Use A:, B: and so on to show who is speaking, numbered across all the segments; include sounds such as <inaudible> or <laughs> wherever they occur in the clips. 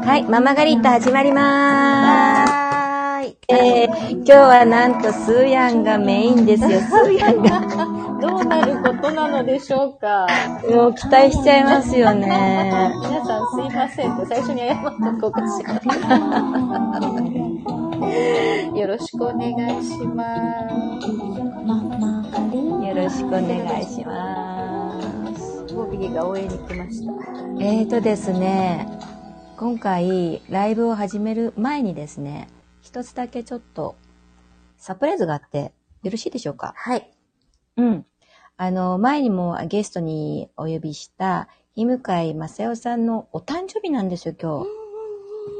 A: はい、ママガリッタ始まりまーす。えー、今日はなんとスーヤンがメインです <laughs> よ。スーヤンが。
B: どうなることなのでしょうか。
A: もう期待しちゃいますよね。
B: 皆さんすいませんって最初に謝っとこうかしら。よろしくお願いします。
A: よろしくお願いします。
B: ボビーが応援に来ました。
A: えーとですね、今回ライブを始める前にですね、一つだけちょっとサプライズがあってよろしいでしょうか
B: はい。
A: うん。あの、前にもゲストにお呼びした、日向井正代さんのお誕生日なんですよ、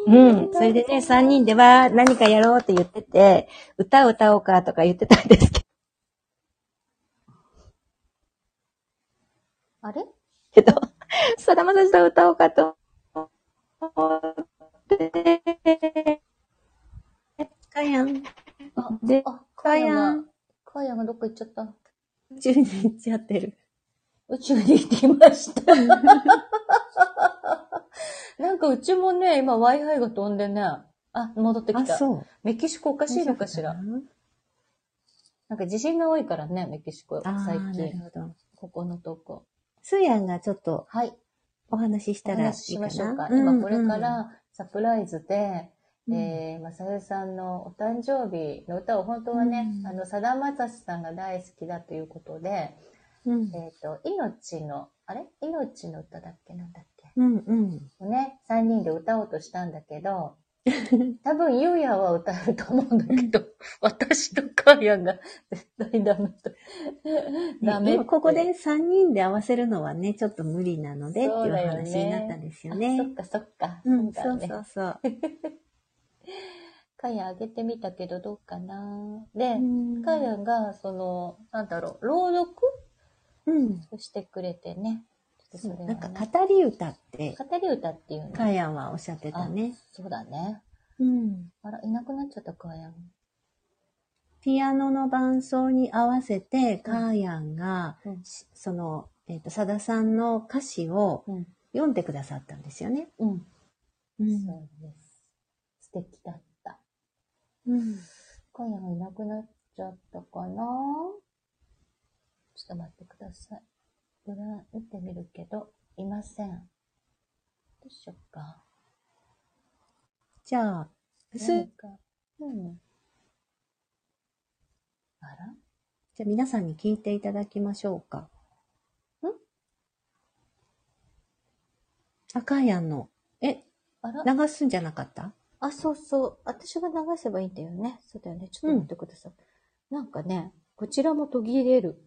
A: 今日。うん。それでね、3人では何かやろうって言ってて、歌を歌おうかとか言ってたんですけ
B: あれ
A: ど、さだまさしさん歌おうかと思って、かやん。
B: あ
A: で、
B: あ、
A: かやん。。
B: かやがどっか行っちゃった。
A: 宇宙に行っちゃってる。
B: 宇宙に行きま
A: <laughs>
B: した。なんかうちもね、今 Wi-Fi が飛んでね。あ、戻ってきた。
A: そう。
B: メキシコおか
A: お
B: しいのかしら。なんか地震が多いからね、メキシコ、
A: 最
B: 最
A: 近。なる
B: 近。
A: ほど。
B: ここのとこ。
A: スーヤンがちょっと
B: はい。
A: お話しし
B: お
A: たらいいかな。
B: 話ししましょうか。
A: ん
B: 今これか、らサプライズで、
A: うん
B: えー、まさゆさんのお誕生日の歌を本当はね、
A: うん
B: あの、さだまさしさんが大好きだということで、
A: うん
B: えっ、と、命の、あれ命の歌だっけなんだっけ
A: うんうん。
B: をね、3人で歌おうとしたんだけ
A: <laughs>
B: ど、多分、ゆうやは歌うと思うんだけど、 <laughs> 私とかーやが絶対ダメだ。ダ
C: ね
B: メって
C: 今ここで3人で合わせるのはね、ちょっと無理なのでって
B: そう
C: いう
B: だよね
C: 話になったんですよ
B: あそっ
C: ね。
B: かそっか。
C: うん、
B: だ
C: そう
B: ね
C: そうそう。
B: <laughs> かやあげてみたけどどうかな。で
C: う、ん
B: かやが、その、なんだろう、朗読
C: うん。
B: をしてくれてね。ちょっとそれは
C: なん
B: ね
C: か語り歌って、
B: 語り歌っていう
C: か
B: の。
C: やんはおっしゃってたね。
B: そうだね。
C: うん。
B: あら、いなくなっちゃったかやん。
C: ピアノの伴奏に合わせて、かやんが、
B: うん
C: しその、えっ、と、さださんの歌詞を
B: うん。
C: 読んでくださったんですよね。
B: うん。
C: う
B: そ
C: ん。
B: うです。素敵だった。
C: うん、
B: かやがいなくなっちゃったかな。ちょっと待ってください。裏見てみるけど、いません。どうしようか。
C: じゃあ、す、
B: なん
C: じ
B: か、うん。あら
C: ゃあ皆さんに聞いていただきましょうか。んあ、かやんの。え、
B: あら
C: 流すんじゃなか
B: <laughs>
C: った
B: あ、そうそう。私が流せばいいんだよね。そうだよね。ちょっと待ってください。なんかね、こちらも途切れる。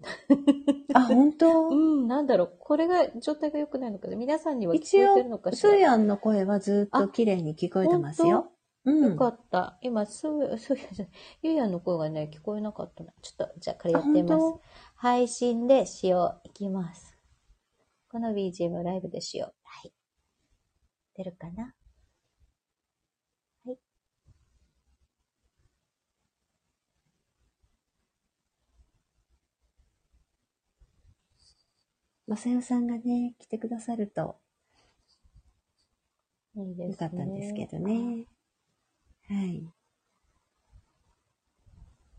C: あ、本当
B: うん、なんだろう。これが、状態が良くないのかな。皆さんには聞こ
C: 一応
B: えてるのかし
C: ス
B: ら。
C: ーヤンの声はずっと綺麗に聞こえてますよ。うん。
B: よかった。今、すう、すうやじゃない、ゆうやの声がね、聞こえなかったな。ちょっと、じゃあ、これやってみま
C: あ
B: す
C: 本。
B: 配信で使用いきます。この BGM ライブで使用。はい。出るかなはい。
C: まさよさんがね、来てくださると
B: いいですね。
C: よかったんですけどね。はい。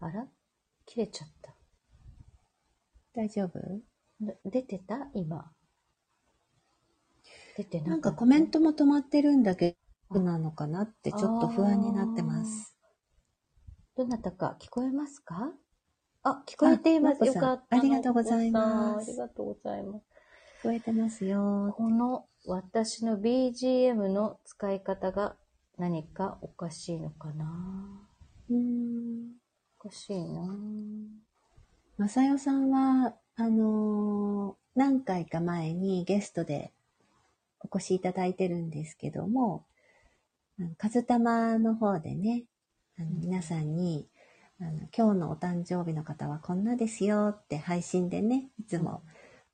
B: あ。あら切れちゃった。
C: 大丈夫
B: で出てた今。出てな
C: なんかコメン
B: ト。
C: トも止まってるんだけど、なのかなってちょっと不安になってます。
B: どなたか聞こえますかあ、聞こえています。
C: あ
B: よかっ
C: ま
B: た。
C: こさんありがとうございます
B: ありがとうございます。
C: 聞こえてますよ。
B: この私の BGM の使い方が何かおかしいのかな
C: うん。
B: おかしいな
C: まさよさんは、あのー何回か前にゲストでお越しいただいてるんですけども、あのカズタマの方でね、あの皆さんにあの、今日のお誕生日の方はこんなですよって配信でね、いつも、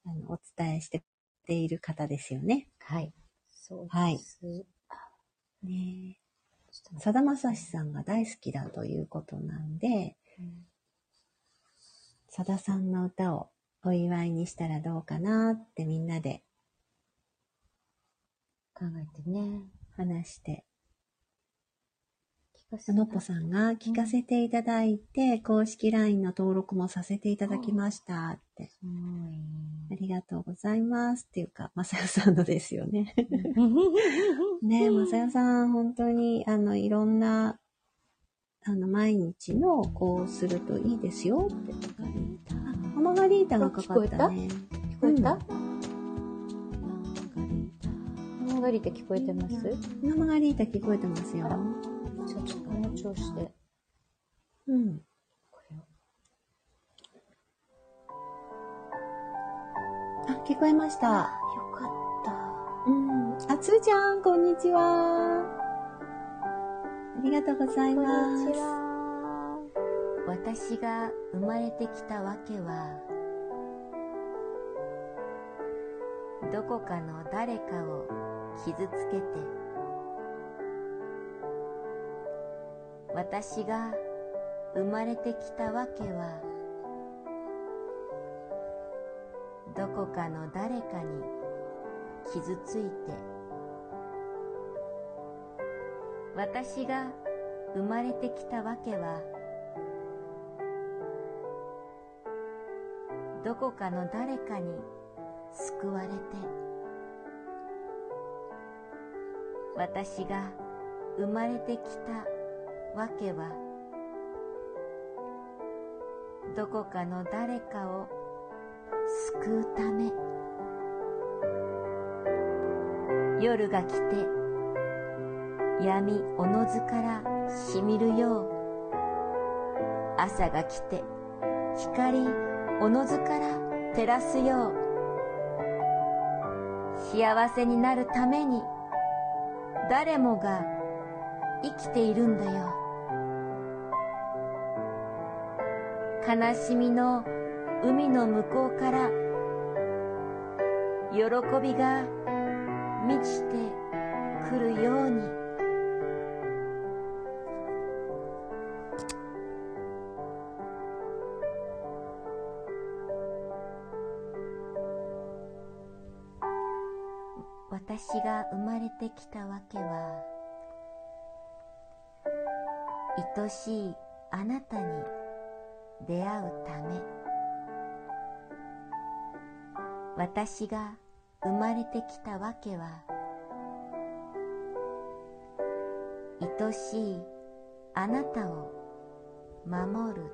C: あのお伝えしている方ですよね。
B: はい。そうです。
C: はい
B: ちょ
C: ね
B: っと待
C: さだまさしさんが大好きだということなんで、
B: って
C: さださんの歌をお祝いにしたらどうかなってみんなで
B: 考えてね。
C: 話して、
B: 聞かせ
C: のっぽさんが聞かせていただいて、公式 LINE の登録もさせていただきましたって。
B: すごい。
C: ありがとうございますっていうか、まさよさんのですよね。ねえ、まさよさん、本当に、あの、いろんな、あの、毎日の、こうするといいですよって。あ、ママガリータがかかったね。
B: 聞こえた、ママガリって聞こえてます
C: ママガリータ聞こえてますよ
B: あ。らちょっとこの調子で。
C: うん。
B: これを
C: あ、聞こえました。
B: よかった。
C: うん。あ、つーちゃん、こんにちは。ありがとうございます。
A: 私が生まれてきたわけはどこかの誰かを傷つけて私が生まれてきたわけはどこかの誰かに傷ついて私が生まれてきたわけはどこかの誰かに救われて私が生まれてきたわけはどこかの誰かを救うため夜が来て闇おのずからしみるよう朝が来て光おのずから照らすよう幸せになるために誰もが生きているんだよ悲しみの海の向こうから喜びが満ちてくるように私が生まれてきたわけは愛しいあなたに出会うため私が生まれてきたわけは愛しいあなたを守る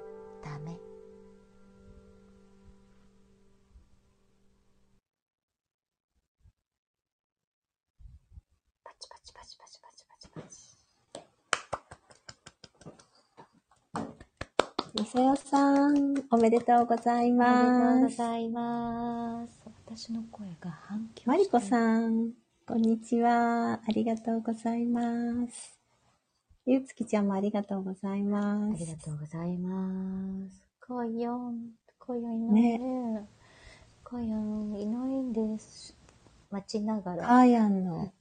A: ため
B: パチパチパチパチパチパチパチ。
C: まさよさん、おめでとうござい
B: おめでとう
C: ま
B: ご
C: す。
B: ざいます。私の声が反響
C: まりこ
B: ん。
C: さん、こんにちは。ありがとうございます。ゆうつきちゃんもありがとうござい
B: あ
C: ます。
B: りがとうございます。恋よん、恋よいない
C: ね
B: ね。恋よん、いないんです。待ちながら。
C: カーヤンの、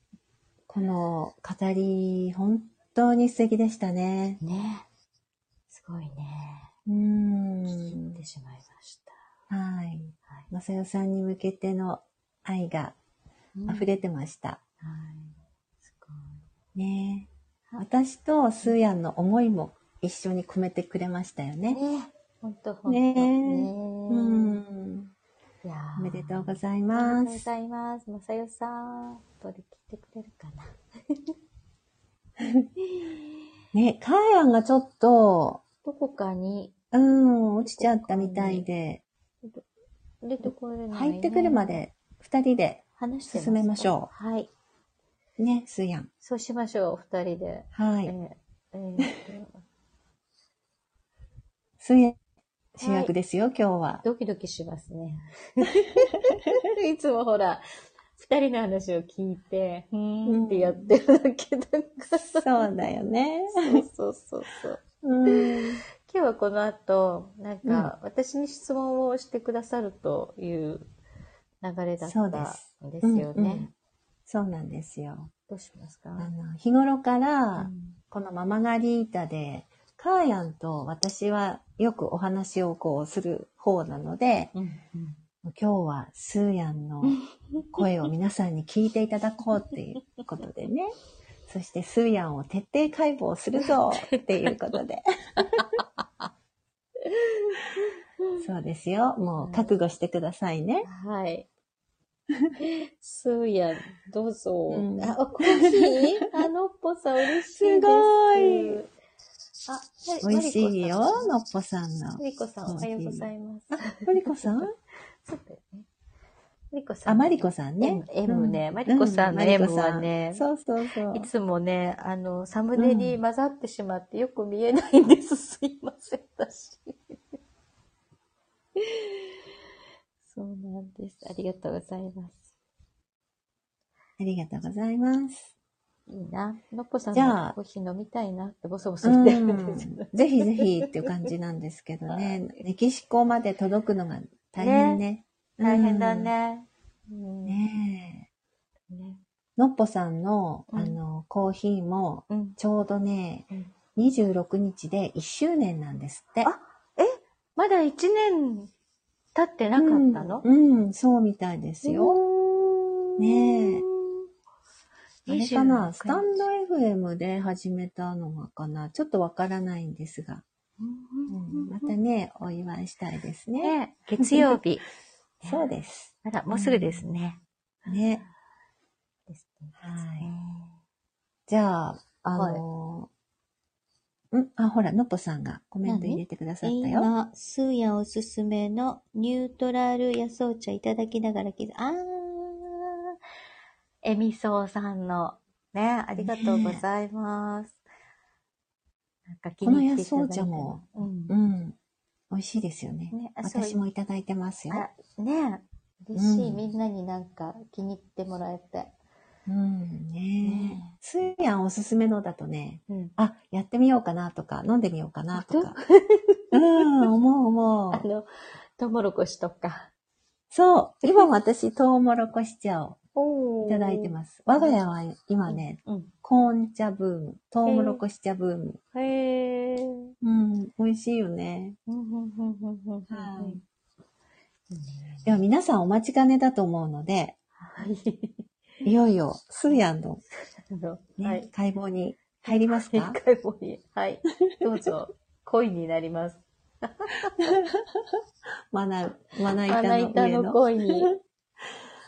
C: この語り、本当に素敵でしたね。
B: ね。すごいね。
C: うー
B: 聞
C: ん
B: い。てしまいました。
C: はい。
B: はい。
C: まさよさんに向けての愛が溢れてました。
B: はい。すごい。
C: ね私とスーヤンの思いも一緒に込めてくれましたよね。
B: ねほんとほんと。
C: ねえ
B: ね
C: うーん。
B: いやー
C: おめでとうござい
B: ありが
C: ま
B: とうご
C: す。
B: ざいます。まさよさん、後で聞いてくれるかな。
C: ね、カーヤンがちょっと、
B: どこかに
C: うん、落ちちゃったみたいで、
B: 出てこれない、ね。
C: 入ってくるまで二人で、
B: 話してすか
C: 進めましょ
B: はい。
C: ね、スーヤン。
B: そうしましょう、二人で。
C: は
B: え
C: い。
B: ーえーっと
C: スーヤン、主役ですよ、今日は。
B: ドキドキしますね。 <laughs> いつもほら、二人の話を聞いて、ふーんってやってるだけだから。
C: そうだよね。
B: そうそうそうそう。
C: うん。
B: 今日はこの後、なんか、私に質問をしてくださるという流れだった
C: そうんです
B: ですよね。
C: うんうんそうなんですよ。
B: どうしますか、
C: あの、日頃か
B: う
C: ら、
B: ん
C: このママガリータで、カーヤンと私はよくお話をこうする方なので、今日はスーヤンの声を皆さんに聞いていただこうっていうことでね、そしてスーヤンを徹底解剖するぞっていうこと
B: <laughs>
C: で。そうですよ。もう覚悟してくださいね。 <laughs>
B: はい。スーヤン、どうぞ。
C: うん
B: あ、コーヒーあのっぽさん嬉しい
C: す
B: です。
C: ごい
B: あ、はい
C: 美味しいよ、の
B: の
C: っぽさんの。
B: りこさん、おはようございます。
C: マリコさん
B: そうだよね。マリコさん。
C: あ、マリコさんね
B: M。M ね
C: う
B: マリコさんの M
C: うマリコさん
B: はね
C: そうそうそう。
B: いつもね、あの、サムネに混ざってしまってよく見えないんです。 <laughs> すいません、私。そうなんです。ありがとうございます。
C: ありがとうございます。
B: いいな。のっぽさん
C: じゃあ
B: のコーヒー飲みたいなってボソボソ言ってるんですよね。
C: <laughs> ぜひぜひっていう感じなんですけどね。メキシコまで届くのが大変ね。
B: 大変だね。うん
C: うん。ね
B: ね
C: え。のっぽさんの、
B: うん
C: あの、コーヒーも、
B: うん。
C: ちょうどね、
B: うん
C: 26日で1周年なんですって。
B: あまだ1年経ってなかったの、
C: うん、うんそうみたいですよ。
B: よ
C: ねえ。あ
B: え
C: れかなスタンド FM で始めたのがかなちょっとわからないんですが、うんまたね、お祝いしたいですね。
B: ねえ月曜日。
C: そうです。
B: あら、もうすぐですね。
C: ね。
B: ですね
C: はい。じゃあ、あのーんあ、ほら、のっぽさんがコメント入れてくださったよ。
D: 今、スーヤおすすめのニュートラル野草茶いただきながら聞いて、あー、
B: えみそうさんの、ね、ありがとうございます。なんか気
C: この
B: に
C: 野
B: 入っていただ
C: 草
B: いた
C: 茶も、
B: うん
C: うん。美味しいですよね。
B: ね、あそう
C: 私もいただいてますよ。
B: あ、ねえ嬉しい、
C: うん
B: みんなになんか気に入ってもらえて。
C: うん、ね
B: ね
C: すーやんおすすめのだとね、
B: うん
C: あ、やってみようかなとか、飲んでみようかなとか。 <laughs> うん、思う思
B: あ
C: う。
B: の、トウモロコシとか。
C: そう、今も私、トウモロコシ茶を
B: お
C: いただいて
B: <laughs>
C: ます。我が家は今ね、
B: す。うん。
C: コーン茶ブーム、トウモロコシ茶ブーム。
B: へえ。
C: うん、美味しいよね。
B: うんうんうんうんうんうん
C: はでは皆さんお待ちかねだと思うので、
B: はい。
C: いよいよ、スーヤンの、
B: あの、
C: ね
B: はい。
C: 解剖に入りますか
B: 一回もいい。 <laughs> はい。どうぞ。恋になります。
C: まな、まな
B: まな
C: 板
B: 板
C: の上
B: の
C: の。
B: 恋に。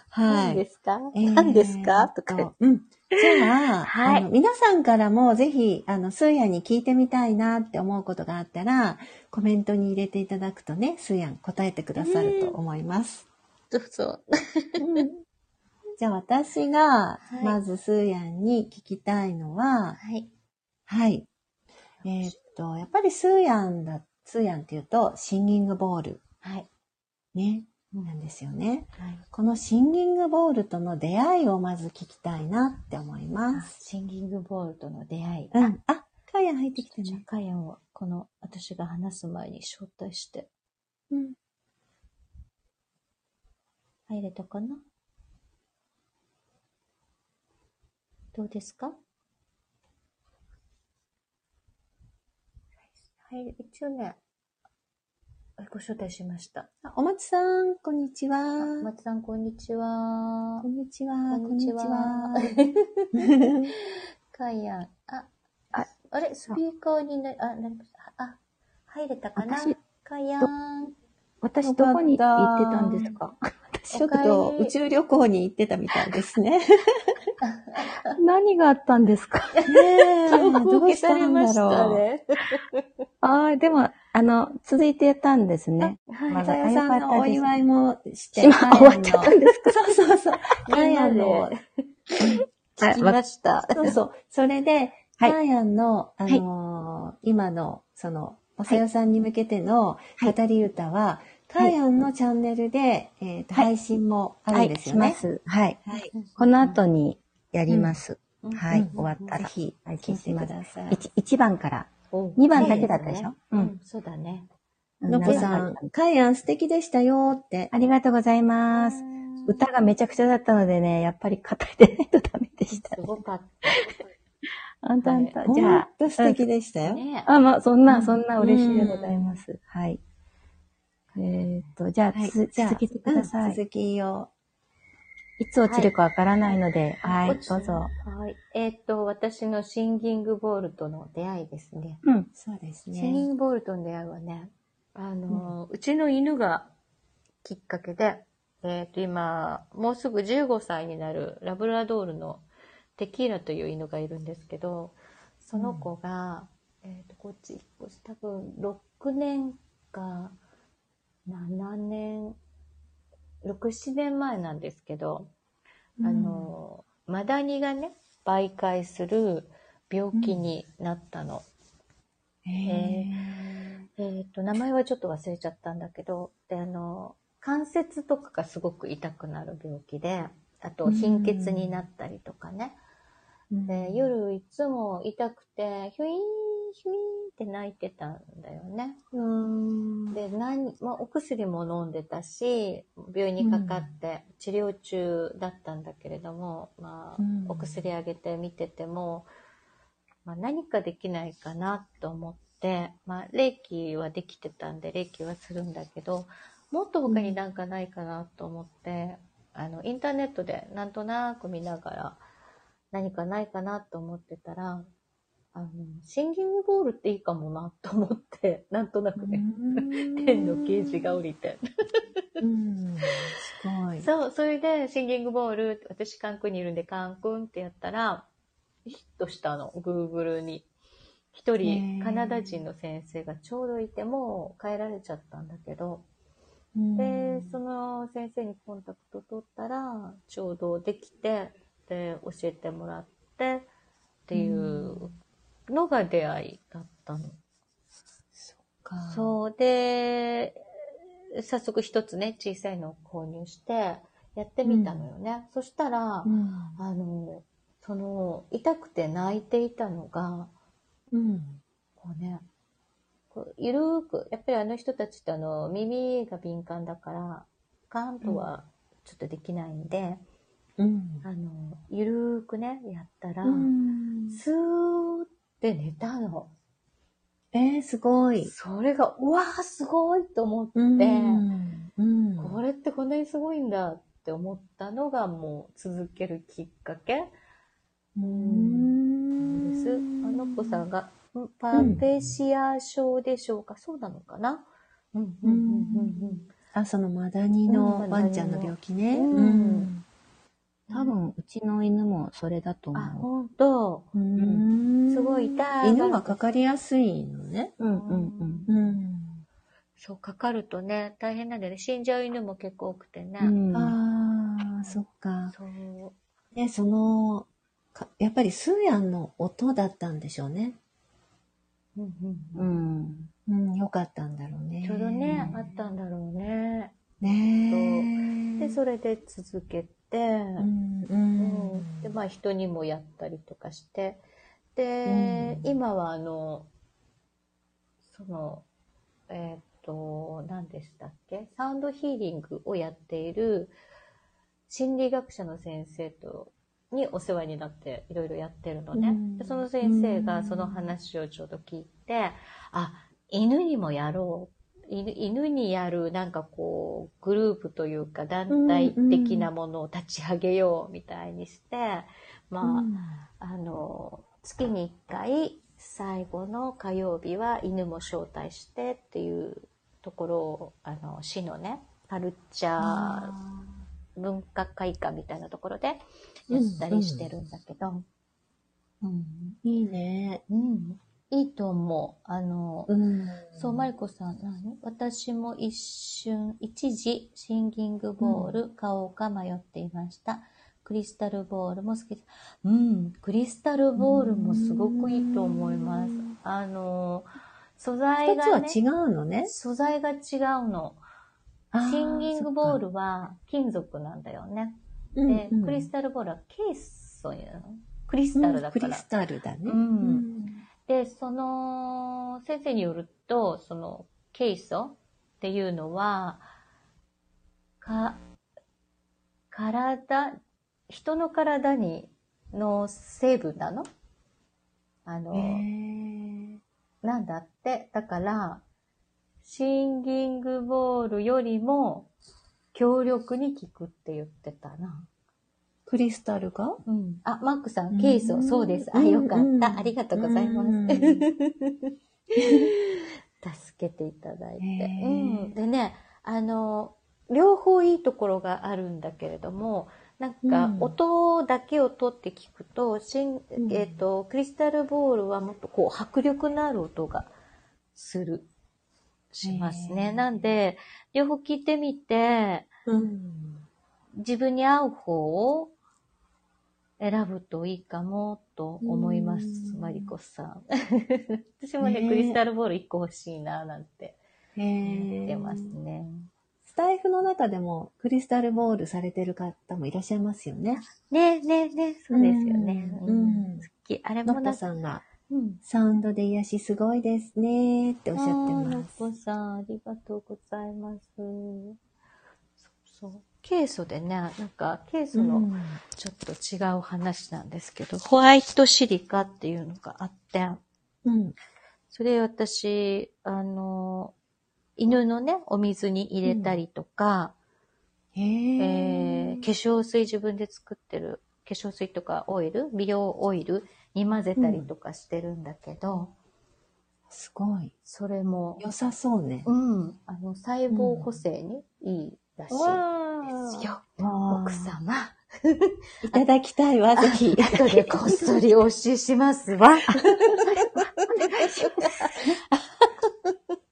C: は
B: 何
C: い
B: で。すか
C: えー
B: 何ですかと
C: そ
B: か
C: う。うん。じゃあ、
B: はい
C: あの皆さんからもぜひ、あの、スーヤンに聞いてみたいなって思うことがあったら、コメントに入れていただくとね、スーヤン答えてくださると思います。
B: どうぞ。
C: <laughs> じゃあ私が
B: は、い
C: まずスーヤンに聞きたいのは、
B: はい。
C: はい。えーっと、やっぱりスーヤンだ、スーヤンっていうと、シンギングボール。
B: はい。
C: ね。
B: うん
C: なんですよね。
B: はい。
C: このシンギングボールとの出会いをまず聞きたいなって思います。
B: シンギングボールとの出会い。
C: うん。あ、カヤン入ってきた
B: じゃ
C: ね
B: あ、。カヤンを、この、私が話す前に招待して、
C: うん。
B: 入れたかなどうですかはい、一応ね、ご招待しました。
C: あお松さん、こんにちは。
B: あ松さん、こんにちは
C: こ。んにちは。
B: こんにちは
C: こんにちは
B: かいやん。あ、あ、あれスピーカーになり、あ、なりました。あ、あ入れたかな
A: 私
B: かいやん。
A: 私どこに行ってたんですか
C: ちょっと宇宙旅行に行ってたみたいです
A: <laughs>
C: ね。ね
A: 何があったんですか
C: え、 <laughs> ど
B: ど
C: う
B: う
C: し
B: したた
C: ん
B: ん
C: だ
B: だ
C: ろ
B: ろ
C: う。
B: う。
A: ああ、でも、あの、続いてたんですね。
C: ま
A: ま
C: さ
A: だ
C: よさんのお祝いもして、
A: 今
C: カヤンの
A: 終わっちゃったんですか
C: そうそう
A: <laughs>
C: そう。カ
B: みん
C: ヤ
B: な
C: ン
B: で
C: の、
A: は <laughs>
B: 聞
A: い
B: き
A: わ
B: ました。
C: そうそう。それで、
A: はい
C: カヤンの、あのー今の、その、まさよさんに向けての
A: はい
C: 語り歌は、カヤンのチャンネルで、えーと
A: はい
C: 配信もあ
A: は
C: るん
A: い、
C: です
A: し
C: よ
A: ま
C: ね。
A: す。はい。
C: はい。
A: この後にやります。
B: うん
A: はい、
C: うん
A: 終わった
C: ぜ
A: ら。
C: ひ、
A: はい
C: 聞いてください。
A: 1, 番から。
B: 2
A: 2番だけだったでしょ、
B: う。ん、そうだね。
A: う
C: のっぽさん、カイアン素敵でしたよって。
A: ありがとうございます。歌がめちゃくちゃだったのでね、やっぱり語ってないとダメでした
B: す。ごかっ
A: あんたあんた。じ
C: じ
A: ゃ
C: ゃ
A: あ
C: あ、、と素敵でした
B: た
C: よ。
B: ね。
A: あ、まあ、そん
C: う
A: な、
C: ん
A: そんな嬉しいでございます。はい。えーっと、じゃあ、
C: はい
A: つ
C: じゃあ
A: 続けてくださ
C: うん
A: い。
C: 続きを
A: いつ落ちるかわからないので、はい、
B: 落ち
A: どうぞ。
B: はい。えっ、と、私のシンギングボールとの出会いですね。
A: うん。
C: そうです
B: シンギン
C: ね。
B: グボールとの出会いはね、あのー、うちの犬がきっかけで、えっ、と、今、もうすぐ15歳になるラブラドールのテキーラという犬がいるんですけど、その子が、えっ、と、こっち引っ越し、多分6年か7年、6、7年前なんですけど、あの、マダニがね、媒介する病気になったの。
C: うん、え
B: えっ、と、名前はちょっと忘れちゃったんだけど、で、あの、関節とかがすごく痛くなる病気で、あと、貧血になったりとかね。
C: ー
B: で、夜いつも痛くて、ヒュイーン、ヒュイーンって泣いてたんだよね。
C: うん。
B: で、何、まあ、お薬も飲んでたし、病院にかかって治療中だったんだけれども、まあ
C: うん、
B: お薬あげて見てても、まあ、何かできないかなと思って、まあ、霊気はできてたんで、霊気はするんだけど、もっと他になんかないかなと思って、あの、インターネットでなんとなく見ながら、何かないかなと思ってたら、あの、シンギングボールっていいかもなと思って、なんとなくね。天のゲージが降りて。
C: うん。すごい。
B: そう、それでシンギングボール、私カンクンにいるんでカンクンってやったら、ヒットしたの、Google に。一
C: へ
B: 人、
C: ー
B: カナダ人の先生がちょうどいて、もう帰られちゃったんだけど、で、その先生にコンタクト取ったら、ちょうどできて、で、教えてもらって、っていうのが出会いだったの。
C: う
B: そう。で、早速一つね、小さいのを購入して、やってみたのよね。そしたら、
C: ん。
B: あの、その、痛くて泣いていたのが、
C: うん。
B: こうね、こうゆるーく、やっぱりあの人たちってあの、耳が敏感だから、ガンとはちょっとできないんで、
C: うん。
B: あの、ゆるーくね、やったら、
C: うん
B: スーって寝たの。
C: えー、すごい。
B: それが、うわーすごいと思って、
C: うん。うん。
B: これってこんなにすごいんだって思ったのがもう続けるきっかけ
C: う
B: なん
C: ん
B: です。あの子さんが、んパペシア症でしょうか、そうなのかなうん、うん、うん、
C: あ、そのマダニのワンちゃんの病気ね。
B: うん
C: うん。
A: 多分、うちの犬もそれだと
B: うん。あ、
A: 思
B: ほんと。
C: うん
B: すごい痛い。
C: 犬がかかりやすいのね。
A: う。うんうんうん。
C: うん。
B: そう、かかるとね、大変なんだよね。死んじゃう犬も結構多くてね。
A: うん
C: ああ、そっか。
B: そう。
C: ね、その、かやっぱりスーヤンの音だったんでしょうね。
B: うんうん
A: うん。
C: うん、よかったんだろうね。
B: ちょうどね、あったんだろうね。
C: ねえ。
B: で、それで続け
C: う
B: て、
C: ん、う。
B: うんんでまあ人にもやったりとかしてで、
C: うん
B: 今はあのそのえっ、と何でしたっけサウンドヒーリングをやっている心理学者の先生とにお世話になっていろいろやってるのね、
C: うん
B: でその先生
C: う
B: が
C: ん
B: その話をちょうど聞いて、あ犬にもやろう犬犬にやるなんかこうグループというか団体的なものを立ち上げようみたいにして、まあ、あの、月に1回最後の火曜日は犬も招待してっていうところを、あの、市のね、カルチャー文化会館みたいなところでやったりしてるんだけど、うん、
C: いいね。
B: うん、いいと思う。あの、
C: うん。
B: そう、マリコさん、何私も一瞬、一時、シンギングボール、買おうか迷っていました。クリスタルボールも好きです。うん、クリスタルボールもすごくいいと思います
C: うん。
B: あの、素材
C: 二つ
B: が、
C: は
B: ね、
C: 違うのね。
B: 素材が違うの。
C: あー
B: シンギングボールは金属なんだよね。
C: そっか
B: で
C: うんう、ん
B: クリスタルボールはケース、そういうの。クリスタルだか
C: うんクリ
B: ら
C: ス。タルだね。
B: うんで、その、先生によると、その、ケイ素っていうのは、か、体、人の体に、の成分なのあの、
C: へえ。
B: なんだって。だから、シンギングボールよりも、強力に効くって言ってたな。
C: クリスタルが
B: うん。あ、マックさ
C: うん
B: ん、ケースを、そうです。あ、
C: うん
B: よか
C: うん
B: った。ありがとうございます
C: うん
B: <laughs> 助けていただいて。
C: へえ
B: うん。でね、あの、両方いいところがあるんだけれども、なん
C: う
B: か
C: ん、
B: 音だけを取って聞くと、しん
C: ん
B: えっ、と、クリスタルボールはもっとこう、迫力のある音がする、します
C: へえ
B: ね。なんで、両方聞いてみて、
C: うん。
B: 自分に合う方を選ぶといいかもと思います
C: う、ん
B: マリコさん。私もね、
C: ねえ
B: クリスタルボール1個欲しいな、なんて
C: へ
B: 思っ
C: え
B: てますね。
C: スタイフの中でもクリスタルボールされてる方もいらっしゃいますよね。
B: ねえねえねえ、そうですよね。
C: う
B: うん
C: ん。
B: あれ
C: の
B: も
C: っ
B: な
C: ぽ
B: んか、
C: さんが、
B: うん。
C: サウンドで癒しすごいですねっておっしゃって
B: あーのっ
C: ます。
B: ぽさん、ありがとうございます。そうそう。ケイソでね、なんか、ケイソの、
C: うん
B: ちょっと違う話なんですけど、ホワイトシリカっていうのがあって、
C: うん。
B: それ私、あの、犬のね、お水に入れたりとか、
C: へ
B: え
C: え。
B: ー化粧水自分で作ってる、化粧水とかオイル、美容オイルに混ぜたりとかしてるんだけど、
C: すごい。
B: それも、
C: 良さそうね。
B: うん、あの、細胞補正にいいらしいですよ。奥
C: ん。
B: 様。
C: いただきたいわ、ぜひ。
B: 後でこっそりお教えしますわ。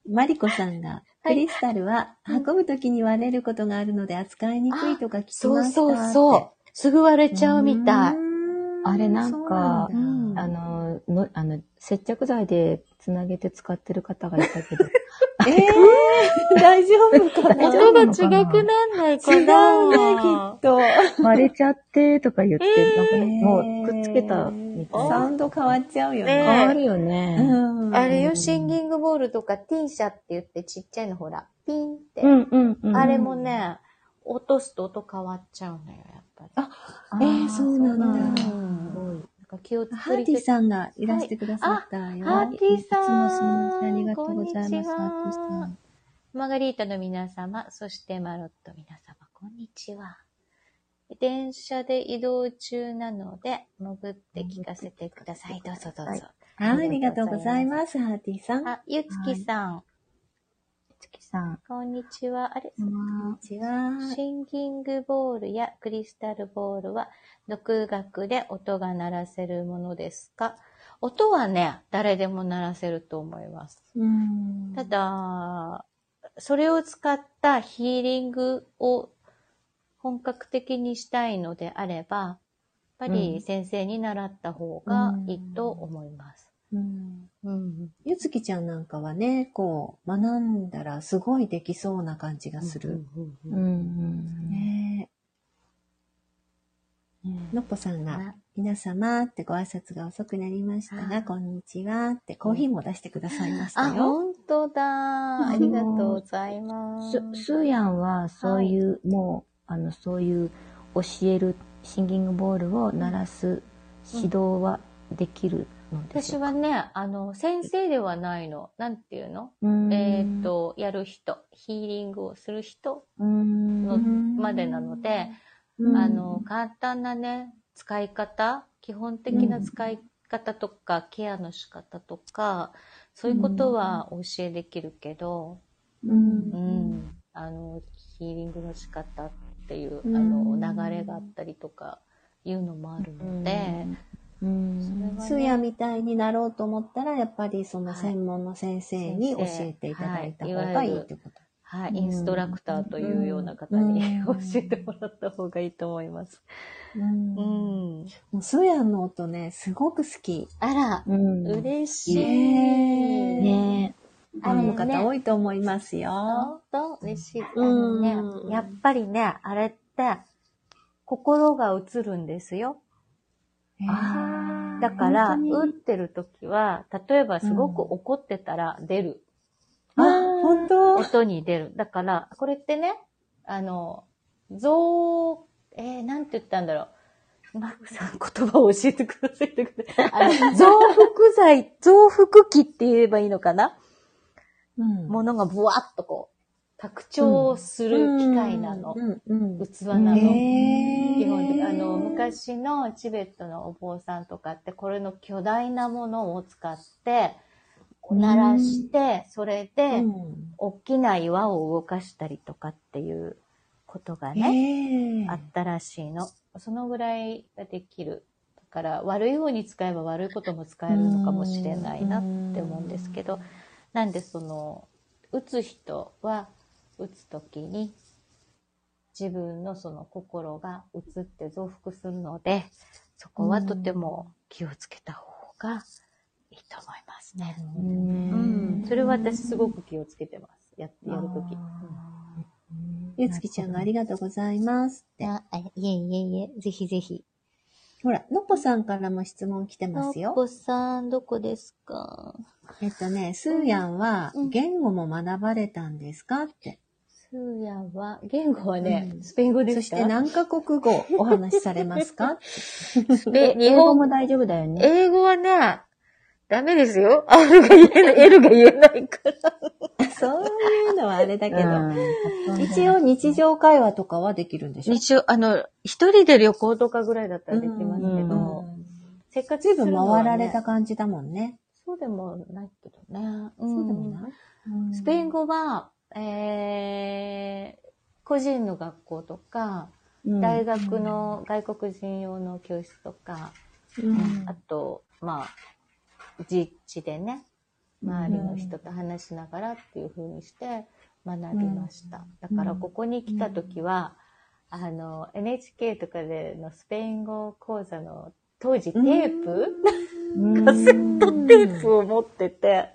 C: マリコさんが、
B: は
C: ク
B: い
C: リスタルは運ぶときに割れることがあるので扱いにくいとか聞きました。
B: そうそうそう。すぐ割れちゃうみたい。
C: い
A: あれなんか
B: うん
A: あの、の、あの、接着剤でつなげて使ってる方がいたけど。 <laughs>
C: えー、大丈夫かな
A: 大
B: 音
A: 丈
B: が
A: 夫な
B: 違く
A: のかな
B: なんないかな
C: 違うね、きっと。
A: 割れちゃってとか言って、なんか
C: えー
A: ねもうくっつけたみたい
C: サウ
A: な。
C: ンド変わっちゃうよ
B: ね
C: ね。
A: 変わるよね。
C: ん
B: あれよ、シンギングボールとかティンシャって言ってちっちゃいのほら、ピンって。
A: うんうんうん。
B: あれもね、落とすと音変わっちゃうのよ、やっぱり。
C: あ
A: あ
C: え
A: ー、
C: ー、そうなんだ。
B: うん。なんか気をつ
C: ハー
B: り
C: ティ
B: て。
C: さんがいらしてくださったよ。
B: ハーティさん
C: いつもすみません。ありがとうございます、
B: こんにちは
C: ハーティさん。
B: マガリータの皆様、そしてマロット皆様、こんにちは。電車で移動中なので、潜って聞かせてください。どうぞどう
A: は
B: ぞ
A: い。
C: はい、ありがとうございます、ハーティさん。こん
B: あ、ゆつきさん、
A: 月さん。
B: こんにちは。あれ、
C: にちは。
B: シンギングボールやクリスタルボールは独学で音が鳴らせるものですか音はね、誰でも鳴らせると思います。
C: うん
B: ただ、それを使ったヒーリングを本格的にしたいのであれば、やっぱ
A: う
B: り
A: ん
B: 先生に習った方がいいと思います。
C: うん
B: うん。
C: ゆつきちゃんなんかはね、こう、学んだらすごいできそうな感じがする。
B: うんうんうん
A: うんうん。
C: ね
A: うん
C: えのっぽさんが、皆様ってご挨拶が遅くなりました
B: あ
C: が、こんにちはってコーヒーも出してくださいました
B: あ、
C: よ。
B: 本当だ。ありがとうございます。
A: す、すーやんは、そういう、もう、あの、そういう、教える、シンギングボールを鳴らす指導はできるのでし
B: 私
A: ょうか
B: はね、あの、先生ではないの。なんていうの、
A: うん
B: えーっ、と、やる人、ヒーリングをする人
A: うん、
B: のまでなので、
A: うん
B: あの、簡単なね、使い方、基本的な使い方とか、ケアの仕方とか、そういうことはお教えできるけど、
A: うん
B: う、
C: うんん
B: あの、ヒーリングの仕方っていう、
C: うん
B: あの、流れがあったりとか、いうのもあるので、
A: うん。
C: 通夜みたいになろうと思ったら、やっぱりその専門の先生に教
B: はい
C: えていただいた方
B: はい
C: がいいってこと。
B: は
A: う
B: い、
A: ん
B: インストラクターというような方に
C: うん
B: 教えてもらった方がいいと思います。
C: うん
B: う。ん。
C: もう通夜の音ね、すごく好き。
B: あら、
A: うん。
B: 嬉しい。
C: ねえ
A: ね
C: ファンの方多いと思いますよ。
B: 本当嬉しい。あ
C: う
B: の
C: ん
B: ね、やっぱりね、あれって、心が映るんですよ。
A: え。あー
B: だから、
A: 本当
B: 打っ
A: に
B: てる時は、例えばすごく怒ってたら出る。
C: あ、本当
B: 音に出る。だから、これってね、あの、増、えー、なんて言ったんだろう。マックさん言葉を教えてくださいってくれ。あの、増幅剤、増幅器って言えばいいのかな
C: うん
B: ものがブワッとこう、拡張をする機械なの。
C: うんうん
B: 器なの。
C: へー
B: 基本的あの、昔のチベットのお坊さんとかって、これの巨大なものを使って、鳴らして、それで、大きな岩を動かしたりとかっていうこと
C: う
B: が
C: ん
B: ね、
C: へー
B: あったらしいの。そのぐらいができる。だから、悪いように使えば悪いことも使えるのかもしれないなって思うんですけど、なんでその、打つ人は、打つときに、自分のその心が移って増幅するので、そこはとても気をつけた方がいいと思いますね。うん。それは私すごく気をつけてます。やって、やるとき。
C: ゆうつきちゃんがありがとうございますって。
E: あ、あいえいえいえ、ぜひぜひ。
C: ほら、のっぽさんからも質問来てます
E: のっ
C: よ。
E: ぽさん、どこですか
C: えっとね、スーヤンは
E: うん
C: 言語も学ばれたんですかって。
B: スーヤは、言語はね、
C: うん
B: スペイン語で
C: そ
B: す
C: し
B: か
C: て何カ国語お話しされます
B: <laughs>
C: か
B: え
A: 英語も大丈夫だよね。
B: 英語はね、ダメですよ。R <laughs> が言えない、L が言えないか
C: <laughs>
B: ら。
C: そういうのはあれだけど。
A: うん
C: 一応日常会話とかはできるんでしょ
B: 一応、あの、一人で旅行とかぐらいだったらできますけ
A: うん
B: ど、せっかく
C: 随
B: す
C: 分
B: るのは
C: 回
B: ね
C: られた感じだもんね。
B: そうでもないけどね。
C: そうでもない
B: うんスペイン語は、えー、個人の学校とか、
A: うん
B: 大学の外国人用の教室とか、
C: うん
B: あと、まあ、実地でね、周りの人と話しながらっていう風にして学びました。だからここに来た時は、あの、NHK とかでのスペイン語講座の当時テープ、カセットテープを持ってて、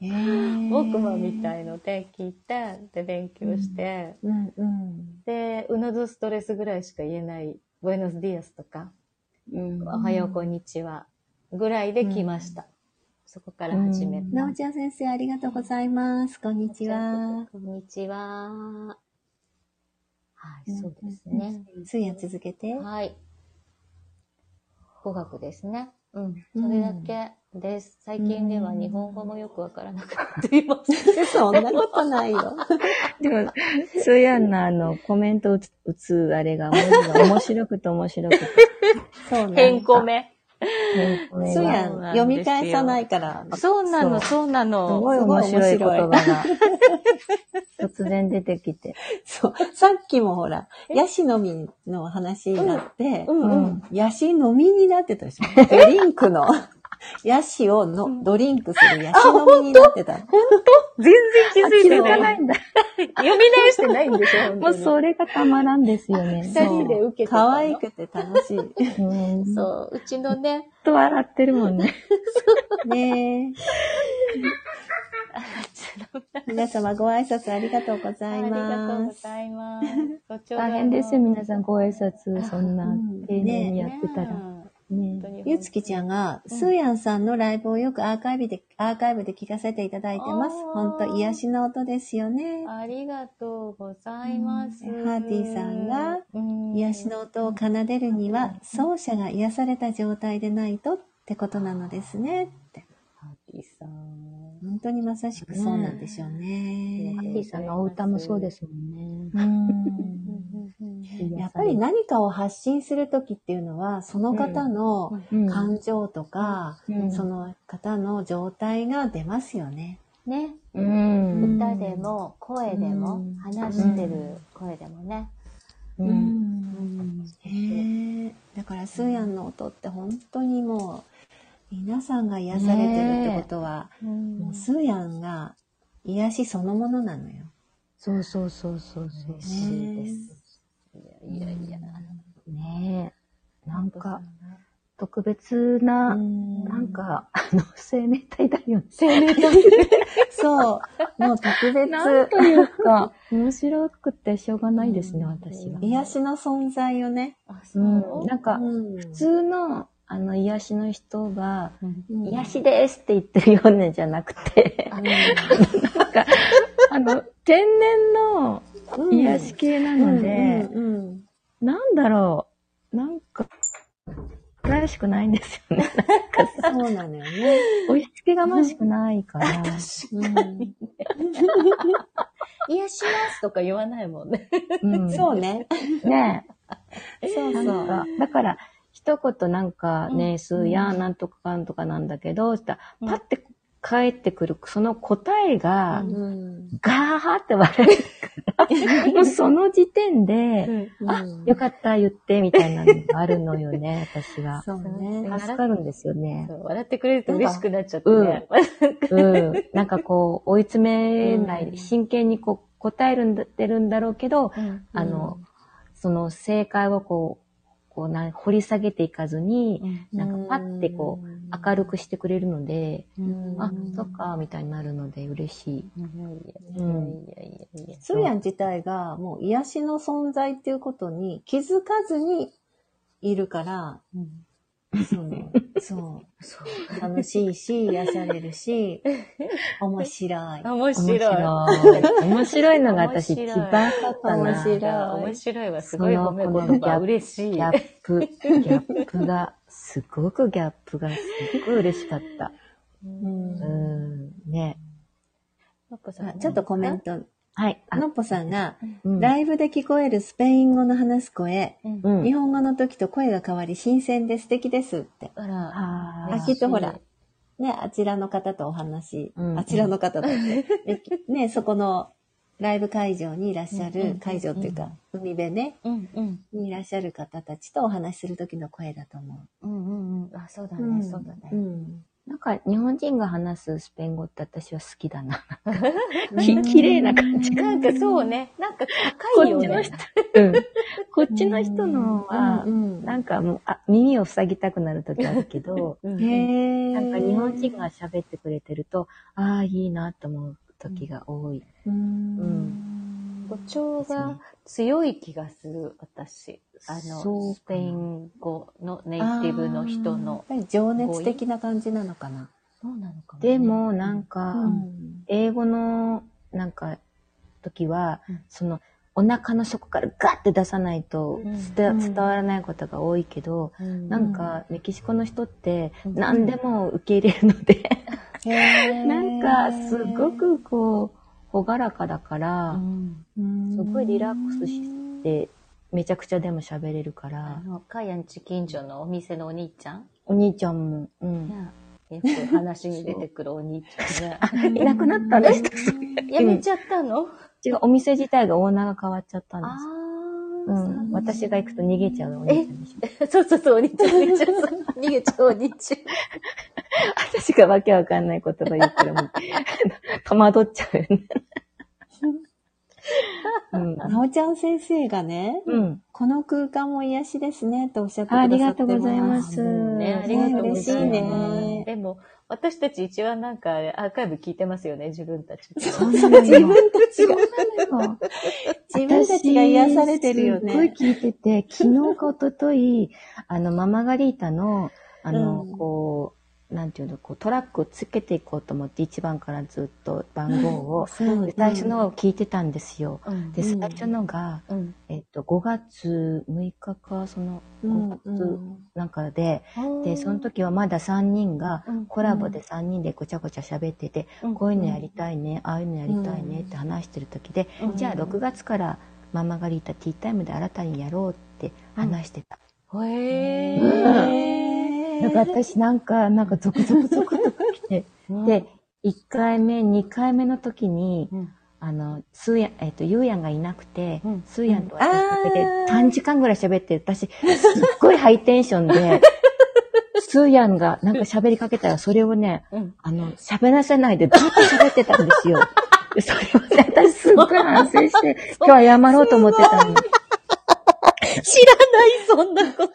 C: へー
B: 僕もみたいので聞いて、で、勉強して、
C: うんうん。
B: で、うのずストレスぐらいしか言えない、ブエノスディアスとか、
A: うん
B: おはようこんにちは、ぐらいで来ました。そこから始めた。
C: なおちゃん先生ありがとうございます。こんにちは。
B: こんにちは。はい、
C: うん
B: そうですね。
C: すや続けて。
B: はい。語学ですね。うん。それだけです。最近では日本語もよくわからなかったりもする。
C: そんなことないよ。
A: でも、そうやんな、あの、コメント打つ、打つあれが、文字が面白くて面白くて。
C: <laughs> そうね。
B: <laughs> 変更目。
A: 変更
C: そう
A: が
C: やん。読み返さないから。
B: そうなの、そうな
A: す
B: の。
A: ごい面白い言葉が、突然出てきて。
C: そう。さっきもほら、ヤシの実の話になって、
A: うん
C: うんヤシの実になってたでし
B: <laughs>
C: ょ。ドリンクの、ヤシをのドリンクするヤシの実になってた。
B: 全然気づいて
A: 気づかな
B: ない。
A: いんだ。
B: 読み直してないんでしょ、
A: もうそれがたまらんですよね。
B: 二人で受けてたの
C: 可愛くて楽しい。
A: うんずっ
B: そう、うちのね、
A: と笑ってるもんね。
C: ねえ。皆様ご挨拶ありがとうござい
B: ありがとう
C: ま
B: ご
C: す。
B: ざいます。
A: 大変ですよ、皆さんご挨拶、そんな
C: うん、
A: 丁寧に
B: や
A: やってたら。ね
C: ゆつきちゃんが、
B: が
C: スーヤンさんのライブをよくアーカイブで、アーカイブで聞かせていただいてます
B: あ。ー
C: ほんと癒しの音ですよね。
B: ありがとうございます。
C: うんハーティーさんが
B: うん
C: 癒しの音を奏でるには、奏者が癒された状態でないとってことなのですね。って。
B: ハーティーさん。
C: 本当にまさしくそうなんでしょうね。
A: ハッピーさんのお歌もそうですもんね。
C: うんやっぱり何かを発信するときっていうのは、その方の
A: うん、
C: 感情とか、
A: うん
C: その方の状態が出ますよね。
B: ね、
A: うん。
B: 歌でも、声で
C: う
B: も
C: ん、
B: 話してる声でもね。
A: うん
C: へえだからスーヤンの音って本当にもう皆さんが癒されてるってことは、もうスーヤンが癒しそのものなのよ。
A: そうそうそうそうそう。
B: 嬉しいです。いやいやいや。
A: ねえ。なんか、特別な、なんか、あの、 <laughs> 生命体だよね。生命体。
C: そう、もう特別。
A: なんというか、面白くてしょうがないですね、私は。。。
C: 癒しの存在をね。
B: あ、そううん
A: なんか、普通の、あの、癒しの人が、
C: うん
A: 癒しですって言ってるようねじゃなくて、なんか、 <laughs> あの、天然の
C: うん
A: 癒し系なので、
C: うんうんうん
A: なんだろう、なんか、らしくないんですよ <laughs> ね。
C: そうなのよね。
A: <laughs> 押し付けがましくないから。
C: うん
B: 癒しますとか言わないもんね。
A: うん
C: そうね。
A: ね
C: そう
A: え。
C: そ
A: なん
C: う。
A: か、だから、一言なんか
B: うん
A: ね、すうや、なんとかかんとかなんだけど、した
B: うん
A: ら、パって返ってくる、その答えが、
C: うん。
A: ガーって笑 <laughs> える。もうその時点で、
C: あ、
A: よかった、言って、みたいなのがあるのよね、私は。
C: そうね。
A: 助かるんですよね。
B: そう笑ってくれると嬉しくなっちゃって
A: うん
B: ね。
A: うん。なんかこう、追い詰めない、
B: うん
A: 真剣にこう、答えるんだってるんだろうけど、あの、その正解をこう、こうなん、掘り下げていかずに、なんかパッてこう、明るくしてくれるので、
B: うん
A: あ、そっか、みたいになるので嬉しい。
B: いやいやいやいやいや。
C: スーヤン自体がもう癒しの存在っていうことに気づかずにいるから、その、そう、そう、楽しいし、癒されるし、面白
A: <laughs>
C: い。
B: 面白
A: 面
B: い。
A: 白い。面白いのが私一番だった
B: 面
A: な。
B: 白い。
A: ギ
B: 面白いはすごい褒め
A: そのこの
B: 言
A: ギャッ
B: 葉。
A: プ
B: 嬉しい。
A: ャップ、ギャップが、すごくギャップがすっごい嬉しかった。
C: うん
A: うん、ね。
C: あちょっとコメント。
A: はい。あ
C: のっぽさんが、
A: うん
C: ライブで聞こえるスペイン語の話す声、
A: う
C: 日
A: ん。
C: 本語の時と声が変わり新鮮で素敵ですって。
B: あら、
A: あ
C: あ、
A: ー
C: きっとほら、ね、あちらの方とお話、
A: うん
C: あちらの方だっ
A: <laughs>
C: て、ね、そこのライブ会場にいらっしゃ
B: うんうんうんう
C: る
B: ん、
C: 会場っていうか、海辺ね、
B: うんうん。
C: にいらっしゃる方たちとお話しする時の声だと思
B: うんうんうん。あ、そうだ
C: う。
B: ね、そうだ
C: う
B: ね。
C: ん。
A: なんか日本人が話すスペイン語って私は好きだな。
C: う
A: き
C: ん
A: 綺麗な感じが。
B: なんかそうね、なんか
A: こ
B: 高
A: っ
B: いよ
A: ちの
B: ね
A: 人。、うん。こっちの人のは
C: う、ん
A: なんかもう、あ、耳を塞ぎたくなる時あるけど、
B: うん
C: へ
A: なんか日本人が喋ってくれてると、ああ、いいなと思う時が多い。
C: うん。
B: 語調が強い気がする、私。あ
A: そ
B: の、
A: う
B: スペイン語のネイティブの人の。
C: あー。やっぱり情熱的な感じなのかな。
B: そうなのかもね。
A: でもなんか、
C: うん
A: 英語のなんか時は、
B: うん
A: そのお腹の底からガッて出さないと
B: うん
A: 伝,、伝わらないことが多いけど、
B: うん、
A: なんかメキシコの人って
B: うん
A: 何でも受け入れるので、
C: へー
A: なんかすご、くこう朗らかだから、
B: うん
C: うん
A: すごいリラックスしてめちゃくちゃでも喋れるか
B: あ
A: ら、
B: の、かやんち近所のお店のお兄ちゃん
A: お兄ちゃんも、うん、
B: よく話に出てくるお兄ちゃんね。
A: いなくなったんですけど
B: やめちゃったの
A: 違うお店自体がオーナーが変わっちゃったん
B: あ
A: です。う
B: あ、
A: ん、私が行くと逃げちゃうお兄ちゃんでしょ。
B: <laughs> そうそうそう、お兄ちゃん、お兄ちゃん、 <laughs> 逃げちゃうお兄ち
A: <laughs> 私がわけわかん <laughs> ない言葉言ったらもう、戸惑っちゃうよ <laughs> ね。うん。
C: なおちゃん先生がね、
A: うん。
C: この空間も癒しですねとおっしゃってくだ
A: あ
C: さっ
A: あ
C: て
A: りがとうございます。
B: ゃん。ね、ありがとうござ
C: ね
B: い
C: 嬉しい
B: ま
C: ね
B: す。でも、私たち一番なんか、アーカイブ聞いてますよね、自分たち。 <laughs>
A: そうなのよ。自分たちが。
C: 自分たちが癒されてるよね
A: すっごい聞いてて、昨日か一昨日 <laughs> あの、ママガリータの、あの、
C: うん
A: こう、なんていうの、こう、トラックをつけていこうと思って、一番からずっと番号を、
C: そう
A: で最初のを聞いてたんですよ。
B: うん
A: で、
C: う
A: 最
C: ん
A: 初のが、
B: うん。
A: えっと、5月6日か、その、
C: うん
A: なんかで、で、その時はまだ3人が
B: うん、
A: コラボで3人でごちゃごちゃ喋ってて、
B: うん
A: こういうのやりたいね、ああいうのやりたいねって話してる時で、
B: うん
A: じゃあ6月からママガリータティータイムで新たにやろうって話してた。
B: へ
A: だから私なんか、なんかゾクゾクゾクと来て、
B: ー。
A: で、、1回目、2回目の時に、
B: うん
A: あの、スーヤン、えっ、と、ユーヤンがいなくて、
B: うん
A: スーヤンと私だけで
C: うんあー
A: 3時間ぐらい喋って、私、すっごいハイテンションで、スーヤンがなんか喋りかけたら、それをね、
B: うん
A: あの、喋らせないでずっと喋ってたんですよ。でそれをね、私すっごい反省して、今日謝ろうと思ってたのに。
B: 知らない、そんなこと。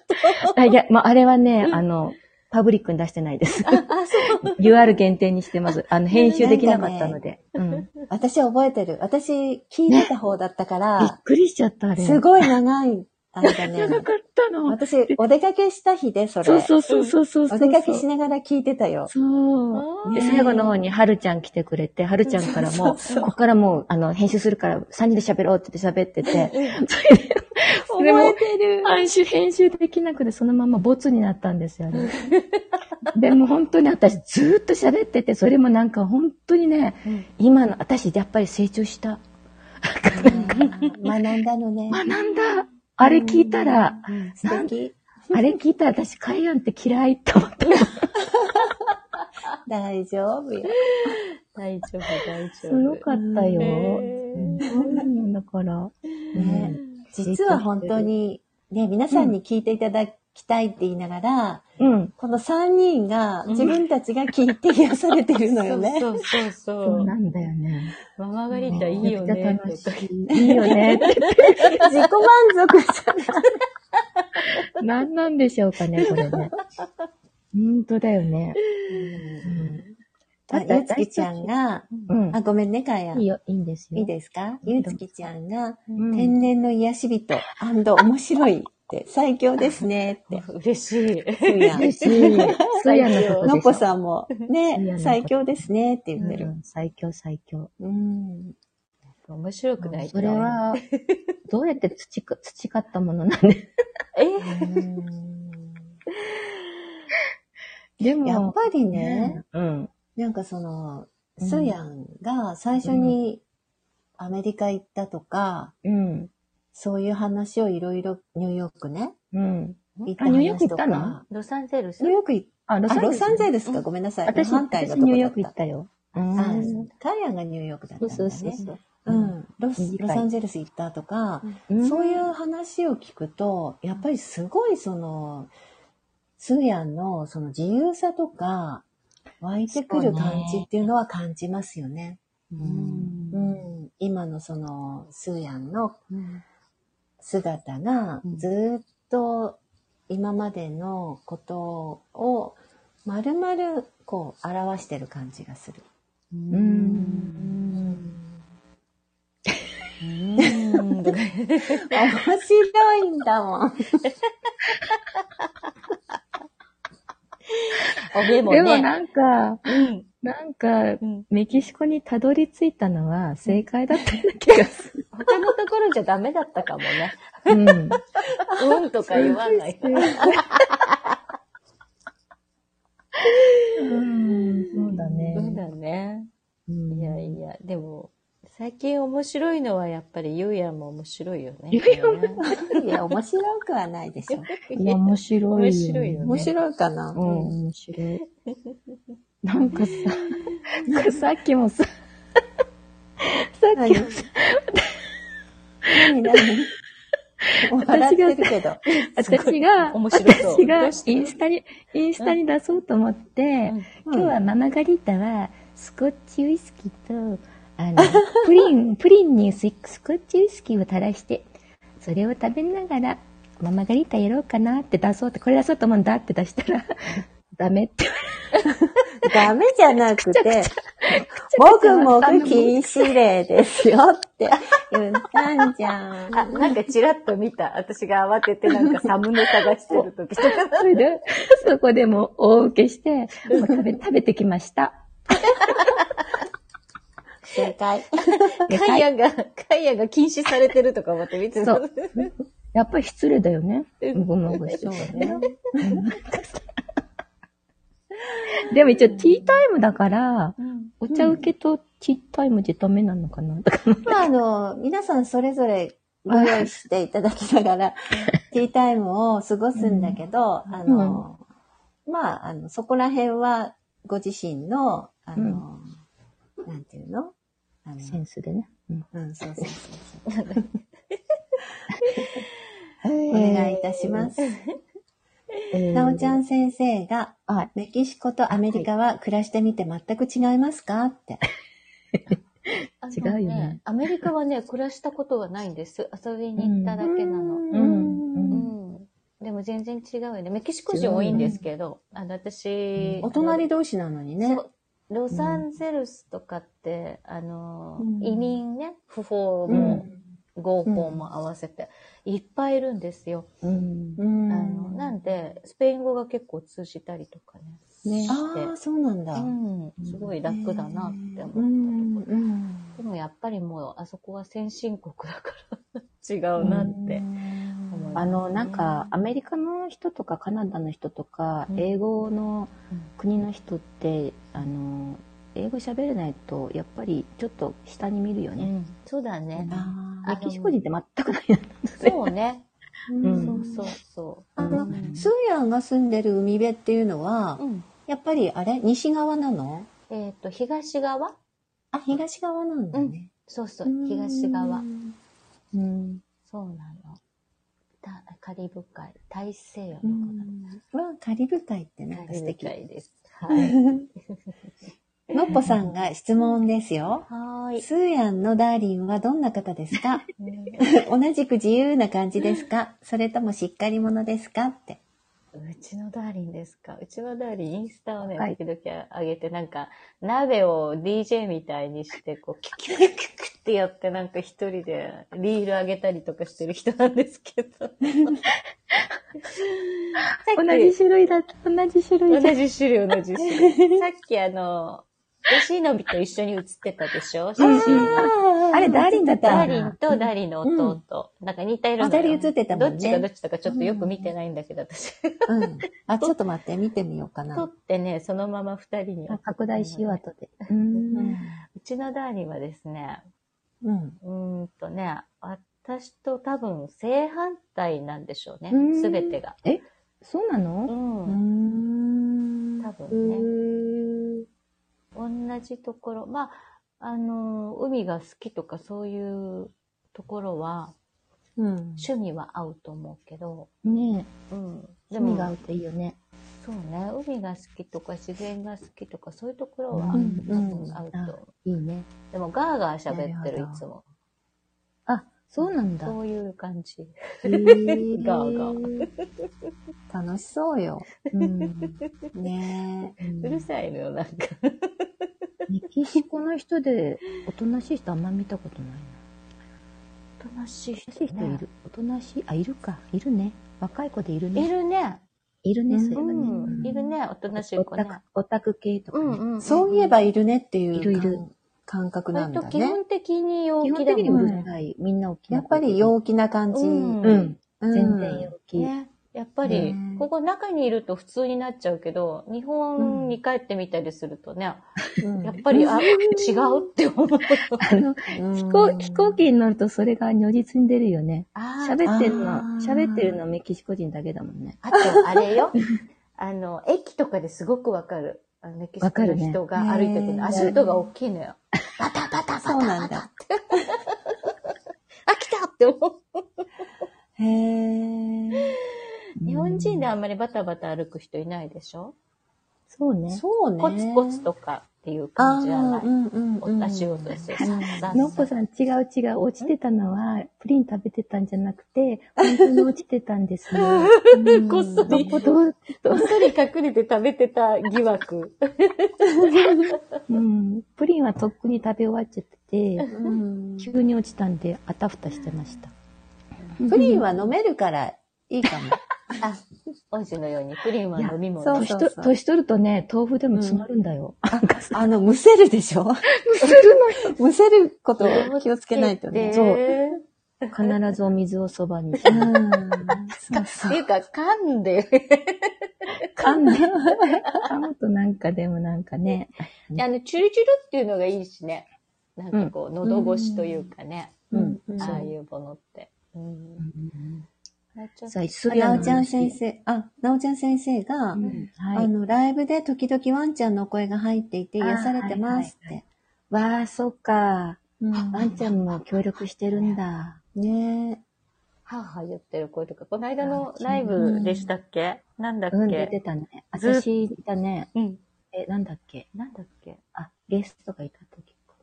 A: あいや、まあ、あれはね、あの、パブリックに出してないです。UR <laughs> 限定にしてます。あの、編集できなかったので。うん。
C: 私覚えてる。私聞いてた方だったか
A: びっ
C: ら、
A: くりしちゃった、あれ。
C: すごい長い間ね。
A: 長かったの。
C: 私、お出かけした日で、それ。
A: そうそうそうそうそうそう。
C: お出かけしながら聞いてたよ。
A: そう。で、
C: ね
A: 最後の方に、はるちゃん来てくれて、はるちゃんからも、ここからもう、あの、編集するから、3人で喋ろうって言って喋ってて、 <laughs> それも、
C: てる。
A: 編集、編集できなくて、そのままボツになったんですよ、ね。 <laughs> でも本当に私、ずーっと喋ってて、それもなんか本当にね、今の、私、やっぱり成長した。
C: 学んだのね。
A: 学んだ。あれ聞いたら、
C: うん素敵。
A: あれ聞いたら私、海岸って嫌いって思って。
C: 大丈夫よ。
B: 大丈夫、大丈夫。
A: すごかったよ。
B: ねえ
A: うん、だから。
C: ね、実は本当に、ね、皆さんに聞いていただきたいって言いながら、
A: うん。
C: この3人が自分たちが聞いて癒されてるのよね。
B: そうそうそう
A: そう
B: そう。
A: なんだよね。
B: ママガリータいいよね。
A: めちゃくちゃ楽しい。いいよね。
C: <laughs> 自己満足じゃない。
A: 何なんでしょうかね、これね。本当だよね。
C: あゆつきちゃんが、
A: うん。
C: あ、ごめんね、かや
A: いい。よ、いいんですよ。
C: いいですかゆうつきちゃんが、
A: うん
C: 天然の癒し人面白いっ
A: <laughs>
C: て、最強ですねって。
B: 嬉しい。
C: ふうやん
A: 嬉しい。スーヤのこ
C: の
A: とで
C: っ
A: しょ
C: ぽさんも、
A: いやなん
C: ね、
A: か
C: 最強ですねって
A: う
C: 言ってる。
A: ん最強最強。
C: うん。
B: 面白くない
A: それ、は、
C: <laughs>
A: どうやって培培ったものなんで。
B: え
A: で
C: やっ
A: も、
C: ぱりね、
A: うん。
C: なんかその、
A: うん
C: スヤンが最初にアメリカ行ったとか、
A: うん。
C: そういう話をいろいろニューヨークね、
A: うん。
C: 行った
A: あニューヨ
C: 話
A: ーク行
C: と
A: ったの
C: か。
B: ロサンゼルス
C: ニューヨーク行っ
A: あ、ロ
C: あ、ロサンゼ
A: ル
C: ルスか、ごめんなさい。
A: 私、
C: 反対
A: 私
C: のとこ
A: ニュー
C: だ
A: ヨ
C: っ。
A: ーク行ったたよ。う。
C: あそうんカヤンがニューヨークだった
A: そ
C: ん
A: う
C: だ
A: そう
C: よ
A: そう
C: ね。
A: そう。
C: うん。ロス
A: いい会
C: ロサンゼルス行ったとか、
A: うん
C: そういう話を聞くと、やっぱりすごいその、スーヤンのその自由さとか、湧いてくる感じっていうのは感じますよね。
A: うん
C: うん、今のその、スーヤンの姿が、ずーっと今までのことを、まるまる、こう、表してる感じがする。
A: うん。
C: 面白いんだもん。
B: おでも
A: でも
B: ね、
A: なんか、
B: うん
A: なん
B: う、
A: か
B: ん
A: メキシコにたどり着いたのは正解だったような気がする。
B: 他のところじゃダメだったかもね。
A: うん。
B: うんとか言わない。
A: うん、そうだね。
B: そうだね。
A: うん
B: いやいや、でも、最近面白いのはやっぱりゆうやも面白いよね。
A: ゆうやも
C: い
B: ね
C: や、面白くはないでしょ。
A: いや、面白い。
B: 面白いよね
C: 面白いかな、
A: うん、面白い。なんかさ、なんかさっきもさ、さっ
C: 何
A: きもさ、
C: 何何笑ってるけど。
A: 私が、
B: 面白そう
A: 私が
B: どうした
A: インスタに、インスタに出そうと思って、今日はママガリータは、スコッチウイスキーと、
B: <laughs>
A: あの、プリン、プリンにスイスコッチウイスキーを垂らして、それを食べながら、ママガリータやろうかなって出そうって、これ出そうと思うんだって出したら、ダメって。
C: ダメじゃなくて、もぐもぐ禁止令ですよって言ったんじゃん。
B: あ、なんかチラッと見た。私が慌ててなんかサムネ探してる時とか。
A: そ
B: <laughs>
A: れで、そこでも大受けして、もう食べ、食べてきました。
C: 正解。
B: カイアンが、カイアンが禁止されてるとか思って見てた。
A: そうやっぱり失礼だよね。もぐもぐして
C: そう。ね。
A: でも一応ティータイムだから、
B: うん
A: お茶受けとティータイムでダメなのかな、
C: まあ、あの、皆さんそれぞれご用意していただきながら、ティータイムを過ごすんだけど、あの、まあ、あの、そこら辺は、ご自身の、あの、なんていうのあの
A: センスでね。うん
C: うん、そうそうそうそう。お願いいたします。なおちゃん先生が、
A: はい
C: メキシコとアメリカは暮らしてみて全く違いますかって。
A: 違うよね
B: あのアメリカはね、暮らしたことはないんです。遊びに行っただけなの。
A: う。
B: うんん。でも全然違うよね。メキシコ人多いんですけど、あの、私、
C: お隣同士なのにね
B: そ。うロサンゼルスとかって、あの、
C: うん
B: 移民ね、不法も、合法も合わせて、いっぱいいるんですよ。
A: うん。
C: うん
B: あのなんで、スペイン語が結構通じたりとかね。
A: ね。
C: ああ、そうなんだ。
B: うん、すごい楽だなって思ったとこ
C: うん
B: ろ。
C: うん
B: でもやっぱりもう、あそこは先進国だから <laughs> 違うなって思います
A: あの、なんか、アメリカの人とかカナダの人とか
B: う、ん
A: 英語の
B: うん
A: 国の人って、あの、英語喋れないと、やっぱりちょっと下に見るよ
B: う
A: ね。
B: ん。そうだね。
C: あ
A: メキシコ人って全くないな。
B: そうね。
C: ー
A: う
B: <laughs>
A: ん
B: そうそうそう。
C: あ
A: う
C: の
A: ん、
C: スーヤンが住んでる海辺っていうのは、
B: うん。
C: やっぱりあれ西側なの
B: えっ、と、東側
C: あ、東側なんだね。
B: そうそう、東側。
A: うん。
B: そうなの。たカリブ海、大西洋の
C: う
B: こ
C: ん。うわ、カリブ海って
B: と
C: なんか素敵。
B: 海です。 <laughs> はい。
C: のっぽさんが質問ですよ。
B: はーい。
C: スーヤンのダーリンはどんな方ですか <laughs> 同じく自由な感じですかそれともしっかり者ですかって。
B: うちのダーリンですか。うちのダーリン、インスタをね、
A: はい
B: 時々上げて、なんか、鍋を DJ みたいにして、こう、キュキュキュキュキュってやって、なんか一人でリール上げたりとかしてる人なんですけど。
A: 同じ種類だ。同じ種類じ
B: 同
A: ゃ
B: じ種類、同じ種類。さっきあの、吉野美と一緒に写ってたでしょ写真が。
A: あれダーリンだった
B: ダ
A: わ
B: ーリンとダーリンの弟。なんか似た色の。
C: あダーリン写ってたもんね
B: どっちがどっちだかちょっとよく見てないんだけど、私。
C: うん。
B: <laughs>
C: あ、ちょっと待って、見てみようかな。
B: 撮ってね、そのまま二人に。
E: あ拡大しよう、後で。
A: うん
C: うん。
B: うちのダーリンはですね、
C: うん。
B: うーんとね、私と多分正反対なんでしょうね
A: うー。ん
B: すべてが。
A: そうな
B: う
A: の
C: うー
B: ん。
C: ん。
B: 多
A: う
B: 分ね。
A: ん。
B: 同じところ、まあ、あの、海が好きとかそういうところは、
C: うん。
B: 趣味は合うと思うけど、
A: ね
B: うん。
A: え、
B: でも
A: 海が合うといいよね。
B: そうね、海が好きとか自然が好きとかそういうところは、
A: うん
B: 多分合うと思う。
A: いいね。
B: でも、ガーガー喋ってる、
C: な
B: い
C: るほど
B: つも。
A: あ、そうなんだ。
B: そういう感じ。
C: えー
A: <laughs>
B: ガーガー。
C: 楽しそうよ。
A: うん <laughs>
C: ねえ。
B: うるさいのよ、なんか。
A: メキシコの人で、おとなしい人あんま見たことないな。
B: おとなしい
A: おとなしい人いる。おとなしい、あ、いるか。いるね。若い子でいる
B: い
A: ね。
B: るね。
A: いるね、
C: うん
A: そういえば
B: う
A: ね。
B: ん。いるね、おとなしい
A: オ
B: 子
A: タ
B: ね
A: ク。オタク系とかね。
B: うん。
C: そういえばいるねっていう
A: いるいる
C: 感感覚な
B: 割
C: ん
B: と
C: だ
B: 基
C: ね。
B: 本的に陽
A: 基
B: 気
A: 本
B: だ
A: 的
B: もん
A: にうるさい。みんな大きな。
C: やっぱり陽気な感じ。
B: うん
A: うん。
C: うん
A: 全然陽気。
B: ね。やっぱり
C: ね、
B: ここ中にいると普通になっちゃうけど、日本に帰ってみたりするとね、
C: うん
B: やっぱり、あ、違うって思う。
A: あの、
C: うん
A: 飛行、飛行機に乗るとそれが如実に出るよね。
B: あー
A: 喋ってる
C: <laughs>
A: の
C: あー、
A: 喋ってるのはメキシコ人だけだもんね。
B: あと、あ
C: <laughs>
B: れよ。あの、駅とかですごくわかる。あのメキシ
A: わ
B: コ
A: か
B: の
A: るね
B: 人が歩いてる
C: ね
B: の足音が大きいの
C: <laughs>
B: よ。
C: そうなんだ。
B: <laughs> あ、来たって思う。
C: へえ。
B: 日本人であんまりバタバタ歩く人いないでしょ
A: そうね。
C: そうね。
B: コツコツとかっていう
C: あ
B: 感じじゃ
C: あ
B: な
C: ー、
B: い。
C: うんうんうん。
B: お仕事ですよ。さ
A: のっぽさん、違う違う。落ちてたのは、プリン食べてたんじゃなく <laughs> て、本当に落ちてたん <laughs> ですね。
C: うん
B: こっそ
A: の
B: り
A: っぽどう、
B: こっそり隠れて食べてた疑惑。
A: うん。プリンはとっくに食べ終わっちゃってて、
C: うん
A: 急に落ちたんで、あたふたしてました。
C: プリンは飲めるからいいかも。
B: あ、王子のようにプリンは飲み
C: いや
B: 物。
C: そう
A: 年と、年取るとね、豆腐でも詰まるんだよ。
C: あの、むせるでしょむせることを気をつけないとね。
A: そう
B: えー
A: 必ずお水をそばに。
C: うん。そう
B: っ
C: そ。
B: ていううか、噛んで。
A: <laughs> 噛んで、噛むとなんかでもなんかね。
B: あの、チュルチュルっていうのがいいしね。なんかこう、喉越しというかね。
A: うん。
C: うん
B: ああいうものって。うん。あちょっと
A: さあ、す
C: なおちゃん先生、あ、なおちゃん先生が、
A: うん。は
C: あ
A: い。
C: の、ライブで時々ワンちゃんの声が入っていて
A: あー
C: 癒されてますって。
A: わあ、そっか。
C: うん
A: ワンちゃんも協力してるんだ。
C: ね
B: はぁはぁ言ってる声とか、この間のライブでしたっけなんだっ
A: うん、出
B: け
A: てたね。
B: ずっと
A: 私、いたね。
B: うん。
A: え、なんだっけ。
B: なんだっけ
A: あ、ゲストがいた時か。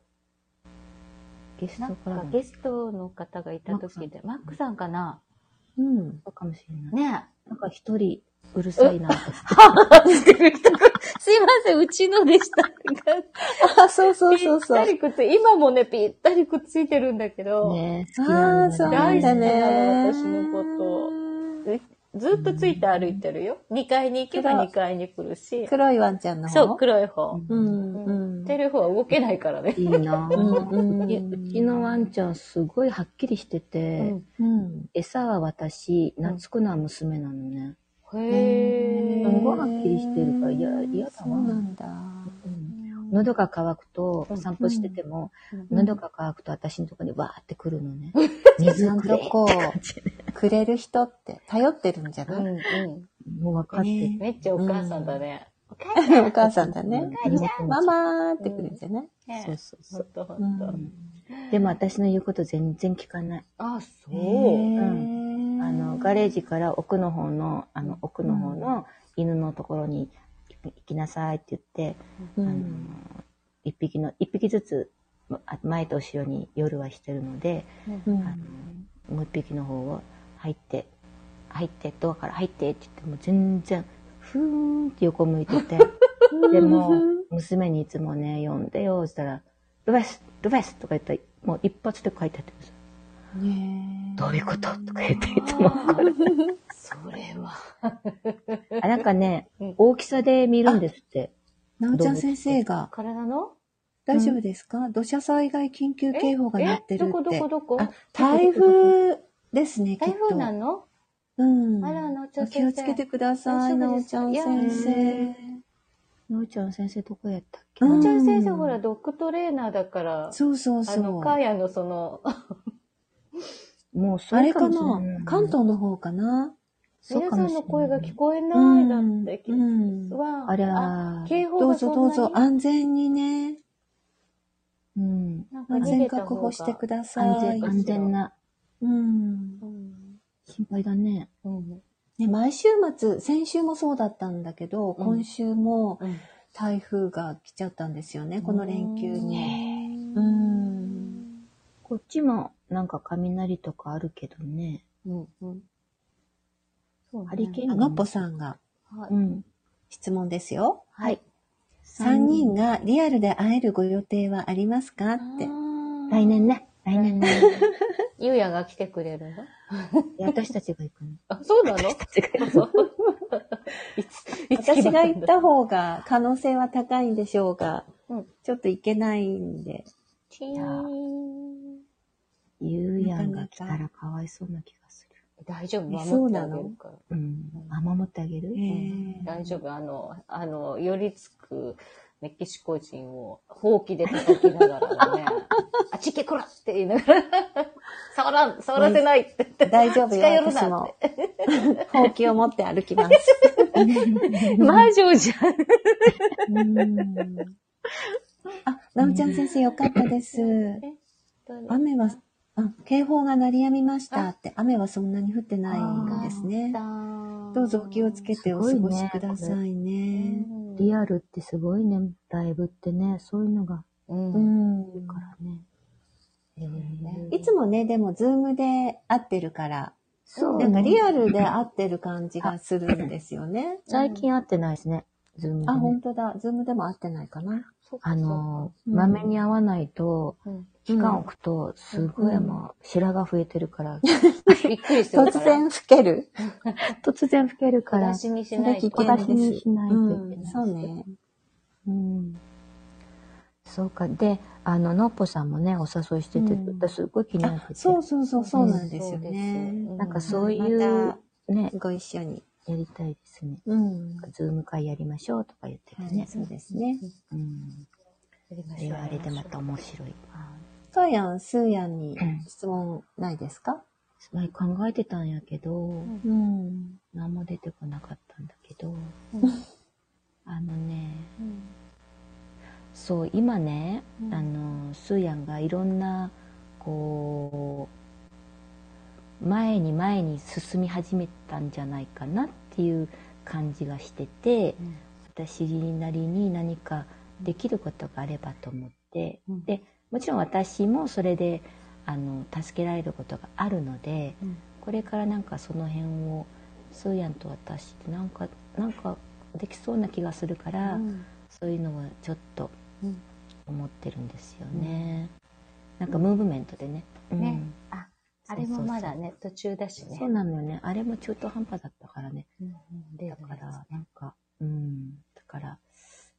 A: ゲス
B: な
A: ト
B: ん
A: から
B: か
A: のゲ
B: ゲストの方がいた時で、マックさんかな
C: え。うん。
A: ストかもしれない。
B: ね
A: なんか一人、うるさいな。
B: え。してる人が <laughs> すいません、うちのでした。
C: あ、そうそうそう
B: ぴ
C: そ
B: った
C: う。
B: りくっつい、今もね、ぴったりくっついてるんだけど、
A: ね好き
C: あ
A: な
C: あ、
A: の
C: そう
A: が
C: な
A: ね
C: んだね。
B: 大好きなの私のずっとついて歩いてるよ。2階に行けば2階に来るし、
C: 黒いワンちゃんの方
B: そう、黒い方。
C: う
B: うん
C: ん、うん。
B: テレフォンは動けないからね。
A: いいな
C: う
A: ぁ。
C: ん、う
A: いやうちのワンちゃんすごいはっきりしてて、
C: うん。
A: 餌は私、懐くのは娘なのね。
B: へ
A: す
B: ー
A: ごいはっきりしてるからいや嫌だわ
C: そうなんだ。
A: うん喉が渇くと、
B: うん
A: 散歩してても、
B: うん
A: 喉が渇くと私のとこにわーって来るの
B: <laughs>
A: ね。水
C: ちゃん
A: くれ
C: と
A: って
C: こ
A: 感じで。
C: う、くれる人って頼ってるんじゃ
B: う
C: ない、
B: んう
A: もう分かってる。
B: ん。めっちゃお母さんだね。お母さん
C: お母さんだね。
B: お母ちゃん
C: ママーってくるんじゃない、
B: ね
A: そうそう
B: ほ
A: そ
B: ん
A: う。
B: とほ
C: うん
B: と。
C: ん、
A: でも私の言うこと全然聞かない。
B: あ、そ
C: へ
B: う。
A: んあの、ガレージから奥の方の、あの、奥の方の犬のところに行き行きなさいって言って、
C: う
A: あの
C: ん、
A: 一匹の、一匹ずつ、まあ前と後ろに夜はしてるので、
C: うん
A: あのもう一匹の方を入って、入って、ドアから入ってって言っても全然、ふーんって横向いて
C: <laughs>
A: て、でも、娘にいつもね、呼んでよ、したら、ルベス、ルベスとか言ったら、もう一発で書いてあってください。
C: ねえ
A: どういうこととか言って、いつも怒
B: <laughs>
A: る。
B: それは。
A: あ、なんかね
B: うん、
A: 大きさで見るんですって。
C: なおちゃん先生が、
B: 体の
C: 大丈夫ですか、土砂災害緊急警報が鳴ってるって。
B: えどこどこどこ
C: あ、台風ですね、きっ
B: 台
C: と。
B: 風なの
C: うん。
B: あらなおちゃん先
C: 気
B: 生
C: をつけてください、
B: 大丈
C: な
B: 夫
C: お
B: です
C: ち
B: か
C: ゃん先
B: いや
C: 生。
A: のうちゃん先生どこやったっけ
C: う
B: お
C: ん
B: ちゃん先生ほら、ドッグトレーナーだから、
C: そうそう
B: あ
C: そ
B: の、
C: う。
B: カーヤのその、
A: もうそ
C: あ
A: れ
C: れか
A: かもし
C: な
A: れない。
C: 関東の方かな
A: そう
B: 皆
A: か
B: さ
A: もしれない
B: んの声が聞こえないだ
C: うん
B: って、き
C: うん
B: は、
A: あれ
B: あ
A: は、
B: 警報
C: どう
B: がそん
C: ぞ
B: な
C: ど
B: に
C: うぞ、安全にね、
A: うん。
B: なんか
C: 安
B: 逃
C: 全
B: げた
C: 確
B: 方
C: 保
B: が
C: してくだ
A: 安
C: さい
A: 全、。安全な。
C: うん。
B: うん
A: 心配だね。
B: うん
C: ね、毎週末、先週もそうだったんだけど、
B: うん
C: 今週も
B: うん
C: 台風が来ちゃったんですよね、この連休に。う
B: うん
C: ん。
A: こっちもなんか雷とかあるけどね。
B: うんうんそうね
A: ハリケーン
C: あのっぽさんが
B: は
A: う
B: い
A: ん。
C: 質問ですよ。
A: はい。
C: 3人がリアルで会えるご予定はありますかって。
A: 来年ね。来年ね。 <laughs>
B: ゆうやが来てくれるの
A: 私たちが行 <laughs> くの。
B: あ、そうな
C: <laughs>
B: のいつ、いつ
C: 私が行
B: ん
C: っ
B: だ
C: た方が可能性は高いんでしょうが、
B: うん
C: ちょっと行けないんで。
B: チーン
A: ゆうやんが来たらかわいそうな気がす
B: 大丈夫、
C: え
B: 守
C: そう
B: って
C: な
B: あげ
C: の
B: るから。
A: る。うん。あ、守ってあげる
C: えー
B: 大丈夫、あの、あの、寄りつくメキシコ人をほうきで叩きながら
C: <laughs>
B: ね、あちけこらって言いながら、 <laughs> 触らん、触らせないって言って、
C: 大丈夫よ、
B: 近寄る
C: 私
B: なっ
C: も。ほうきを持って歩きます。
B: て。魔女じゃん。
C: うんあ、なおちゃん先生よかったです。雨は、あ、警報が鳴りやみましたって、雨はそんなに降ってないんですね。どうぞお気をつけてお過ごしくださいね。
A: リアルってすごいね。ライブってね。そういうのが
B: うん
C: うん。
A: あるからね。
C: いつもね、でも、ズームで会ってるから、
A: そう
C: なんかリアルで会ってる感じがするんですよね。
A: 最近会ってないですね。ズームで、
C: あ、
A: ね
C: 本。当だ。ズームでも会ってないかな。
A: あの、
C: うん
A: まめに会わないと、
B: うん
A: 期間置くと、すごい
C: うん
A: もう、白が増えてるから、
B: びっくりする
C: 突
B: から。
C: 然老ける。
A: 突然老けるか
B: 小
A: ら
B: 出、しにしないと。
C: そ
A: 小
C: れ危
A: 出し
C: 険で
A: に
C: す
A: しないといけ
C: うん
A: ない。
C: そうね。
A: うんそうか。で、あの、のっぽさんもね、お誘いしてて、
C: うん
A: 私すっごい気になって
C: あ、
A: て。
C: そうそうそう、そうなんですよ
B: うんそうです
C: ね
B: よ。
A: なんかそうい
C: ま
A: う、ね、
C: ご一緒に。
A: やりたいですね。
C: うん。
A: ズーム会やりましょうとか言ってた
C: はい
A: ね。
C: そうですね。
A: うん。あれはあれでまた面白い。
C: トーヤン、スーヤンに
A: うん
C: 質問ないですか
A: 前考えてたんやけど、
C: うん。
A: 何も出てこなかったんだけど、
B: うん
A: あのね、そう、今ね、
B: うん
A: あの、スーヤンがいろんな、こう、前に前に進み始めたんじゃないかなっていう感じがしてて、
B: うん
A: 私なりに何かできることがあればと思って、
B: うん
A: で、もちろん私もそれで、あの、助けられることがあるので、
B: うん
A: これからなんかその辺を、スーヤンと私ってなんか、なんかできそうな気がするから、そういうのはちょっと
B: うん
A: 思ってるんですよね。なんかムーブメントでね。
B: ね
A: うん
B: あ、あれもまだね、途中だしね。
A: そうなのよね。あれも中途半端だったからね。
B: うんうん
A: だから、なんか、うん。だから、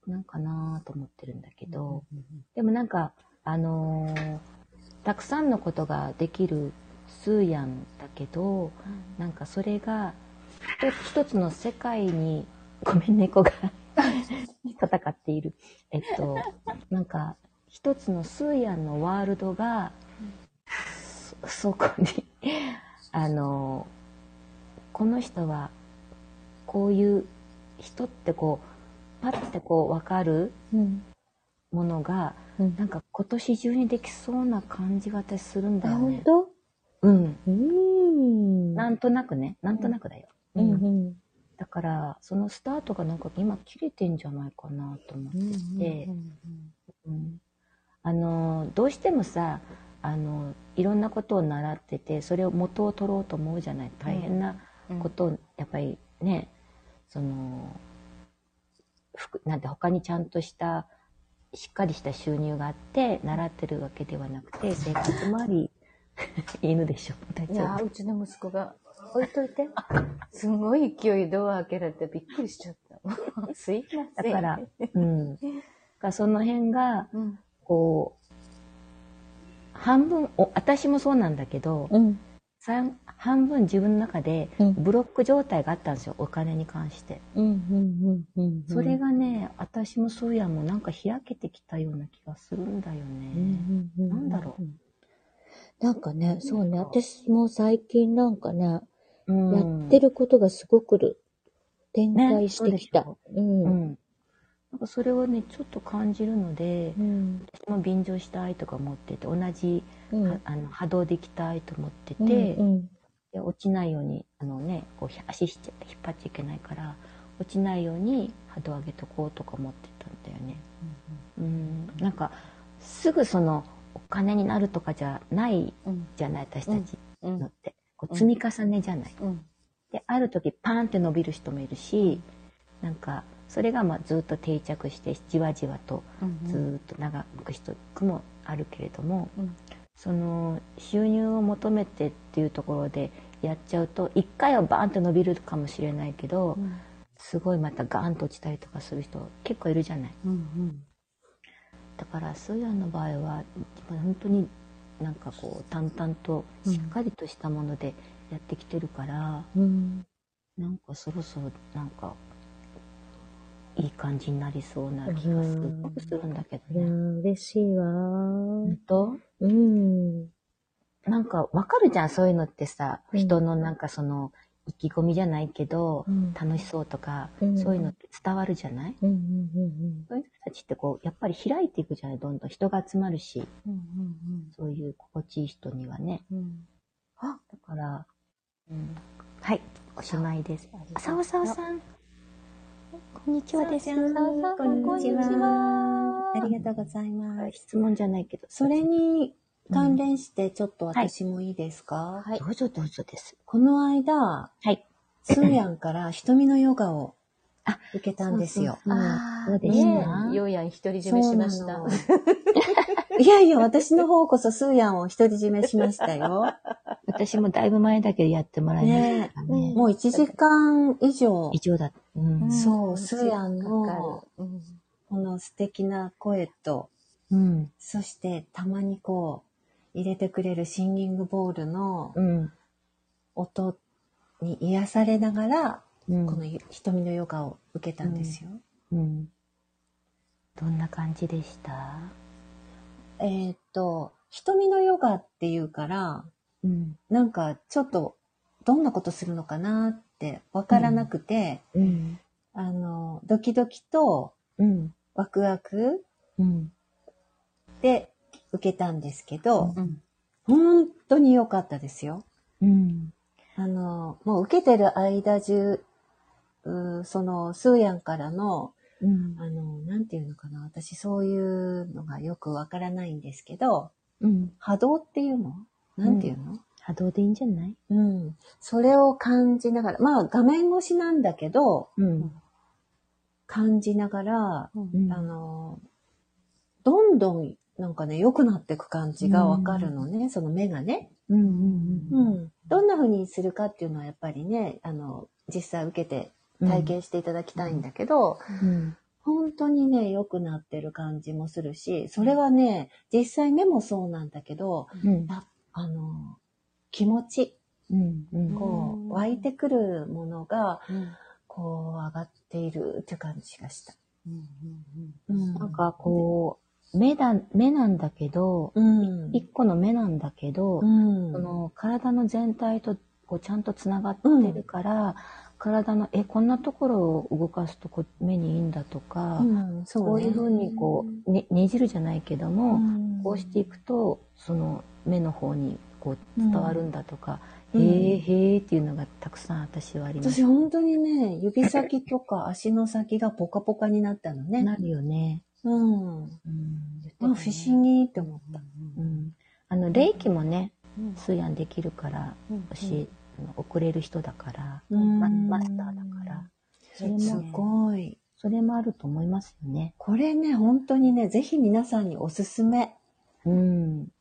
A: なんかなぁと思ってるんだけど、でもなんか、あのーたくさんのことができるスーヤンだけど、 <laughs> なんかそれが、一つ一つの世界に、ごめん、猫が。戦っている。えっと、なんか、一つのスーヤンのワールドが、そ、そ <laughs> こに、あの、この人は、こういう人ってこう、パッてこう、わかる
F: うん。
A: ものが、
F: うん
A: なんか今年中にできそうな感じが私するんだ
F: あ、
A: よ
F: ほん
A: ね。
F: と
A: うん。
F: うーん。
A: なんとなくね、なんとなくだよ。
F: うんうん。
A: だから、そのスタートがなんか今切れてんじゃないかなと思ってて、うんあの、どうしてもさ、あの、いろんなことを習ってて、それを元を取ろうと思うじゃない。大変なことを、やっぱりね、その、ふくなんて他にちゃんとした、しっかりした収入があって、習ってるわけではなくて、生活もあり、 <laughs> 犬でしょ。大
B: い
A: 丈
B: やー、
A: 夫。
B: うちの息子が、置いといて。すごい勢いでドア開けられてびっくりしちゃった。すいませ
A: だ
B: ん。
A: から、うん。だからその辺が、
B: うん、
A: こう、半分、お私もそうなんだけど、
F: うん。
A: 三半分自分の中で
F: うん
A: ブロック状態があったんですよ、お金に関して。
F: うん。うん。
A: それがね、私もそういやもうなんか開けてきたような気がするんだよ
F: うん、
A: ね。
F: うん。
A: なんだろ
F: う。なんかね、そうね、私も最近なんかね、
A: うん
F: やってることがすごく展開してき
A: ね
F: た
A: そ。
F: う。
A: うんん。なんかそれをね、ちょっと感じるので
F: う、ん。
A: 私も便乗したいとか思ってて、同じ、
F: うん
A: はあの波動でいきたいと思ってて、
F: うん
A: で落ちないようにあのねこうひ足ひっちゃ引っ張っちゃいけないから落ちないように波動上げとこうとか思ってたんだよねうんなんかすぐそのお金になるとかじゃない
B: うん、
A: じゃない私たち
B: うん
A: のって、こう積み重ねじゃない、
B: うん、
A: である時パーンって伸びる人もいるしなんかそれがまあずっと定着してじわじわと
B: うん
A: ずーっと長くしていくもあるけれども、
B: うん
A: その収入を求めてっていうところでやっちゃうと一回はバーンと伸びるかもしれないけど、
B: ん
A: すごいまたガーンと落ちたりとかする人結構いるじゃない
B: うん、うん。
A: だからスーヤンの場合は本当になんかこう淡々としっかりとしたものでやってきてるから、
F: うん。
A: なんかそろそろなんかいい感じになりそうな気がすごくするんだけ
F: い
A: ど
F: や
A: ね。
F: ー、嬉しいわー
A: 本。当
F: うん。
A: なんかわかるじゃん、そういうのってさ、
F: うん
A: 人のなんかその意気込みじゃないけど、
F: うん
A: 楽しそうとか、
F: うん
A: そういうのって伝わるじゃない
F: うんうんうん
A: そういう人たちってこう、やっぱり開いていくじゃないどんどん人が集まるし、
B: うん、うん、
A: そういう心地いい人にはね。
B: うん。
A: だから、うん、はい、おしまいです。あさおさおさん。こんにちはです。
C: さおさおさん
A: こんにち
C: こんにち
A: は。
C: ありがとうございます。
A: 質問じゃないけど。
C: それに関連してちょっと
A: はい
C: 私もいいですか、
A: はい。どうぞどうぞです。
C: この間、
A: はい。
C: スーヤンから瞳のヨガを
A: あ
C: 受けたんですよ。
A: あどうでし
B: ね
A: た
B: え、ようやん独り占めしまし
C: そ
B: た。
C: うなのいやいや、私の方こそスーヤンを独り占めしましたよ。
A: <laughs> 私もだいぶ前だけどやってもらいましたからね。
C: もう1時間以上、
A: 異常だ。うん。
C: そう、スーヤン
B: かか
C: の
B: るうん
C: この素敵な声と、
A: うん。
C: そしてたまにこう、入れてくれるシンギングボールの
A: うん。
C: 音に癒されながら、
A: うん
C: この瞳のヨガを受けたんですよ。
A: うん。どんな感じでした
C: えーっと、瞳のヨガっていうから、
A: うん。
C: なんかちょっとどんなことするのかなってわからなくて、
A: うん。
C: あの、ドキドキと
A: うん。
C: ワクワク
A: うん。
C: で受けたんですけど、
B: うん
C: 本当に良かったですよ。
A: うん。
C: あの、もう受けてる間中、うーその、スーヤンからの、
A: うん。
C: あの、なんていうのかな、私そういうのがよくわからないんですけど、
A: うん。
C: 波動っていうのなんていうの、
A: 波動でいいんじゃない
C: うん。それを感じながら、まあ画面越しなんだけど、
A: うん。
C: 感じながら、
A: うん
C: あの、どんどんなんかね、良くなっていく感じがわかるのね、その目がね。
A: うん。うん。
C: うん。どんな風にするかっていうのはやっぱりね、あの、実際受けて体験していただきたいんだけど、
A: うん。
C: 本当にね、良くなってる感じもするし、それはね、実際目もそうなんだけど、
A: うん。
C: やっあの、気持ち、
A: うん。うん。
C: こう、湧いてくるものが、
A: うん
C: こう上がっているっていう感じがした。うん
A: なんかこう、目だ、目なんだけど、
C: うん。
A: 一個の目なんだけど、
C: うん
A: その体の全体とこうちゃんとつながってるから、体の、え、こんなところを動かすとこう目にいいんだとか、
C: うんそ
A: こういうふうにこう、ね、ねじるじゃないけども、
C: ん
A: こうしていくと、その目の方にこう伝わるんだとか、
C: うん
A: へえへえっていうのがたくさん私はあります。
C: 私本当にね、指先と
A: <laughs>
C: か足の先がポカポカになったのね。
A: なるよね。
C: うん。
A: うん。
C: あ、不思議って思った。
A: うん、あの、霊気もね、
B: うん
A: 通夜できるから、教え、あの送れる人だから、
C: うん
A: ママスターだから。それも、
C: すごい。
A: それもあると思いますよね。
C: これね、本当にね、ぜひ皆さんにおすすめ。
A: うん。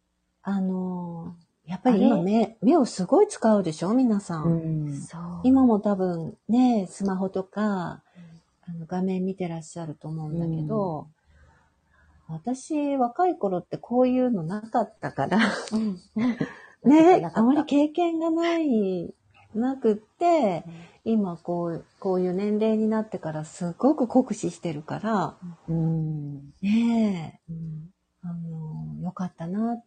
C: あのーやっぱり今目、目をすごい使うでしょ皆さん。
A: うん。
B: そう。
C: 今も多分ね、スマホとか、あの画面見てらっしゃると思うんだけど、私、若い頃ってこういうのなかったから、 <laughs> ね、あまり経験がない、なくって、今こう、こういう年齢になってからすごく酷使してるから、
A: うん。
C: ねえ、あの、よかったなって。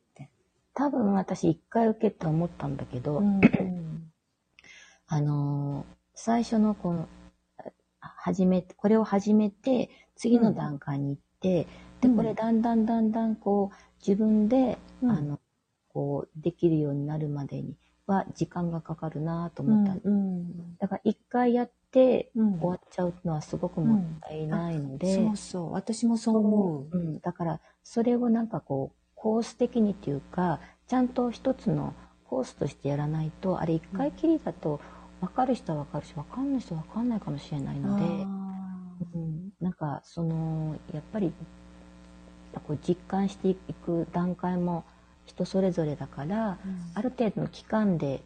A: 多分私一回受けて思ったんだけど、あのー最初のこの、あ始め、これを始めて、次の段階に行って、
C: うん
A: で、これだんだんだんだんこう、自分で、
C: うん
A: あの、こう、できるようになるまでには時間がかかるなぁと
C: う
A: 思っ
C: ん
A: た。
C: うん
A: だから一回やって
C: うん
A: 終わっちゃうのはすごくもったいないので、
C: そうそう、私もそう思う。
A: うん、だからそれをなんかこうコース的にっていうかちゃんと一つのコースとしてやらないとあれ一回きりだと分かる人は分かるし分かんない人は分かんないかもしれないので、
C: あ
A: うん、なんかそのやっぱりこう実感していく段階も人それぞれだか
C: ー
A: らある程度の期間で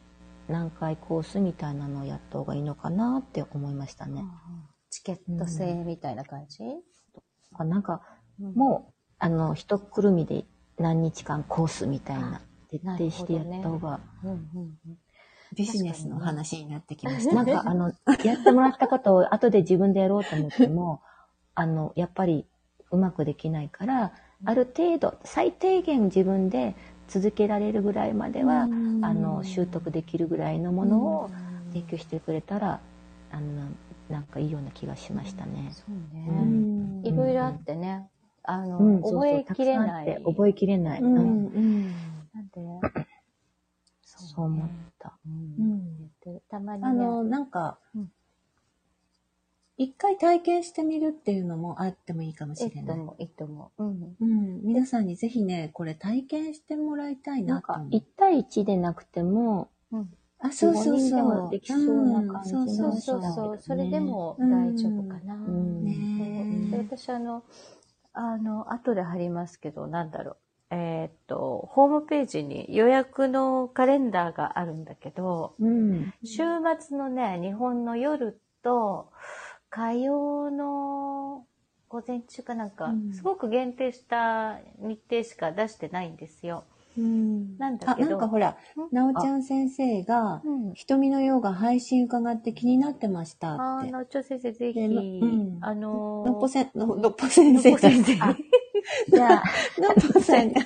A: 何回コースみたいなのをやった方がいいのかなって思いましたね。
B: チケット制みたいな感じ、
A: なんか
B: うん
A: もう、あの、一くるみで何日間コースみたいな、徹底してやった方が、
B: うんうんうん
C: ビジネスの話になってきました。
A: なんかあの、やってもらったことを <laughs> 後で自分でやろうと思っても、あの、やっぱりうまくできないから、ある程度、最低限自分で続けられるぐらいまでは、あの、習得できるぐらいのものを提供してくれたら、あの、なんかいいような気がしましたね。
B: そうね、
A: うん
B: いろいろあってね、あの、
A: うん
B: 覚えきれな
A: そうそうたくさんあ
B: い。
A: って覚えきれない。
C: うん
A: うん
C: うん
B: なんで、
A: そう思った。
B: うん
C: うん
B: 言ってたまにね、
C: あの、なんか
B: うん、
C: 一回体験してみるっていうのもあってもいいかも
B: い
C: しれ
B: いと
C: ない。
B: 思う、いいと思う。うん。
C: うん、皆さんにぜひね、これ体験してもらいたい
A: な
C: なんと
A: か
C: 思、う
A: 1。対1でなくても、
C: あ、そうそう
A: 五人で
C: そ
A: も
C: う。
A: できそうな感じの
C: うんそ
B: そう
C: そ
B: う
C: うそ
B: そうう
A: だけど
B: そ
A: ね
B: う、それでも大丈夫かな。
A: うん
B: で
C: ね
B: 私あの、あの、後で貼りますけど、なんだろう。えーっと、ホームページに予約のカレンダーがあるんだけど、
A: うん。
B: 週末のね、日本の夜と、火曜の午前中かなんか、
C: うん
B: すごく限定した日程しか出してないんですよ。
C: うん
B: なんだ
C: あ、
B: け
C: な
B: ど
C: んかほら、なおちゃん先生が、
B: うん
C: 瞳のようが配信伺って気になってました
B: あ
C: っ
B: ー、
C: て。
B: なおちょ先生、ぜひ、
C: でなうん
B: あのー、
C: のっぽせん、ののっぽ先生だ。
B: のっぽ先生
C: あ
A: じゃあ、
C: のっぽさんが。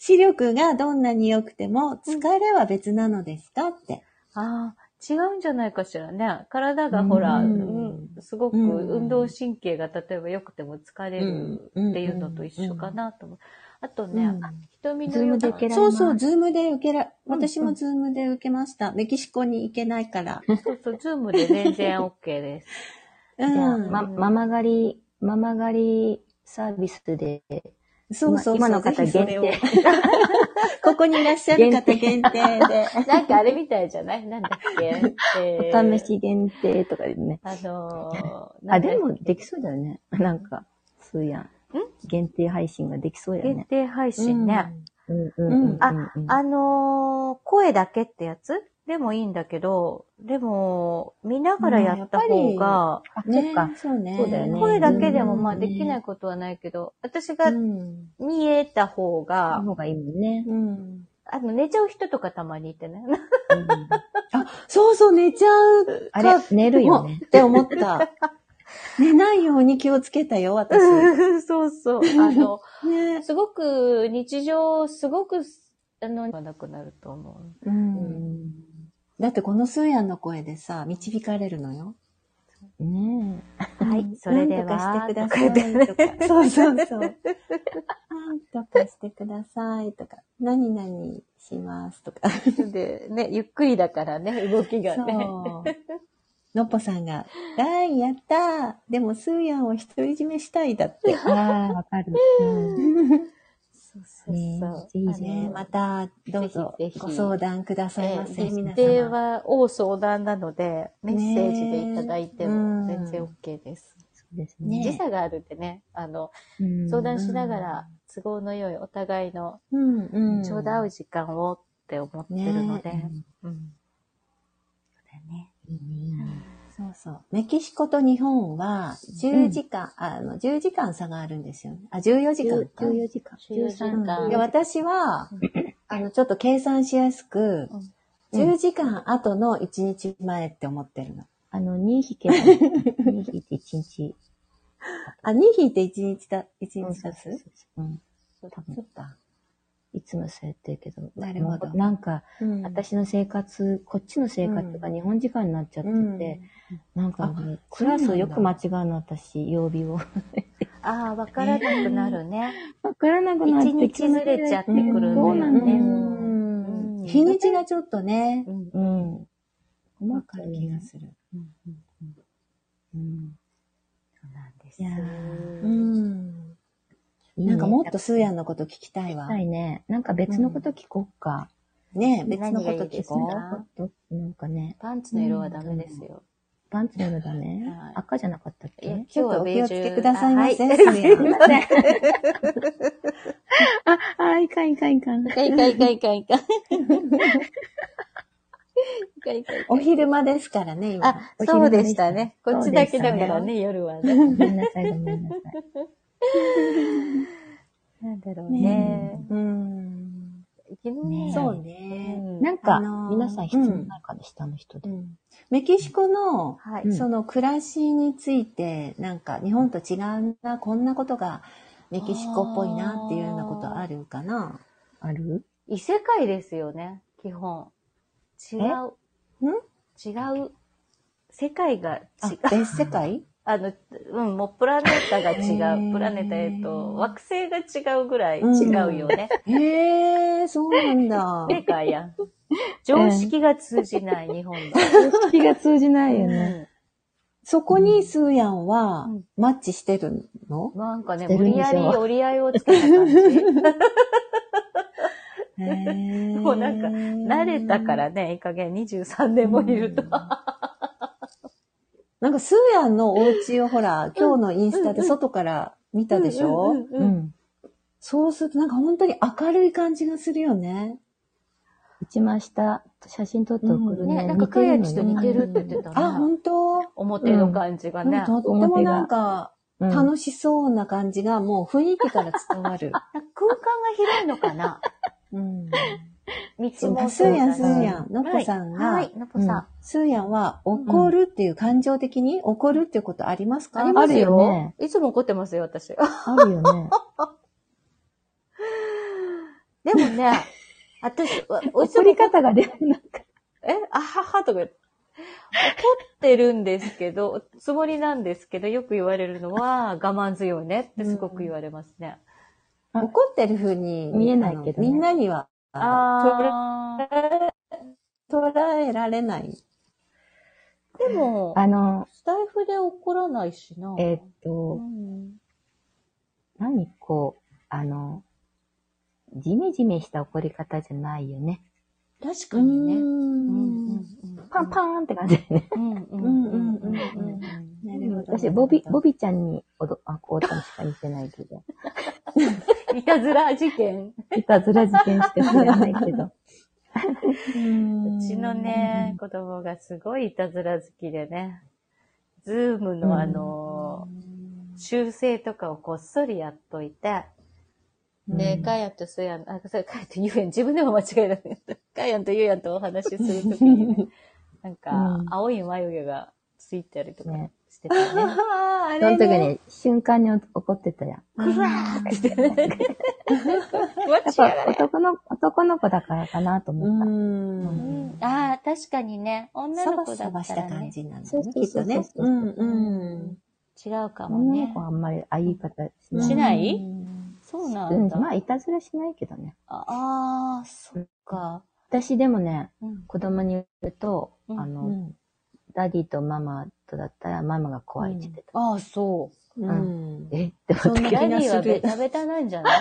C: 視力がどんなに良くても、疲れは別なのですかって。
B: ああ、違うんじゃないかしらね。体がほら、
C: う
B: うんんすごく
C: うん
B: 運動神経が例えば良くても疲れるっていうのと一緒かなと思う。あとね、
C: うん
B: あ瞳のよう
A: ズーム
B: な
A: で受けられ
C: そうそ
A: ま
C: う、
A: す
C: ズームで受けら、
B: うん
C: 私もズームで受けました。メキシコに行けない
B: <laughs>
C: から。
B: そうそう、ズームで全然 OK です。
C: う
A: じゃあ、
C: ん。
A: ま、ママ狩り、ママ狩りサービスで、
C: そうそうそう。
A: 今今の
C: ぜ
A: 方
C: ひそ
A: 限
C: れを
A: 定。
C: ここにいらっしゃる方限定 <laughs> で。
B: <laughs> なんかあれみたいじゃないなんだっけ、 <laughs> えー
A: お試し限定とかでね。
B: あのー、な
A: <laughs> あ、
B: んだっ
A: で
B: け
A: もできそうだよね。 <laughs> なんか、そうやん。限定配信ができそうや
B: 限
A: ね。
B: 定配信ね。
A: うんうんあ、うんうん
B: あのー声だけってやつでもいいんだけど、でも、見ながらやった方が、
A: あ
C: ね
A: そっか。
C: そうね。
A: そうだよね
B: 声だけでもまあ
C: うん
B: できないことはないけど、私
C: う
B: が
C: ん。
B: 見えた方
A: そ
B: が
A: の、方がいいもんね。
C: うん。
B: あの寝ちゃう人とかたまにいてね。
A: うん
C: あ、そうそう、寝ちゃう。
A: あれ、寝るよね
C: もう。って思った。寝ないように気をつけたよ、私。
B: <laughs> そうそう。あの、
C: ね。
B: すごく日常、すごく、あの、なくなると思う。
C: うん。だってこのスーヤンの声でさ、導かれるのよ。
A: うん。
C: <laughs>
B: はい、それでは。
C: なんとかしてくださいとか。 <laughs> そうそうそう。なんとかしてくださいとか。何々しますとか。
B: で、ね、ゆっくりだからね、動きがね。
C: そう。 <laughs> のっぽさんが、ダインやったーでもスーヤンを独り占めしたいだって。
A: ああ、わかる。うん
B: そうそう
A: ね
B: そう。
A: いい
C: ね
A: ね
C: また、どうぞ
B: ぜひぜひ
C: ご相談ください
B: え
C: ま
B: ー
C: せ。皆
B: 日程
C: 様。
B: は、大相談なので、メッセージ
C: ね
B: でいただいても
C: うん
B: 全然 OK です。
A: そうです
C: ね
B: 時差があるんでね、あの、
A: うん
B: 相談しながら、都合の良いお互いの
C: うんうん。
B: ちょうど合う時間をって思ってるので、うん
A: いいね
C: そうそう。メキシコと日本は、10時間、あの、10時間差があるんですよね。あ、14時間か。
E: 14時間。
B: 14時間
C: うんで私は、あの、ちょっと計算しやすく、10時間後の1日前って思ってるの。
A: あの、2引
C: <laughs>
A: けば、2引いて1日。
C: あ、2引いて1日だ、1日経つ
A: うん。
C: 多分。そっか。
A: いつもそうやってるけど。
C: なるほど
A: もうなんか、
C: うん
A: 私の生活、こっちの生活が日本時間になっちゃってて、なんかね、クラスをよく間違うの、私、曜日を。
B: ああ、わからなくなるね。
A: わからなくなって
B: 一日ずれちゃってくるんだよ
A: うんそうなんだ
B: ね。
A: よ
C: うん日にちがちょっとね、
B: うん
A: うん。
C: わかる気がする。
B: うんうん
A: うん。
B: そうなんです。
A: いや
C: うん。
A: いいね
C: なんかもっとスーヤンのこと聞きたいわ
A: した。いね。なんか別のこと聞こうか。
C: ね別のこと
B: 何がいいで
C: 聞
B: す
A: 別の
C: こ
B: か
A: こと、なんかね、
B: パンツの色はダメですよ。
A: パンツの色だね
B: はい。
A: 赤じゃなかったっ
B: いや、今
A: け
B: 日はベー
C: ちょっ
B: ジュ。
C: とお気をつけくださいませ
B: あは
C: すいま
B: せん。
A: あ、いかんいかんいか <laughs> ん。
B: いかんいかんいかんいかんいかん。いかんいかんいか
C: う。お
B: ん
C: 昼間ですからね、今。
B: あ、そうでしたね。
A: お
B: こっ
A: 昼
B: ち
A: 間
B: だ
A: でした
B: け
A: ね
B: だからね、夜は
A: ご
B: ね。
A: めんなさい、ごめんなさい。
B: なんだろう
C: うね
B: ね。
C: うん。
B: 昨日
A: ね
C: そうね。
A: なんか、
C: あのー
A: 皆さん質問ないかで、下の人
C: う
A: で。
C: んメキシコの、
B: はい。
A: うん
C: その暮らしについて、なんか日本と違うな、こんなことがメキシコっぽいなっていうようなことあるかな。
A: ある
B: 異世界ですよね、基本。違う。違う。世界が違
C: あ
B: う。、
C: 別世界
B: あの、うん、もうプラネタが違
C: へー
B: う。プラネタ、えっと、惑星が違うぐらい違うよね。
C: へえ、そうなんだ。
B: 世界やん。常識が通じない日本だ。
A: 気が通じないよね。
C: そこにスーヤンは
B: うん
C: マッチしてるの、
B: なんかね、
A: して
B: 無
A: るん
B: 理
A: で
B: や
A: しょ
B: り折り合いをつけた感じ。
C: へえ
B: もうなんか慣れたか、らね、いい加減23年もいる
C: <laughs>
B: と
C: う。んなんかスーヤンのお家をほら、今日のインスタで外から見たでしょ、
B: うんうん
A: う
B: うん
A: ん。
C: そうするとなんか本当に明るい感じがするよね。
A: 一番下、写真撮って送るね。
B: ね、なんかかやちと似てるって言ってた
C: あ、
B: な。
C: 本当
B: 表の感じがね
C: なんか。とってもなんか
A: うん
C: 楽しそうな感じがもう雰囲気から伝わる。
B: 空間が広いのかな
C: <laughs> うん。
B: 道も
C: スーヤン、スーヤ
B: ん。
C: ン、のっぽさんが、
B: はい、のっぽさん。
C: スーヤンは怒るっていう感情的に怒るっていうことありますか、
B: あります
A: あるよね
B: よ。いつも怒ってますよ、私。
A: あるよ <laughs> ね。
B: で
C: <laughs>
B: もね、私、わおいつ
A: 撮
B: も
A: り、方がでもなんか、
B: え、あははとか言って、怒ってるんですけど、つもりなんですけど、よく言われるのは、我慢強いねってすごく言われますね。
A: あ
C: 怒ってる風に
A: 見えないけどね
C: あのみんなには
B: あ
C: 捉えられない。
B: ー。でも、
A: あの、
B: スタイフで怒らないしな。
A: えーっ
B: う
A: と、
B: ん
A: 何こう、あの、ジメジメした怒り方じゃないよね。
B: 確かにね。
C: ね。
A: パンパーンって感じだよね。
B: うんう
C: う
B: ん
C: んうん
B: うん
C: う
B: うん
C: ん
B: うん
C: なるほど。
A: 私、ボビ、ボ
C: ビ。
A: ビちゃんにおど、あ、こうちゃんしか似てないけど。
B: うん。いたずら事件。
A: いたずら事件してくれない
C: <laughs>
A: けど。
B: うちのね、子供がすごいいたずら好きでね、ズームのあのー、修正とかをこっそりやっといて、で、
A: うん
B: カヤンとスーヤン、あ、それカヤンとユーヤン、自分でも間違えられない。カヤンとユーヤン
A: <laughs>
B: とお話しするときにね、なんか、
A: うん
B: 青い眉毛がついてるとか
A: ね
C: してた
A: <laughs>
C: よね。
G: ああ、あ
A: その時ね、瞬間に怒ってたや
C: くわーって。
A: ん。やっぱ男の、男の子だからかなと
C: う。
A: 思った。
B: うんん、ああ、確かにね。女
C: サ
B: の
C: バ
B: 子だ
C: サバ
B: っ
C: したた
B: ら、ね、
C: 感じなの
A: そう
C: ね、
A: そう
C: きっ
A: そ
C: と
A: う
C: ね。
A: そう
C: うん。
B: 違うかも
A: 女の
B: ね
A: 子。はあんまり、あ、いい方し
C: うん
A: ない。
B: しない
C: うん
B: そうな
A: うんん、
B: だ。
A: まあ、いたずらしないけどね。
B: ああ、そっか。
A: 私でもね、
B: うん
A: 子供に言うと、
B: うん
A: あの、
C: うん
A: ダディとママとだったら、ママが怖いって言ってた。
B: ああ、そう。
C: うん。
A: えって思
C: そ
A: っ
C: ん
A: た
C: な
A: けど。
B: ダ
C: 気
B: デ
C: が
B: ィは
C: す
B: ベ
C: る。
B: タベタなんじゃない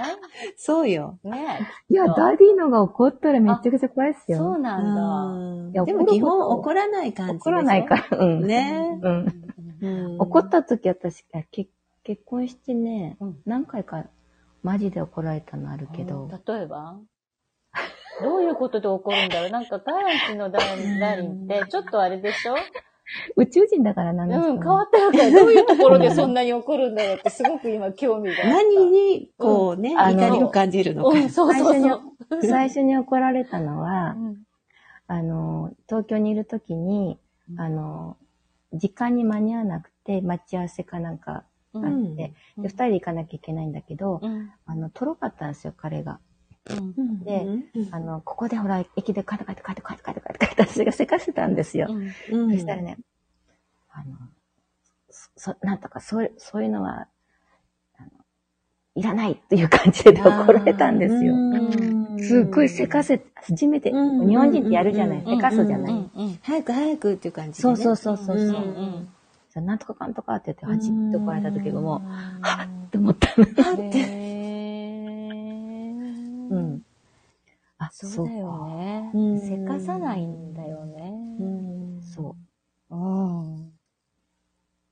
C: そうよ。
B: ね
A: いや、ダディのが怒ったらめちゃくちゃ怖いっす
B: え。そ
A: よ
B: う。なんだ。
C: うん
A: いや
C: でも
A: 怒ること
C: 基本怒らない感じでしょ
A: 怒らないから。うん。
C: ね。
A: うん。
C: うん
A: 怒った時私、あけ結婚してね、
B: うん
A: 何回かマジで怒られたのあるけど、
B: 例えばどういうことで起こるんだろうなんか、カランチのダーダーリンって、ちょっとあれでしょ
A: 宇宙人だからな
B: うんん、
A: です
B: 変
A: ね
B: わったよね。どういうところでそんなに怒るんだろうって、すごく今興味があった。
C: 何に、こうね、
A: あの
C: 怒りを感じるのか。
B: うん、そうそう
A: 最初に
B: そう。
A: 最初に怒られたのは、
B: うん
A: あの、東京にいる時に、あの、時間に間に合わなくて、待ち合わせかなんか
B: う
A: あって、
B: ん
A: で、
B: うん
A: 二人で行かなきゃいけないんだけど、
B: うん
A: あの、とろかったんですよ、彼が。
B: うん
C: うん
A: で
C: うん
A: あの、ここでほら、駅でカタカタカタカタカタカタカタ私がせかしてたんですよ。
B: うん
C: うん
A: そしたらね、あの、そ、そなんとか、そう、そういうのは、あの、いらないっていう感じで
C: あー
A: 怒られたんですよ。
C: うん
A: すっごいせかせ、初めて、
C: うん
A: 日本人ってやるじゃない、
C: うん
A: せかすじゃ
B: う
A: ない、
B: んうん
C: 早く早くっていう感じで
A: そ
C: ね。
A: うそうそうそう。
C: う
A: うん
B: うん
A: なんとかかんとかって言って、初めて怒られた時がもう、は
C: う
A: っって思ったの。
B: へー
A: うん。あ、
B: そうだよね。
C: うん
B: せかさないんだよね。
C: ん。
A: そう
B: うん。
A: う。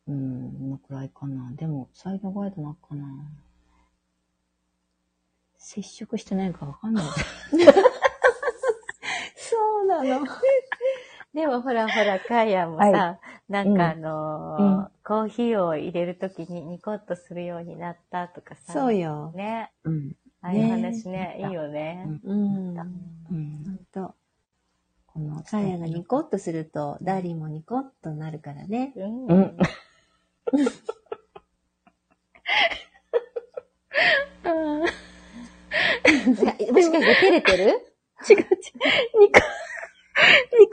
A: うん、このくらいかな。でも、サイドガイドなっかな。接触してないからわかんない。
C: そうなの。
B: でもほらほら、カーヤンもさ、
A: は
B: なんかあのーコーヒーを入れるときにニコッとするようになったとかさ。
C: そう。よ。
B: ね。
A: うん。
B: ああいう話ね、
A: ね
B: いいよね。
C: うん。
B: う
C: ほ
B: ん
A: うん。
C: んと。
A: この、
C: カヤがニコッとすると、ダーリンもニコッとなるからね。
B: うん。
A: うん
B: いやもしかして照れてる
A: 違う違う。ニコ、ニコ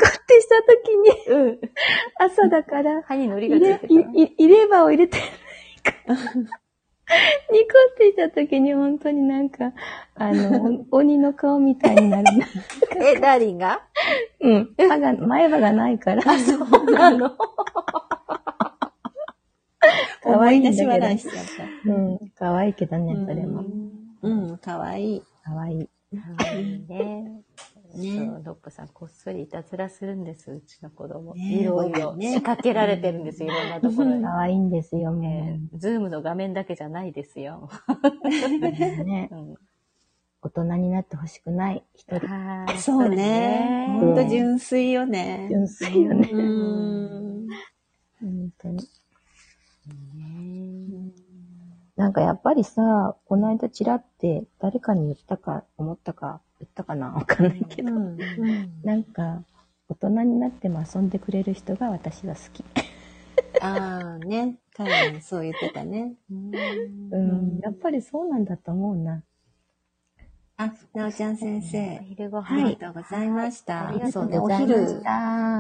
A: ってしたときに、
B: うん。
A: 朝だから、
B: 歯にのりが
A: 入
B: つい
A: れ
B: て、
A: いい入れ歯を入れてないから。ニコってしたときに本当になんか、あ <laughs> の、お鬼の顔みたいになるな。
B: た。え、ダーリンが
A: うん。歯が、前歯がないから。そう
B: あの、
A: 可愛いん
C: 思い
A: だ
C: 出し
A: けど
C: 笑いしちゃっ
A: うん。可愛いけどね、
C: た。
A: それも。
C: うん。うん、かわいい。
A: 可愛い。
B: いいね。
C: ね
B: そう、ドッポさん、こっそりいたずらするんです、うちの子供。
C: ね
B: いろいろ
C: 僕ね
B: 仕掛けられてるんですよ、いろんなところに
A: 可。愛いんですよ、
B: え
A: も
B: ーズームの画面だけじゃないですよ。
A: う。
B: <laughs>
A: ね
B: う。ん
A: 大人になってほしくない一人。
B: はーい
C: そうね。ほんと純粋よね。
A: 純粋よね。
C: うん。
A: 本当に。
B: ね
A: なんかやっぱりさ、この間チラって誰かに言ったか、思ったか、言ったかなわかんないけど。
C: うん
A: なんか、大人になっても遊んでくれる人が私は好き。
C: ああ、ね。カヤもそう言ってたね。
A: う
C: うん
A: ん。やっぱりそうなんだと思うな。
C: あ、なおちゃん先
B: お
C: 生。
B: 昼ご
C: あり
B: 飯。
C: がとうございました。
B: ありがと
C: そううね、
B: ご
C: お
B: ざいま
C: 昼
A: した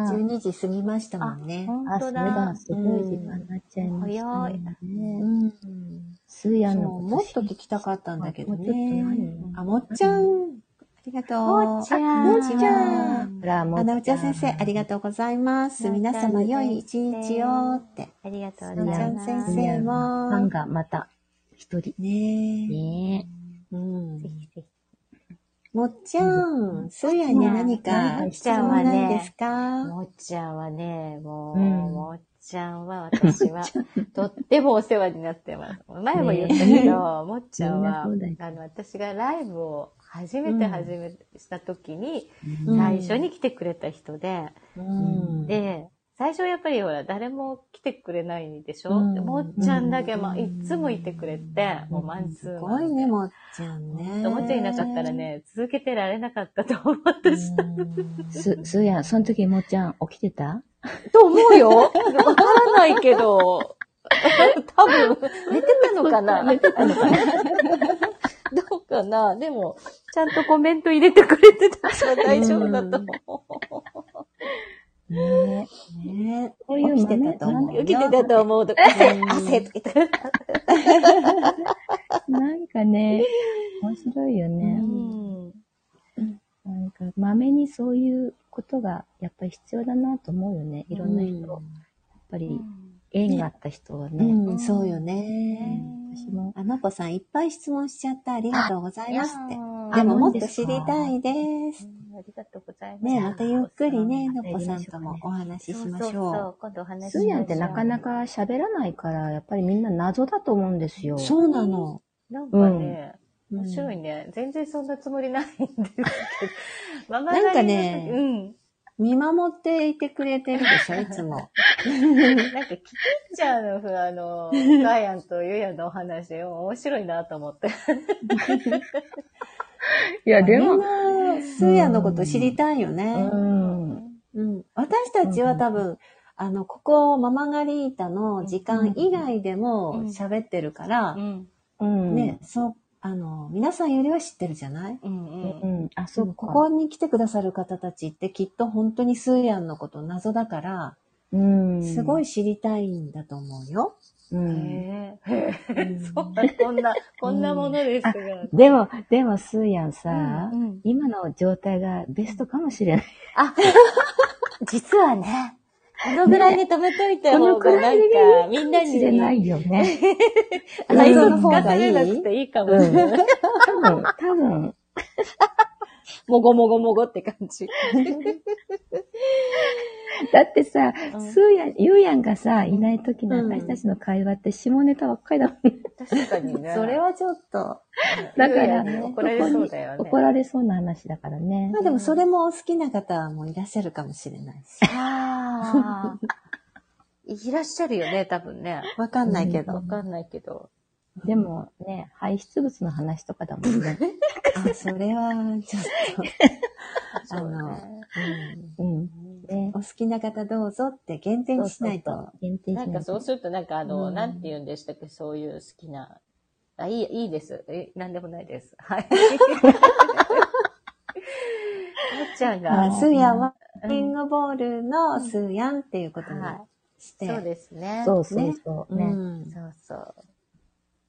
A: あ、
C: 12時過ぎましたもんね。
B: 本
A: そ
B: 当
A: れ
B: だ
A: だ。。すごい時間になっちゃいました、
B: 早い
A: ね。
C: うん。
A: スーヤ
C: そう
A: ンのこと
C: もっと聞きたかったんだけど
A: もうちょっと
C: ね
A: 何。
C: あ、もっちゃん。ありがとう。
B: もっちゃん
C: あもっちゃん。
A: ほら、も
C: あなおちゃん先生、ありが
A: と
C: とうございます。
B: なおちゃ
C: 皆
B: ん先生
C: 様、良い一日をって。
B: ありがとう
C: な
B: ご
C: おち
B: ざ
C: ゃ
B: い
C: ん
B: ます。
C: 先
A: スーヤ
C: 生
A: ンファン
C: も。
A: がまた一人。
C: ねえ。
A: ね
C: うん
B: ぜ。ひぜひ
C: もっちゃん、そうやに何か
B: もっ
C: 質
B: ちゃん
C: 問
B: はね
C: ないですか
B: もっちゃんはね、もう、
A: うん
B: もっちゃんは私は、とってもお世話になってます。前も言ったけど、もっちゃんは、
A: みんなそう
B: あの、私がライブを初めて始め、した時に、
A: え。
C: うん
B: 最初に来てくれた人で、
C: うん
B: で、最初やっぱりほら、誰も来てくれないでしょ、
C: うん
B: でもっちゃんだけ、まあ、いつもいてくれて、もうマンツー
C: す
B: マ
C: ご
B: ン
C: いね、もっちゃんね。
B: おもちゃいなかったらね、続けてられなかったと思ってし
C: うん。
A: す、すーやん、その時もっちゃん起きてた
B: と思うよわからないけど、 <laughs> 多分、寝てたのかな寝てたのかな <laughs> どうかなでも、ちゃんとコメント入れてくれてたから大丈夫だと思
A: ね
C: ね
A: こういう
C: 起きてたと思
A: う
C: う
B: う。
C: よ。
B: 受けてたと思うと、汗、汗とか言って。
A: なんかね、面白いよね。なんか、まめにそういうことがやっぱり必要だなと思うよね。いろんな人。やっぱり縁があった人は
C: う
A: ね。
C: ん、うんそうよね。
A: 私も。
C: あのこさん、いっぱい質問しちゃった。ありがとうございますって。
B: あ
C: でも、もっ
A: いい
C: と
A: です
C: 知
A: か
C: りたいです。
B: りがとうございます。
C: ね、またゆっくりね、の
A: またや
C: こ
A: り
C: さ
A: ま
C: ん
A: しょ
C: と
A: うか
C: も
A: ね
C: お話ししましょう。
B: そうそうそう今度お話しし
A: す
B: ましょう。
A: ーやんってなかなか喋らないから、やっぱりみんな謎だと思うんですよ。
C: そうなの。
B: なんかね、
C: うん
B: 面白いね。全然そんなつもりないんですけど。ママ
C: <laughs> なんか
B: 狩
C: ね
B: りの時
C: 見守っていてくれてるでしょ、いつ
B: <laughs>
C: も。
B: うん。なんか、キキッチャーのふ、あの、ガイアンとユヤのお話、面白いなと思って。
A: いや
C: みん、な、スーヤのこと知りたいよ
A: う
C: ね。
A: ん。
C: うん。私たちは多分、あの、ここ、ママガリータの時間以外で
B: う
C: も
B: ん
C: 喋ってるから、
B: ん。
A: うん。
C: ね、そう、あの、皆さんよりは知ってるじゃない
B: うん
A: う
B: うん。
A: ん。あ、そ
C: そう
A: か。
C: う、ここに来てくださる方たちってきっと本当にスーヤンのこと謎だから、
A: うん。
C: すごい知りたいんだと思うよ。
A: うん。
B: へえ。へ
C: うん
B: え。そんな、こんな、こんなものですが。
A: でも、でも、すーやんさ、
B: うんうん
A: 今の状態がベストかもしれない。
B: 実はね、このぐらいで止めといた方が、
A: ね
B: なんか、みんな
A: 知れな
B: に、
A: いよね。
B: 愛想
C: の方
B: 使わ
C: がい
B: れなく
C: い
B: ていいかもしれない。
A: 多分、多分。
B: もごもごもごって感じ。
A: だってさ、
B: うん
A: すーやん、ゆうやんがさ、いない時の
C: うん
A: 私たちの会話って下ネタばっかりだもんね。
B: 確かにね。
C: それはちょっと。
A: だから、
B: ゆうやんに怒られそうだよね
A: ここに怒られそうな話だからね
C: ま。あでもそれもお好きな方もいらっしゃるかもしれないし。
B: ああ。いらっしゃるよね、多分ね。
C: わかんないけど。
B: わかんないけど。
A: でもね、排出物の話とかだもんね。
C: あ、それは、ちょっと、あ
B: そうね
C: の、うん
A: うん。ね
C: お。好きな方どうぞって減点しない
A: そうそう
C: と
A: そう。限定し
B: な
A: ない
B: んかそう
A: と。
B: すると、なんかあの、
C: うん
B: なんて言うんでしたっけ、そういう好きな。あ、いい、いいです。え、なんでもないです。
C: <laughs>
B: はい。あっちゃんが。
C: あスーヤンは、
B: うん
C: リングボールのスーヤンっていうことに
B: は
C: して、
B: い。そうですね。
A: そううそうそう。
C: う
A: ね。
C: ん
B: そうそう。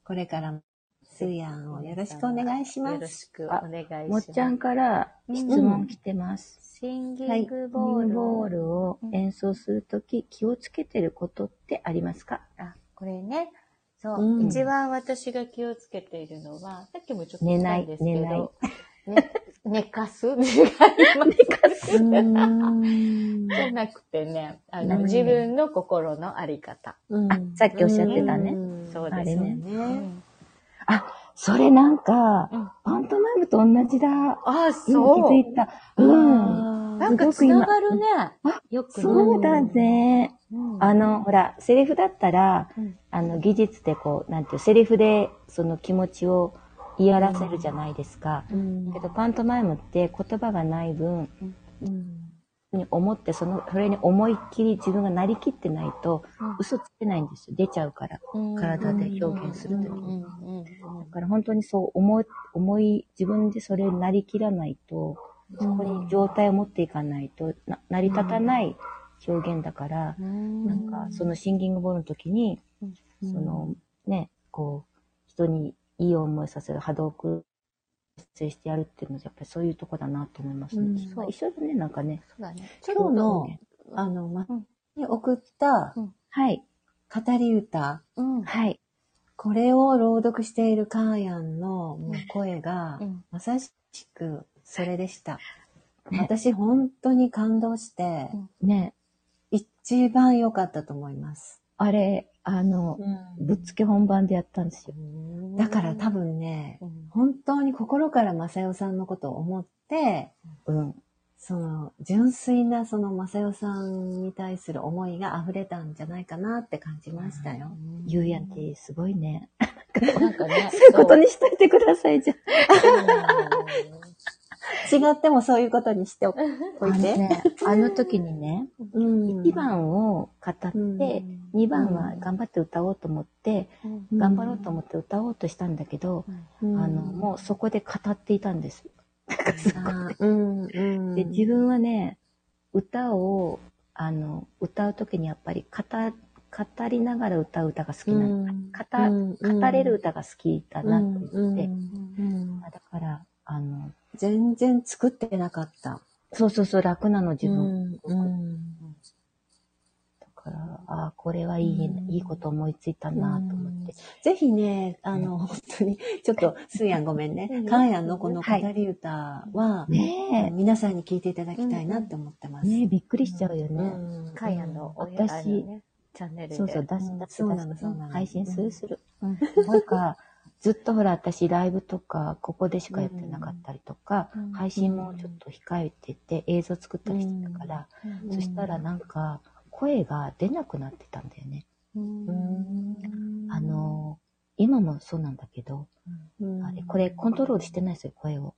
C: これからもスーヤンをよろしくお願いしま
B: よろ
C: す。
B: しくお願いします。
A: もっちゃんから質問来てます。
B: シンギングボ
A: ボ
B: ー
A: ール
B: ルを。
A: ボールを演奏するとき気をつけてることってありますか
B: あ、これね。そう、
C: うん
B: 一番私が気をつけているのは、さっきもちょっと
A: 寝
B: 言っ
A: な
B: た
A: い
B: んですけど、
A: 寝ない
B: ね、寝かす <laughs> 寝かす
C: うーん
B: じゃなくてね、あ
A: な
B: の、
A: くて
B: 自分の心のあり方。
C: うん
A: あ、さっきおっしゃってたね。
C: うん
B: そう
A: あ
B: で
A: れ
B: す
A: ね
B: ね。う
C: ね。
B: ん
A: それなんか
B: うん、
A: パントマイムと同じだ。
B: あ、
A: 今気
B: そ
A: づ
B: う。
A: いた。うん。
C: あ
B: な
C: ー
B: んか繋がるね。よくね
A: そうだね。
B: うん
A: あの、ほら、セリフだったら
B: うん、
A: あの、技術でこう、なんていう、セリフでその気持ちを言い表せるじゃないですか。
C: うん
A: けど、パントマイムって言葉がない分、
C: うん
A: に思って、その、それに思いっきり自分がなりきってないと
B: うん、
A: 嘘つけないんですよ。出ちゃうから。体で表現するとき
B: う
A: に。
B: んうんうん
A: だから本当にそう思い、思い、自分でそれになりきらないと、そこに状態を持っていかないと、な成り立たない表現だから、
B: うん
A: なんかそのシンギングボールの時に、そのね、こう、人にいい思いさせる波動をく出演してやるっていうのは、やっぱりそういうとこだなと思いますね。
C: うん
A: まあ一緒だね、なんかね。
B: そうだね。
C: 今日の、あの、ま、に送った
A: はい、
C: 語り歌、
B: うん。
A: はい。
C: これを朗読しているカーヤンのもう声が
B: うん、
C: まさしくそれでした。
A: ね
C: 私本当に感動して、
A: ね、
C: 一番良かったと思います。
A: あれ、あの、ぶっつけ本番でやったんですよ。
C: だから多分ね、
B: うん
C: 本当に心から正代さんのことを思って、
A: うん。
C: その、純粋なその、正代さんに対する思いが溢れたんじゃないかなって感じましたよ。
A: ゆうやってすごいね。
B: なんかね、
A: <laughs> そういうことにしといてください、じゃ
C: 違ってもそういうことにしておく
A: あ。
C: おい
A: の
C: て。
A: ね、あの時にね、
C: うん
A: 1番を語って、2番は頑張って歌おうと思って、頑張ろうと思って歌おうとしたんだけど、
C: うん
A: あの、もうそこで語っていたんです。
C: あーうんうん
A: で、自分はね、歌を、あの、歌う時にやっぱり語、語りながら歌う歌が好きなの。語語れる歌が好きだなと思って。まあだから、あの、
C: 全然作ってなかった。
A: そうそうそう、楽なの自分。
C: うん
A: だから、ああ、これはいい、
C: うん
A: いいこと思いついたなと思って。
C: ぜひね、あの、本当に、ちょっと、すーやんごめんね。かんやんのこの語り歌は、
A: ね
C: 皆さんに聞いていただきたいなって思ってま
A: え、
C: す。
A: ねえ、びっくりしちゃうよね。
C: うん
B: かやのおや
A: 私
B: あのね、チャンネルで。
A: そうそう、出
C: う
A: す、
C: ん
A: 出す、
C: そう
A: 出
C: な
A: す
C: のそうなの
A: 配信する、する。
B: うん
A: なんか、ずっとほら、私、ライブとか、ここでしかやってなかったりとか、
B: うん
A: 配信もちょっと控えてて、映像作ったりしてたから、
B: うん
A: そしたらなんか、声が出なくなってたんだよね。
C: うん
A: あ、の、今もそうなんだけど、
C: うん
A: あれ、これ、コントロールしてないですよ、声を。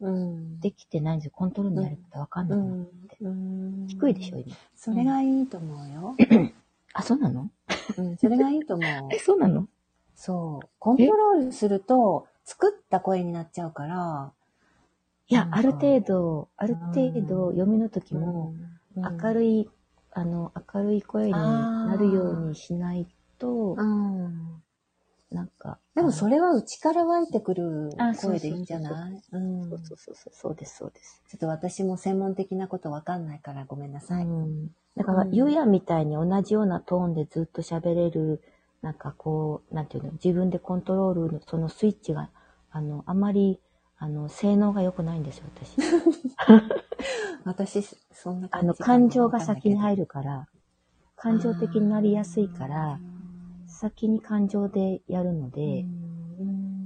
C: うん
A: できてないんですよ、コントロールのやり方わかんな
C: う
A: くなっ
C: ん
A: て。
C: うん
A: 低いでしょ、今。
C: それがいいと思うよ。
A: あ、そうなの
C: うん、それがいいと思う。
A: え、そうなの
C: そう。コントロールすると、作った声になっちゃうから、
A: いや
C: な、んか
A: ある程度、ある程度、読みの時も、明る
C: い。
A: い、あの、明るい声になるようにしないと
C: う、ん。
A: なんか。
C: でもそ
A: れ、
C: れは内から湧いてくる
A: あそうそ
C: 声
A: うそう
C: でいいんじゃないうん
A: そう
C: ち
A: そ
C: ょ
A: うそうそう、そうです、そうです。
C: っと私も専門的なことわかんないからごめんなさい。
A: うん。だから
C: う、ん
A: ゆうやみたいに同じようなトーンでずっと喋れる、なんかこう、なんていうの、自分でコントロールの、そのスイッチが、あの、あまり、あの、性能が良くないんですよ、私。
C: 私、そんな
A: あ
C: 感じ
A: の、感情が先に入るから、感情的になりやすいから、先に感情でやるので、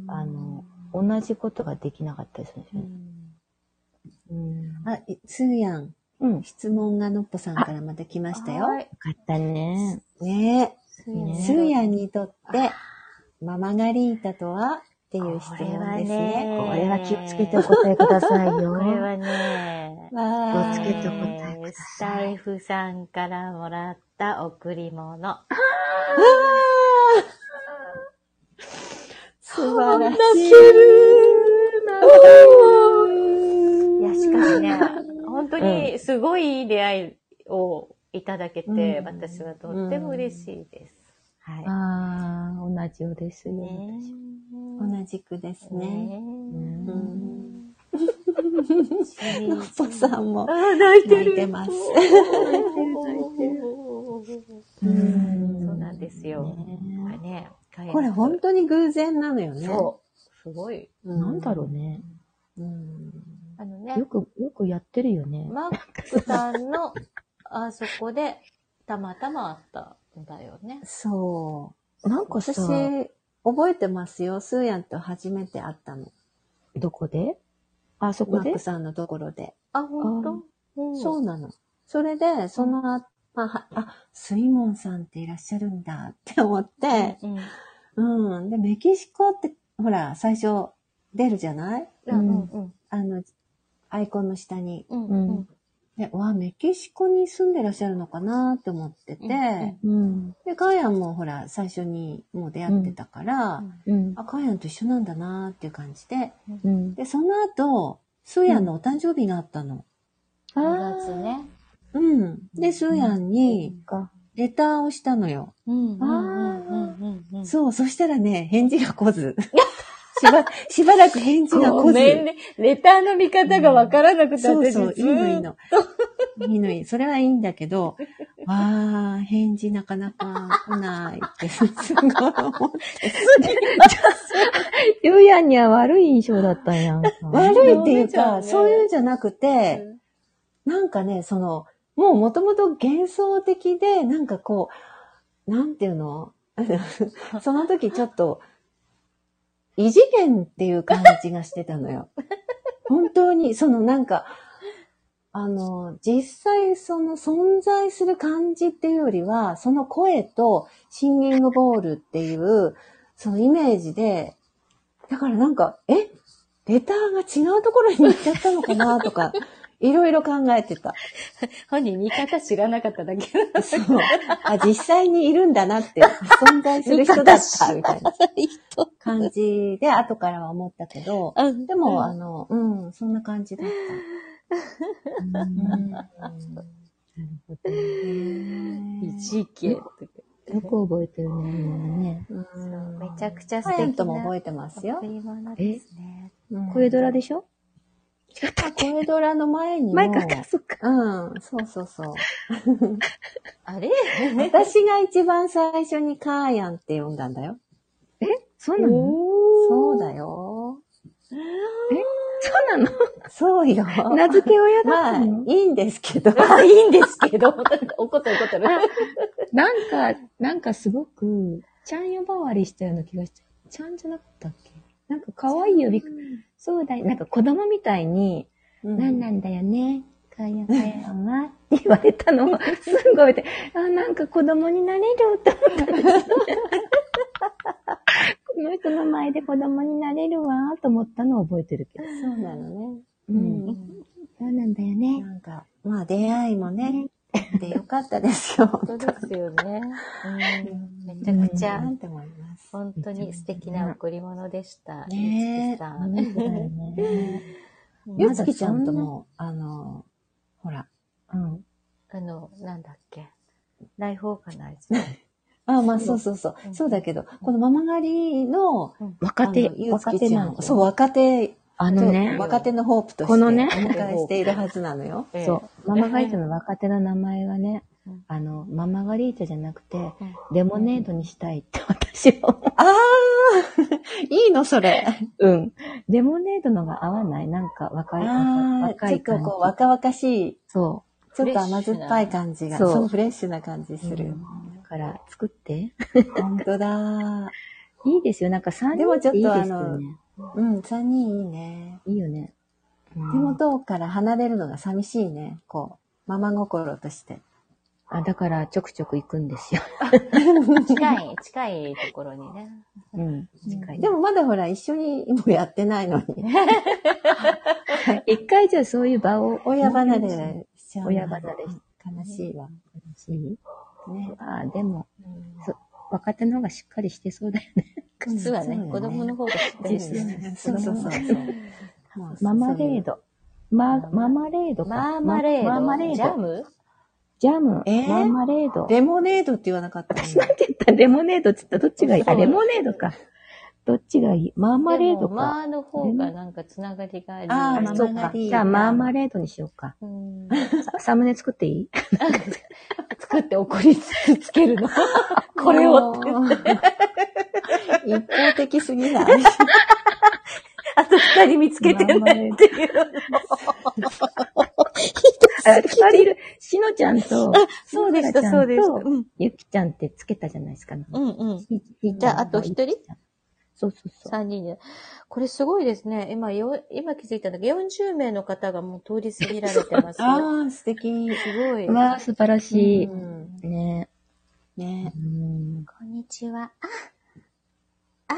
A: あの、同じことができなかったりするんですよね。うん。よ
C: あ、いすーやん。
A: うん
C: 質問がのっぽさんからまた来ましたよ。
A: かったね。
C: ねえ。
A: ね
C: すーやんにとって、ママガリータとはっていう質問ですね。
A: これは気をつけてお答えくださいよ。
B: これはね、
C: わ
A: 気をつけてお
C: ー。
A: 答えくだ
B: ス
A: さ
B: タ
A: い
B: イフさんからもらった贈り物。
C: 素晴らしい。
B: いや、しかしね、本当にすごいいい出会いをいただけて、
C: うん
B: 私はとっても嬉しいです。はい。
A: ああ、同じようですね。
C: 同じくです
B: ね
C: ね。
A: うん
C: うん
B: え
C: のっぽさんも
B: あー泣いて
C: <laughs> 泣い
B: る。
C: てます。
A: うん
B: そうなんですよ。なんかね、
C: これ本当に偶然なのよね。
B: そう。すごい。
C: う
A: なんだろうね。
C: うん。
B: あの
A: よ
B: ね、
A: く、よくやってるよね。
B: マックさんの、 <laughs> あそこで、たまたまあったんだよね。
C: そう。
A: なんかさ、
C: 私、覚えてますよ。スーヤンと初めて会ったの。
A: どこであそこ
C: マッ
A: で
C: クさんのところで。
B: あ、本当
C: そうなの。それで、その後、まあ、はあ、スイモンさんっていらっしゃるんだって思って、
B: うん。
C: うん。で、メキシコって、ほら、最初出るじゃない
B: うん。うん。
C: あの、アイコンの下に。
B: うん。
A: うん
C: で、わあ、メキシコに住んでらっしゃるのかなって思ってて、
B: うんうん
A: うん。
C: で、カーヤンもほら、最初にもう出会ってたから、
A: うん。
C: あ、カーヤンと一緒なんだなっていう感じで、
A: うん。
C: で、その後、スーヤンのお誕生日があったの。
B: 2月ね。
C: うん。で、スーヤンに
A: か。
C: レターをしたのよ。
B: うん。うん。
C: そう、そしたらね、返事が来ず。 <laughs> しば、しばらく返事が来ず。
B: ごめんね。レターの見方がわからなくて、
C: そう
B: 私ず
C: そう、いいのいい
B: ーっ
C: の。いいのいい。それはいいんだけど、わあ、返事なかなか来ないって、すごい思って。
A: ゆうやんには悪い印象だったんやんか。
C: 悪いっていう
B: そう
C: か、
B: ね
C: そういうんじゃなくて、なんかね、その、もうもともと幻想的で、なんかこう、なんていうの <laughs> その時ちょっと、異次元っていう感じがしてたのよ。本当に、そのなんか、あの、実際その存在する感じっていうよりは、その声とシンギングボールっていう、そのイメージで、だからなんか、えレターが違うところに行っちゃったのかなとか、いろいろ考えてた。
B: 本人見方知らなかっただけなの。
C: そう。あ、実際にいるんだなって、存在する人だった、みたいな感じで、後からは思ったけど、でも、あの、うん、そんな感じだった。うん
B: 一意見。
A: よく覚えてるね、みんなね。
C: うん
B: めちゃくちゃ素
C: サイアン
B: 敵
C: ト
B: な。
C: も覚えてますよ。
B: 贈り物ですね。
A: 声ドラでしょ
C: あ声ドラの前にも。
A: 前からか、そっか。
C: うん、そうそうそう。
B: あれ
C: 私が一番最初にカーヤンって呼んだんだよ。
A: そうなの
C: そうだよ。
A: そうな
C: そうよ。
A: の名付け親だっ
C: まあ、
A: た
C: い
A: の
C: いんですけ
A: <laughs>
C: ど。
B: あ、いいんですけど。怒ってる怒ってる。
A: なんか、なんかすごく、ちゃん呼ばわりしたような気がして、ちゃんじゃなかったっけなんか可愛い呼び、そうだい、なんか子供みたいに、なんなんだよね、かやかやんはって言われた <laughs> のを、すんごい見て、あ、なんか子供になれるって思 <laughs> ったんですよねこの人の前で子供になれるわと思ったのを覚えてるけど。
C: そうなのね。
A: う。
C: うんん。
A: そうなんだよね。
C: なんか、まあ出会いもね、でよかったですよ。
B: 本当ですよね。うんめちゃくちゃ、
C: なんて思います。
B: 本当に素敵な贈り物でした。
C: ねえ
B: ゆつきさん
A: 豆子だよ <laughs> ね。
C: ゆつきちゃんとも、あの、ほら。
A: うん。
B: あの、なんだっけ。ライフオーガナイズ。
C: あまあそうそうそうう。
B: ん
C: そうだけど、このママ狩りの、
A: 若手
C: あの、ゆうつ
A: 若
C: き
A: 手
C: ちゃ
A: なんのよ。
C: そう、若手
A: あ
C: と、
A: のね、
C: 若手のホープとして、
A: このね
C: お迎えしているはずなの
A: <laughs>
C: よ。
B: ええ
A: そう。ママガリートの若手の名前がね
B: うん、
A: あの、ママガリートじゃなくて、
B: うん
A: レモネードにしたいって私は思
C: ああ <laughs> いいのそれ。
A: う。うん。レモネードのが合わないなんか若い、
C: ああ、
A: 若
C: ちょっ
A: い感
C: と
A: じ。
C: こう、若々しい、
A: そ
C: ちょっと甘酸っぱい感じが、
A: フレッシュな
C: そう、フレッシュな感じす
A: う。う
C: る
A: ん。だから、作って。
C: 本当だ。
A: いいですよ。なんか3
C: で
A: 人
C: もちょって
A: っ
C: と
A: いいで
C: あ
A: すよ
C: の
A: ね。
C: うん、3人いいね。
A: いいよね。うん
C: 手元から離れるのが寂しいね。こう、ママ心として。
A: あ、だから、ちょくちょく行くんですよ。
B: 近い、近いところにね。
A: うん。近い。
C: でもまだほら、一緒にもやってないの
A: <laughs>
C: に。
A: 一回じゃあそういう場を。
C: 親離れしちゃうな。
A: 親離れ
C: 悲しいわ。
A: しい
C: ね。
A: ああ、でも、そ若手の方がしっかりしてそうだよね。
B: 靴はね、子供の方が知ってる
A: ですね
C: そうそうそうそう。もう
A: ママレー。ド。マ、ママレードか。
B: マーマレード。
A: ママレー
B: ジャ
A: ド。
B: ム
A: ジャム。
C: えー
A: マーマレード
C: そう。レモネードって言わなかった
A: <laughs>
C: の
A: 私なんて言ったレモネードって言ったらどっちがいいあ、レモネードか。どっちがいいマーマレード
B: でもマ
A: か。
B: ーの方がなんかつながりがあり。
C: あーマ
A: あ、
C: マ
A: そうか
C: が。いい
A: じゃあマーマレードにしようか。
B: うん
A: さサムネ作っていい
B: <laughs> 作って怒りつつける
A: <laughs>
B: の。これをって。
C: もう一方的すぎない。
A: <laughs>
B: あと二人見つけてないっていう。
A: あ二人いる。しのちゃんと、
B: そうでした、
A: し
B: そ
A: の
B: うで
A: ちゃ
B: し
A: ん
B: た。
A: と
B: うん。
A: ゆきちゃんってつけたじゃないですか。
B: うんうん。
A: じ
B: じゃああと一人
A: そうそうそう。
B: 三人で。これすごいですね。今、よ、今気づいたんだけど、40名の方がもう通り過ぎられてます。
C: ああ、素敵。
B: すごい。
A: わあ、素晴らしい。
C: うん
A: ね
C: ね
A: え。うん。
B: こんにちは。
C: あ、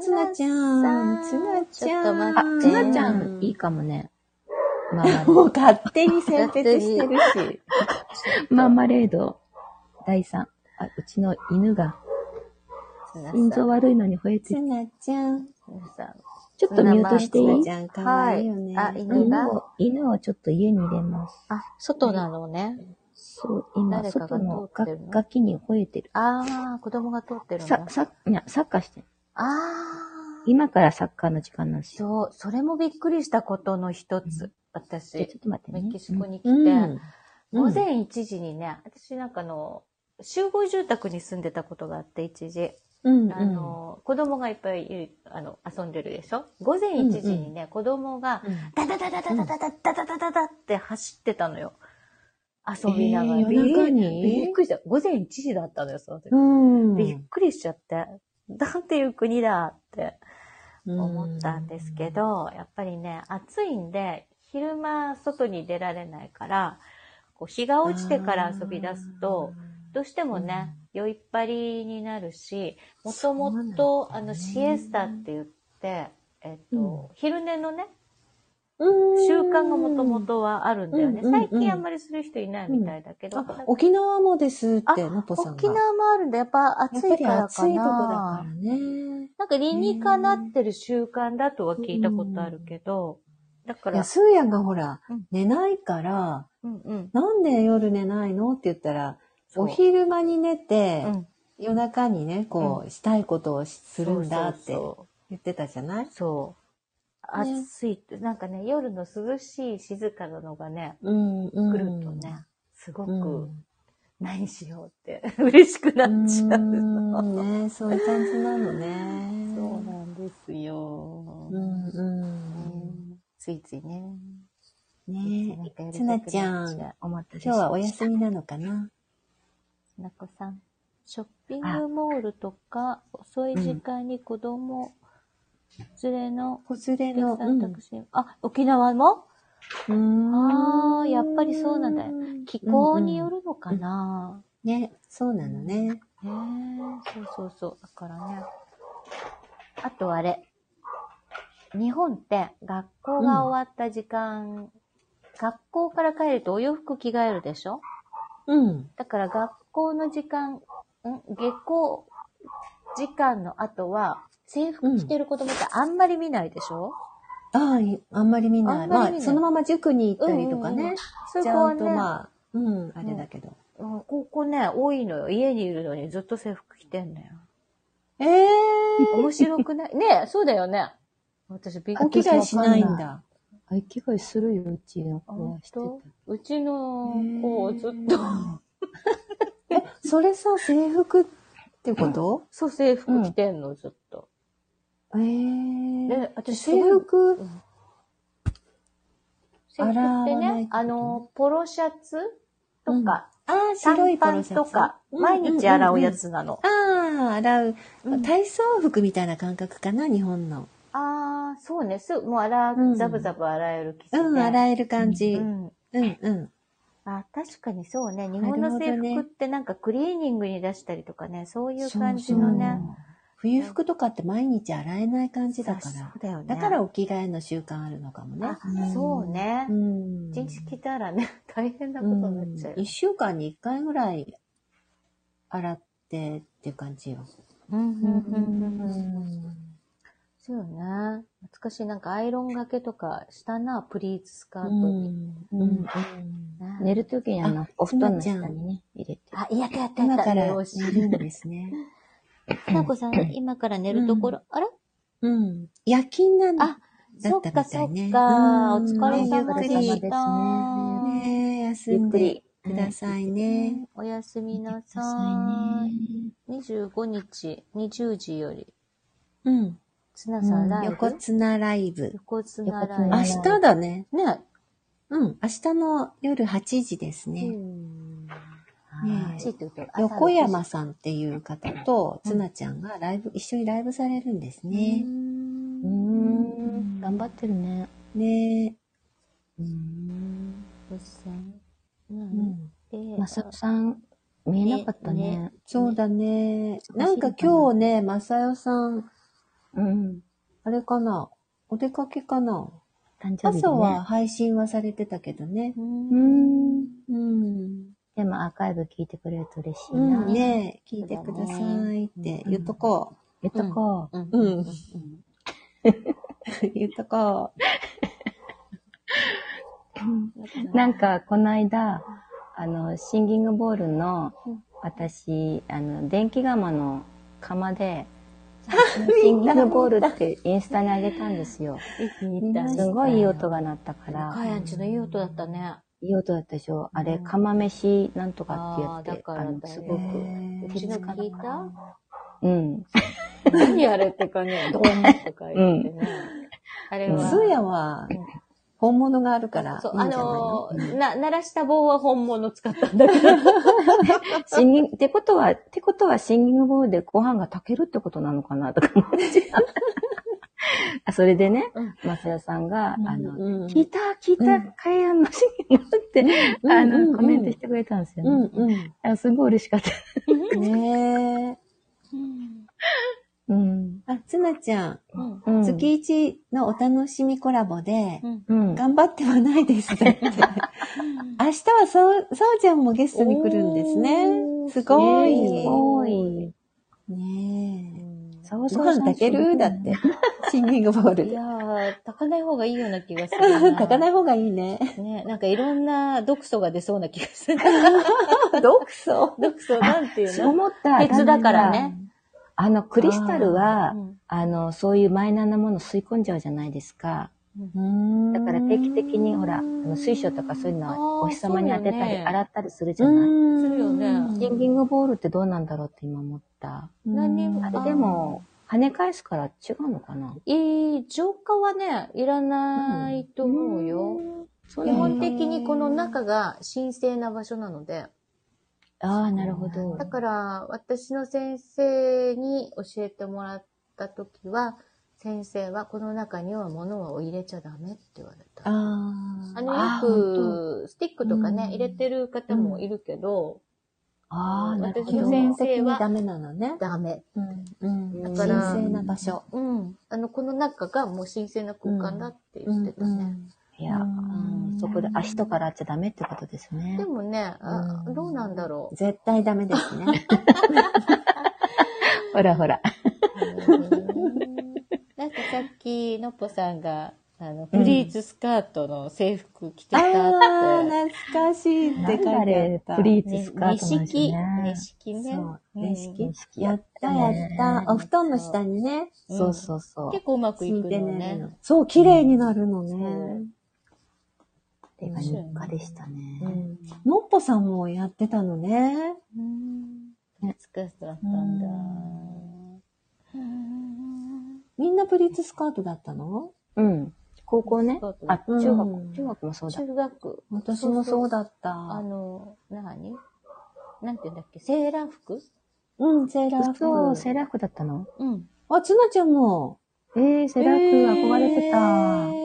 C: つなちゃん。つなちゃん。
B: ちょっと待
A: あ
B: っ、
A: つ
B: て
A: なちゃん、いいかもね。マ
C: もう
A: ー
C: 勝手に選別してるし。
A: <laughs> ママレード、第3。あ、うちの犬が、
B: つなさん
A: 心臓悪いのに吠えて
C: つ
A: る。
C: なちゃん。
B: つなさん
A: ちょっとミュートしてい
C: つ
A: い
C: な
A: 犬
C: ちゃん、かわいいよね。
B: はいあいいね
A: を、犬をちょっと家に入れます。
B: あ、外なのね。
A: そう、今、
B: 誰かが
A: 外の
B: 通ってるの
A: ガキに吠えてる。
B: ああ、子供が通ってるん
A: さ
B: だ、。
A: さ、いや、サッカーしてる。
B: ああ。
A: 今からサッカーの時間なんですよ。
B: そう、それもびっくりしたことの一つ。
A: じゃあ
B: 私
A: ちょ、っと待ってね。
B: メキシコに来て、
C: うん。
B: 午前1時にね、私なんかあの、集合住宅に住んでたことがあって、一時。
C: うん。
B: あの、子供がいっぱいいる、あの、遊んでるでしょ午前1時にね、子供が、ダダダダダダダダダダダダって走ってたのよ。遊びながら。
C: えー夜中に
B: びっくりした。午前1時だったのよ、その時。
C: うん。
B: びっくりしちゃって。なんていう国だって思ったんですけど、やっぱりね、暑いんで、昼間外に出られないから、こう日が落ちてから遊び出すと、どうしてもね、酔いっぱりになるし、もともと、あの、シエスタって言って、えっと、昼寝のね、習慣がもともとはあるんだよね。
C: うんうんうん
B: 最近あんまりする人いないみたいだけど、
C: あ、沖縄もですって、のっぽさんが。
B: 沖縄もあるんだ。やっぱ
C: やっ
B: 暑
C: ぱ
B: い
C: り
B: からかな。
C: 暑いとこだからね。
B: なんか理にかなってる習慣だとは聞いたことあるけど、だか
C: いや、
B: ら、
C: スーヤンがほら
B: うん、
C: 寝ないから、
B: うんうん。
C: なんで夜寝ないのって言ったら、お昼間に寝て
B: う、ん
C: 夜中にね、こう、したいことをしするんだって
B: そうそう
C: 言ってたじゃない
B: そう。そ
C: ね
B: う暑いって、なんかね、夜の涼しい静かなのがね、
C: うん、うん。
B: 来るとね、すご
C: うん
B: く、何しようって、 <laughs> 嬉しくな <laughs> っちゃう
C: う
B: の。
C: んね、そういう感じなのね。
B: そうなんですよ。
C: うんう
B: ねついついね。
C: ん。ね
B: え
C: ツナちゃん、
B: お待たせ
C: 今日
B: しました
C: はお休みなのかな
B: なこさん。ショッピングモールとか、遅い時間に子供連れの
C: 子連れの。
B: お客さん、タクシー、あ、沖縄も
C: うん
B: ああ、やっぱりそうなんだよ。気候によるのかな、
C: ね、そうなのね。
B: ねえそうそうそう。だからね。あとあれ。日本って学校が終わった時間、学校から帰るとお洋服着替えるでしょ
C: うん。
B: だから学校の時間、ん下校時間の後は、制服着てる子供ってあんまり見ないでしょ、
C: ああ、いあんまり見な
B: あ
C: い。
B: んま
C: ま
B: り見な
C: あ、
B: い
C: そのまま塾に行ったりとか
B: うんうんう
C: ね
B: ん。そうい
C: ち
B: う子
C: ゃ
B: は
C: んと
B: ね、
C: まあ、うん、あれだけど。
B: うんここね、多いのよ。家にいるのにずっと制服着てんのよ。
C: ええ
B: 面白
C: <laughs>
B: くないねえ、そうだよね。私びっ
C: お
B: く
C: 着
B: りした
C: 替えしないんだ。
E: あ、息がするよ、うちの子
B: 本
E: はして
B: 当うちの子をずっ
C: へ
B: と、
C: それさ、制服ってこと
B: そう制服着てんの、ずっと。
C: ええ
B: で、私すごい
C: 制服
B: 制服って
C: 洗わないって
B: ね
C: こ、と
B: あの、ポロシャツとか、
C: ああ、
B: 短パン
C: シャツ
B: とか、
C: うん
B: 毎日洗うやつなの。
C: うんうんああ、洗う、
B: うん
C: 体操服みたいな感覚かな、日本の。
B: ああ、そうね。すぐ、もう洗う、
C: うん
B: ザブザブ洗える生地で。
C: うん、洗える感じ。
B: う
C: うん、
B: ん。
C: うん、うん。
B: あ、確かにそうね。日本の制服ってなんかクリーニングに出したりとかね、そういう感じのね。
C: 冬服とかって毎日洗えない感じだか
B: あそ
C: ら。
B: うだよね。
C: だからお着替えの習慣あるのかもね
B: あ。、そうね
C: う。ん。
B: 一日着たらね、 <laughs> 大変なこ
C: う
B: と
C: ん
B: になっちゃうよ
C: 一。週間に一回ぐらい洗ってっていう感じよ。
B: うん、うん、
C: う
B: うん。
C: ん。
B: そうよね。懐かしい。なんかアイロンがけとかしたな、プリーツスカー
C: う
B: トに。
C: ん。うん。
B: ね
E: 寝るときにあの、お布団の下
C: つなちゃ
E: にね、入れて。
B: あ、やったやった
C: 今
B: やった。
C: から
B: よ
C: 寝
B: し。
C: るんですね。
B: なこさん、今から寝るところ、あれ
C: うん。夜勤なんだ
B: あそっ
C: った
B: か
C: みた
B: そ
C: い
B: っ
C: ね
B: か。お
C: うん
B: 疲れ様で
C: ねゆっくり
B: した。
C: ねえ、休
B: ゆっ
C: ん
B: く
C: で
B: り。
C: くださいね。
B: おやすみなさい。25日20時より、
C: うん。
B: つなさんライブ。
C: 横綱ライブ。
B: 横綱ライブ
C: 明。日だね。
B: ね。
C: うん。明日の夜8時ですね。ねえ横山さんっていう方と、つなちゃんがライブ、一緒にライブされるんですね。
E: うーん、頑張ってるね。
C: ねえ。うん。
E: まささん、見えなかったね。
C: そうだね。なんか今日ね、まさよさん、
E: うん。
C: あれかな。お出かけかな。
E: 誕生日で、ね。
C: 朝は。配信はされてたけどね。
E: うーん。
C: うん。
E: でもアーカイブ聞いてくれると嬉しいな。
C: うん、ねえ聞いてくださいって言っとこ
E: 言っとこう。
C: う。うん。 <laughs> 言っとこ
E: なんか、この間、あの、シンギングボールの、私、あの、電気釜の釜で、シンギングボールってインスタにあげたんですよ。すごいいい音が鳴ったから、
B: カヤンちのいい音だったね。
E: いい音だったでしょ。あれ、釜飯なんとかってや
B: あー
E: っ
B: だ
E: て、
B: から
E: あ
B: だよね
E: の、すごく、
B: うちの聞いた
E: うん。
B: 何あれって感じだよ。とか言ってね。あれ
C: う。
B: は。
C: スーヤは、本物があるから、いいんじ
B: そう、
C: ゃな
B: あ
C: いの
B: のー、な、鳴らした棒は本物使ったんだけど。
E: シンギングってことは、っ
B: <laughs>
E: てことはシンギングボールでご飯が炊けるってことなのかなとか思っちゃう。
A: それでね
B: うん、
A: マサヤさんが、あの、
C: うん
A: 聞いた、聞いた、海岸のシーンもって、
C: うん
A: あ
C: うん
A: の、コメントしてくれたんですよね。
C: うん
A: あすごい嬉しかった。
C: うん。ね
A: うん。
C: え。あ、つなちゃん、
B: うん。
A: うん
C: 月一のお楽しみコラボで、
A: うん。
C: 頑張ってはないです
B: <laughs>
C: ね。明日はそう、そうちゃんもゲストに来るんですね
B: お。ー
C: すごい。
B: すごい。
C: ね
A: サ
C: え。
A: ワサ
C: ご
A: ワさ
C: 飯
A: ん
C: 炊けるだ
B: <laughs>
C: って。シンギングボール
B: い
C: で
B: や。ー、炊かない方がいいような気がするな。
C: 炊かない方がいいね。
B: <laughs> ね。なんかいろんな毒素が出そうな気がする。
C: 毒素。
B: 毒素なんていう
A: そう
B: の
A: 思った。
B: 鉄だからね。
A: あの、クリスタルは、
B: う
A: あ,、
B: ん
A: の、そういうマイナーなもの吸い込んじゃうじゃないですか。だ
C: だ
A: から定期的に、ほら、あの水晶とかそういうの
B: あ
A: は
B: ー
A: お日様に当てた
B: そう
A: り、
B: よね
A: 洗ったりするじゃない。
B: するよね
C: ん
A: シンギングボールってどうなんだろうって今思った。
B: 何
A: あ
B: あ
A: れ
B: ー
A: でも、跳ね返すから違うのかない
B: い、浄化はね、いらないと思うよ。
A: そう
B: 基
A: な
B: 本
A: んだ。
B: 的にこの中が神聖な場所なので、
A: ああ、なるほど
B: だ。から私の先生に教えてもらった時は、先生はこの中には物を入れちゃダメって言われた。
C: あ
B: あの、よ
A: あー
B: く、スティックとかね、
C: うん
B: 入れてる方もいるけど、
A: ああ、なるほ
B: 私
A: ど
B: の。先生は
C: ダメなのね。
B: ダメ。
C: うん。うん。
B: だ
C: 神
B: から
C: 聖な場所。
B: うん。あの、この中がもう神聖な空間だって言ってたね。
A: いや、
C: うん
A: そこで足とか洗っちゃダメってことですね
B: で。もね、あ
C: うん
B: どうなんだろ
C: 絶対ダメです <laughs> ね。
A: ほらほら。
B: う。 <laughs> なんかさっき、のっぽさんが、あの、プリーツスカートの制服着てたって。
C: あー、懐かしいって書いて
A: なんだあれ
C: あった。
A: プリーツ
B: ね
A: スカートなんです
B: 式。
A: ね
B: ね。式ね
C: そう。、
B: うん
C: レシキ
A: うん。
C: やったやった。お布団の下にね、
B: うん
A: そうそうそう。
B: 結構うまくいくの
C: 敷いて寝る
B: ね
C: の。。そう、綺麗になるのね。
A: 手が日課でした
C: う
A: ね。
C: んのっぽさんもやってたのね。
B: うん。懐かしかったんだ。
C: みんなプリーツスカートだったの
A: うん。高校ね
B: そう。そう
A: あ、中学
C: うん。
A: 中学もそうだ。
B: 中学。
C: 私もそうだった。
B: あの、なになんて言うんだっけセーラー服
C: うん、セーラー服。
A: そう、セーラー服だったの
B: うん。
C: あ、つなちゃんも。
A: えー、セーラー服憧れてた。えー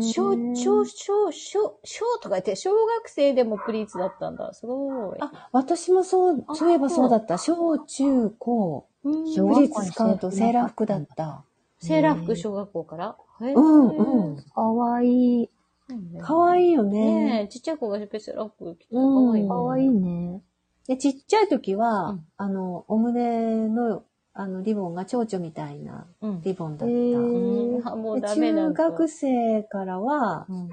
B: 小、小、小、小、小とか言って、小学生でもプリーツだったんだ。すごい。
C: あ、私もそう、
B: あ
C: そういえばそうだった。小、中、高、
B: うん
C: プリーツスカート、セーラー服だった。
B: セーラー服小学校からへ
C: うん、うん。
A: かわいい。
C: かわ
B: い
C: いいよ
B: いね
C: ね。
B: え、ちっちゃい子がセーラー服着てたら
C: うん
B: かわいいね。
A: かわいいね。
C: で、ちっちゃい時は、
B: うん
C: あの、お胸の、あの、リボンが蝶々みたいな
B: うん。
C: リボンだった。
A: へー
B: うんあもう
C: で
B: ダメな
C: 中
B: んだ。
C: 学生からは、
B: うん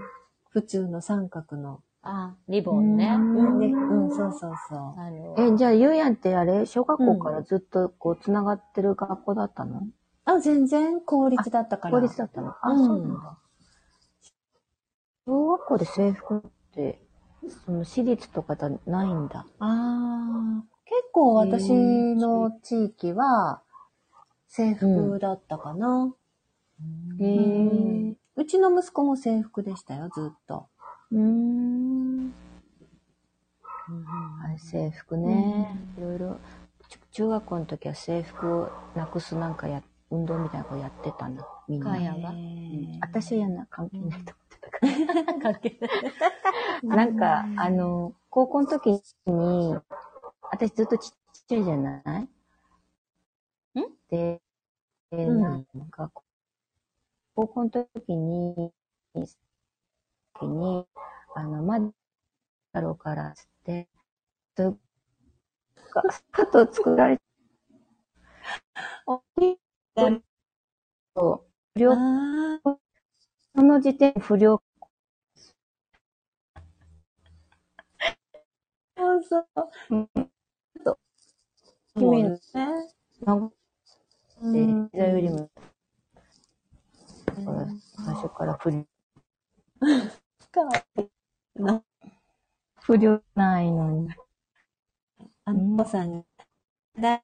C: 普通の三角の。
B: あ、リボンね。
C: うん、ね、うん、そうそうそう。
B: あの
A: え、じゃあ、ゆうやんってあれ小学校からずっとこう、繋がってる学校だったの
C: あ、全然、公立だったから。
A: 公立だったのあ、
C: うん
A: そうなんだ。小学校で制服って、その私立とかじゃないんだ。
C: ああ。結構私の地域は制服だったかな。
A: へ
C: う
A: ー
C: んうちの息子も制服でしたよ、ずっと。
A: うーん。はい制服ね。いろいろ。ち中学校の時は制服をなくすなんかや、運動みたいなことやってたんだ。みんな。
B: かやが
A: うん私はやんな、関係ないと思ってたか
B: 関係ない。
A: ら。なんか、あの、高校の時に、私ずっとちっちゃいじゃないんで、で
C: ん
A: なんか、高校の時に、時に、あの、まだ太郎からつって、すっか、スカートを作られて、お不良、
C: あ
A: その時点で不良、
C: あ、そう
A: うん
C: そう。
A: も
C: 君
A: う
C: ね。
A: なんか
C: う
A: で
C: ん、
A: 膝よりも、だから最初から不良、
C: な
A: 不良ないのに。
C: あの、お父さんに、だ、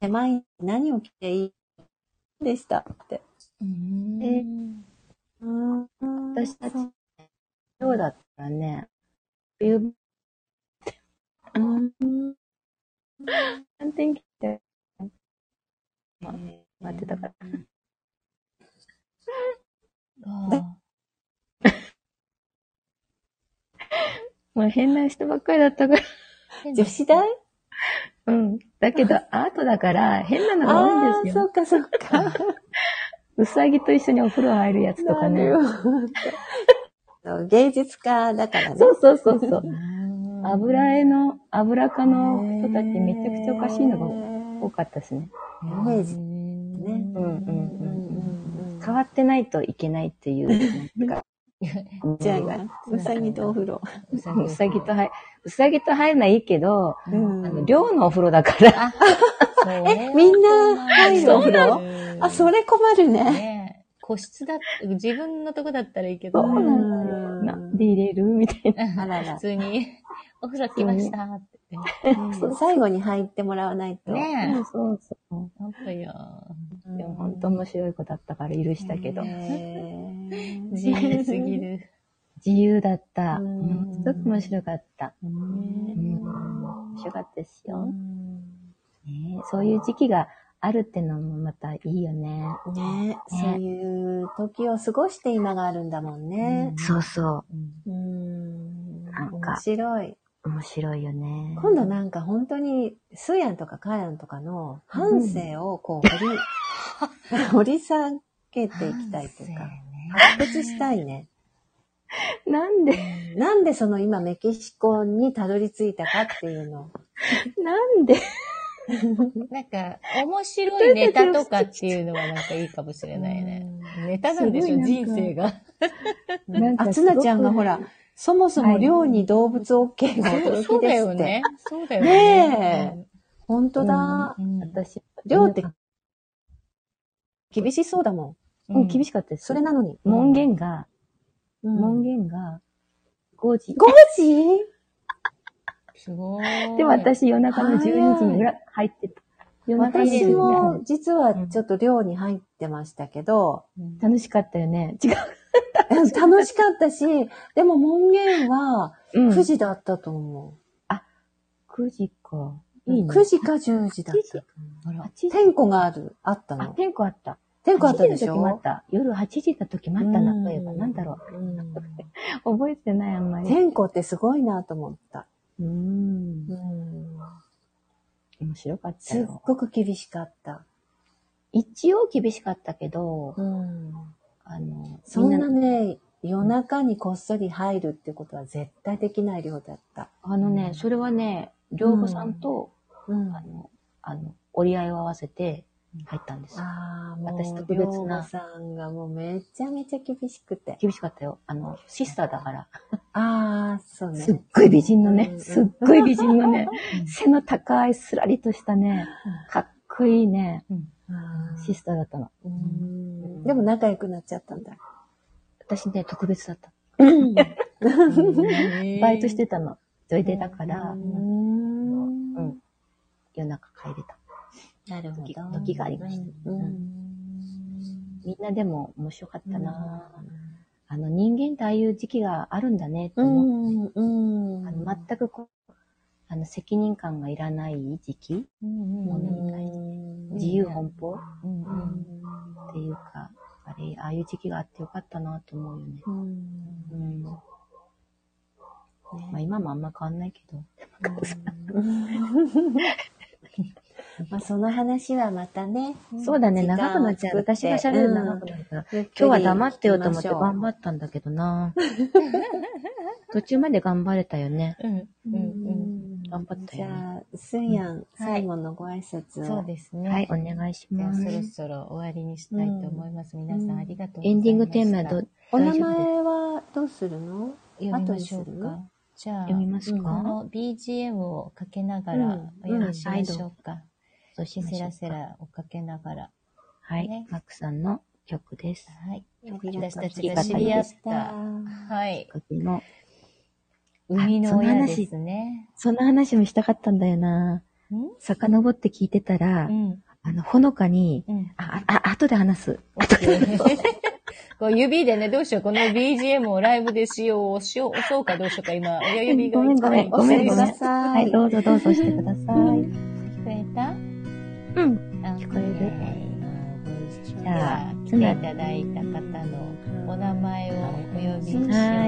C: 毎日何を着ていいでしたって。
A: で
C: うん。
A: 私たち、寮だったらね、冬、
C: うん。
A: 寒天着て、待ってたから。 <laughs> もう変な人ばっかりだったから。
C: 女子大
A: うん。だけど、アートだから、変なのが多いんです
C: そ
A: よ。
C: っかそっか。
A: うさぎと一緒にお風呂入るやつとかね。
C: 芸術家だからね。
A: そうそうそうそう。
C: うん
A: 油絵の、油科の人たちめちゃくちゃおかしいのが多かったですね。
C: イメージね。
A: うんうんうんうん。変
C: っ
A: わってないといけないっ
C: <laughs>
A: ていう、なんか、
C: ちゃうわ。うさぎとお風呂。
A: うさぎと入、うさぎと入るのはいいけど、
C: うん
A: あの、寮のお風呂だから。
B: え
C: みんな入るお風呂あ、それ困るね。
B: ねえ個室だ、自分のとこだったらいいけど、
A: そう
C: うん
A: なんで入れるみたいな。
C: あらら
B: 普。通に、 <laughs> お風呂来ましたってね。
C: 最後に入ってもらわないと。
B: ね
A: そうそう。
B: え、ほんとよ。
A: でも本当面白い子だったから許したけど。
C: へー
B: <laughs> 自由すぎる。
A: <laughs> 自由だった。
C: う
A: うんんすごく面白かった。うん
C: ね
A: 面白かったですよ。ねそういう時期があるってのもまたいいよね。
C: ねそういう時を過ごして今があるんだもんね。
A: そうそう
C: うん。
A: なんか
C: 面白い。。
A: 面白いよね。
C: 今度なんか本当に、スーヤンとかカーヤンとかの反省をこう、掘り、掘り下げていきたいというか、発掘したいね。
A: なんで、
C: なんでその今メキシコにたどり着いたかっていうの。
A: なんで、
B: なんか、面白いネタとかっていうのはなんかいいかもしれないね。ネタなんでしょ、
A: すごい
B: 人
A: なんか
B: 生が。
A: なんか
C: あつなちゃんがほら、そもそも寮に動物 OK が驚
B: そう
C: き
B: だ
C: です
B: よ
C: って。
B: ね。そうだよ
C: ね
B: ね。
C: 本当だ。
B: うん
A: 私、
C: 寮って厳しそうだも
A: うん、厳しかったで
C: ん。
A: す。
C: それなのに。
A: 門限が、
C: うん
A: 門限が5時。
C: 5時
B: すごい。
A: でも私夜中の12時に裏入ってた。夜中の12時
C: <laughs> 私
A: に
C: も実はちょっと寮に入ってましたけど、 <laughs>
A: 楽しかったよね。違う。
C: 楽しかったし、でも門限は
A: うん
C: 9時だったと思
A: 9時か。
C: う。
A: いいね。
C: 9時か10時だった。
B: ほら
A: 8時。
C: 天候がある、あった
A: あ、
C: の。
A: 天候あった。
C: 天候あったで
A: 8時
C: し
A: の時もあっ
C: ょ
A: た。夜8時の時もあった
C: うん
A: な。といえば、なんだろ
C: うん
A: う。覚えてない、あんまり。
C: 天候ってすごいなと思った。
A: うん。面白かった
C: すっ
A: よ。
C: ごく厳しかった。
A: 一応厳しかったけど、あの、
C: そん
A: み
C: なね、夜中にこっそり入るってことは絶対できない量だった。
A: あのね、それはね、両方さんと、
C: うん
A: あの、あの、折り合いを合わせて入ったんですよ。
C: ああ、も
A: 私
C: う、
A: 特別な
C: 寮母さんがもうめちゃめちゃ厳しくて。
A: 厳しかったよ。あの、シスターだから。
C: ああ、そうね。
A: すっごい美人のね
C: う、ん
A: すっごい美人のね、背の高いすらりとしたね、かっこいいね、
C: うん
A: シスターだったの。
C: うんでも仲良くなっちゃったんだ。
A: 私ね、特別だった。
B: うん
A: バイトしてたの。それでだから、
C: うん
A: うん夜中帰れた。
C: <laughs> なるほ
A: 時
C: ど。
A: 時がありました
C: うん
A: うみんなでも面白かったな、あの、人間ってああいう時期があるんだねって
C: う
A: 思っ
C: ん。うん。
A: あの全くこう、あの、責任感がいらない時期、
B: うん
A: ものに対して、自由奔放っ
B: うんうん
A: ていうか、あれ、ああいう時期があってよかったなと思うよね。
C: うん
A: うん。まあ今もあんま変わんないけど。 <laughs>
C: まあその話はまたね。
A: そうだね、
C: 時間を
A: 長くなっちゃう。私が喋るの長くなるから。
C: 今
A: 今日は黙ってようと思って
C: 頑
A: 頑張ったんだけ
B: <laughs>
A: どな途中まで頑張れたよね。
B: うんうん
A: 頑張った
C: じ
A: よね。
C: ゃあ、すんやん、最後のご挨拶
B: う
C: を。
B: ん。そうですね。
A: はい、お願いし
B: じゃ
A: ま
B: あ
A: す
B: そ。ろそろ終わりにしたいと思います。皆さんありがとうございました。
A: エンディングテーマど、
C: お名
A: 大丈夫です
C: 前はどうするの
B: 読みましょう
C: 後にする
B: か。じゃあ、
A: 読みます
B: こ
A: か、
B: の BGM をかけながら
C: うん
B: お読みしましょうか。
A: そうしま
B: せ
A: しょう
B: ら
A: か
B: せらをかけながら。
A: はい
B: ね、
A: マックさんの曲です。
B: はい。
C: ありが
B: 私
C: とう
B: たちが知り合った。はい。
A: 曲の、
B: 生みの親ですね。
A: そんな話もしたかったんだよな
B: うん
A: 遡って聞いてたら、
B: うん。
A: あの、ほのかに、
B: うん。 <laughs>
A: あ、あ、あ後で話す。
B: こう指でね、どうしよう。この BGM をライブで使用しよう、押そうかどうしようか、今、親指が
A: ごめんごめん、ご
C: ご
B: <laughs>
C: め
A: めん
C: ん
A: ご
C: ご
A: め
C: め
A: ん
C: ん。。
A: は、
C: はいい。
A: どうぞどうぞしてください。
B: 聞こえた
A: うん。
B: あ
A: 聞こえる
B: イエーイ
A: じ
B: じゃ
A: ゃ
B: あ
A: あ、、
B: 今来ていただいた方のお名前をお呼びしようかな。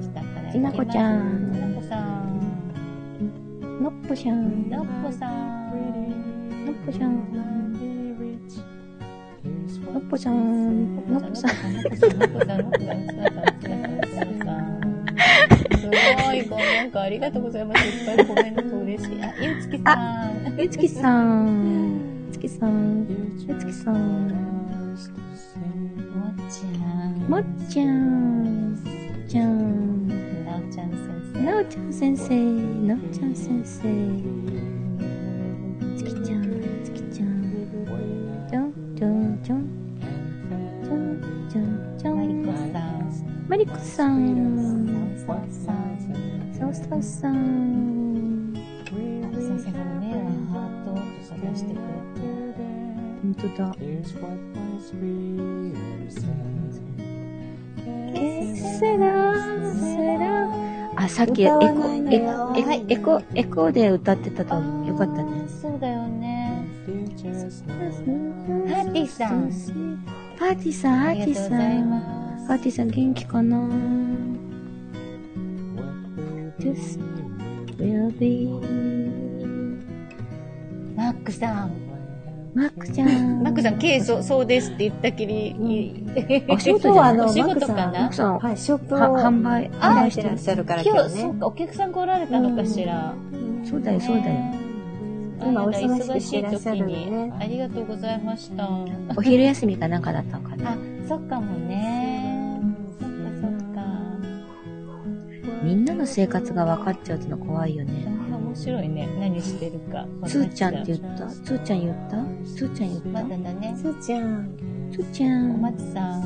B: 下から
A: きなこちゃん
B: きなこさん。
A: のっぽちゃん。
B: のっぽさん。
A: のっぽちゃん。のっぽちゃん。のっぽさん。
B: のっぽさん。のっぽさん。のっぽさん。のっぽさん。すごい、ごなんかありがとうございます。いっぱいコメント嬉しい。あ、ゆうつきさん。
A: ゆつきさん。つきさん。ゆつきさん。
B: もっちゃん。
A: もっちゃん。ちゃん。
B: なおちゃん先
A: なおちゃん先生。なおちゃん先生。つきちゃん。つきちゃん。ちょんちょんちょん。ちょんちょんちょ
B: 生。まり
A: ん。
B: こさん。
A: マリコさん。
B: さおさん。
A: サオサオさん。
B: あの先生がね、ハートとか出してくれて。
A: 本当だ。え、セラセラあ、さっきエコ、エコ、エエコ、エコで歌ってたとよかったね。
B: そうだよね。ハーティさん。
A: パーティーさん、ハ
B: あ
A: ー
B: りが
A: テ
B: と
A: ィ
B: うご
A: ーさ
B: ざい
A: ん。
B: ます。
A: パーティーさん元気かな ?just will be
B: マックさん。
A: マックちゃん。
B: マックさん、けいそう、そうですって言ったきり。
A: お仕
C: 今日
A: 事じ
C: はあ
A: ゃない
C: の、
B: <laughs> お仕
C: マック
B: 事
C: さん、
B: かな
A: マックさん、は
C: はい、ショップを
A: 販売、販売
C: 出し
A: し
C: てて
A: る
C: らっ。しゃるから
B: 今
C: 今
B: 日、
C: 日
B: そう
C: ね。
B: か、お客さん来られたのかしら。
A: そうだよ、そうだよ。
B: あ
C: 今お
B: やだ
C: 忙しくしてらっしゃるのね
B: 忙しい時にありがとうございました。
A: お昼休みかなんかだったのかな。
B: あ、そっかもね。そっかそっか。
A: みんなの生活が分かっちゃうっての怖いよ
B: あ
A: ね。
B: 面白いね。何してるか。
A: つーちゃんって言ったつーちゃん言ったつーちゃん
B: ま
A: 言っ
B: だだね。
C: そうちゃん。
A: たつーちゃ
B: 小
A: ん、
B: 松さん。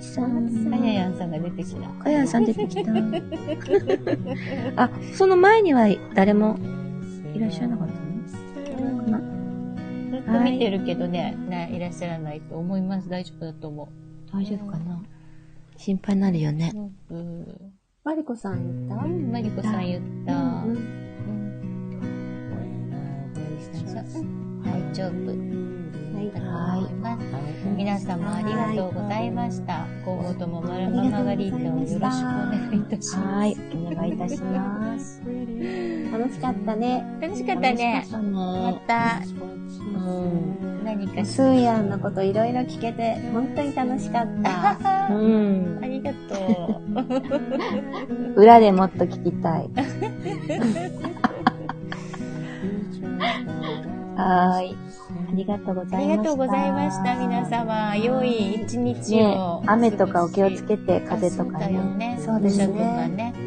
A: さん、
B: かややんさんが出てきた。
A: かやさん出て <laughs> きた。あ、その前には誰もいらっしゃらなかったのかな
B: ずっと見てるけどね、ないらっしゃらないと思います。大丈夫だと思
A: 大丈夫かな心配になるよね
B: う。。うん。
C: マリコさん言った
B: マリコさん言った。
C: うん
B: うん大丈夫
C: はい
B: だと思います。皆様ありがとうございました。今後ともマルママガリータをよろしくお願いいたしま
A: はい、お願いいたします。
C: 楽しかったね。
B: す。楽しかったね。
A: あ
B: ま
A: の
B: た
A: うん、
B: 何かし
C: スーヤンのこといろいろ聞けて、本当に楽しかった。
B: あ
A: うん
B: あ、りがとう。
A: 裏でもっと聞きたい。 <laughs> はーい。ありがとうござ
B: あ
A: い
B: り
A: ました。
B: がとうございました。皆様、良い一日
A: ね
B: を。
A: 雨とかお気をつけて、風と
B: そ
A: か
B: うだよ
A: ね。
B: ね。
C: そうですね
B: お食がね。
A: は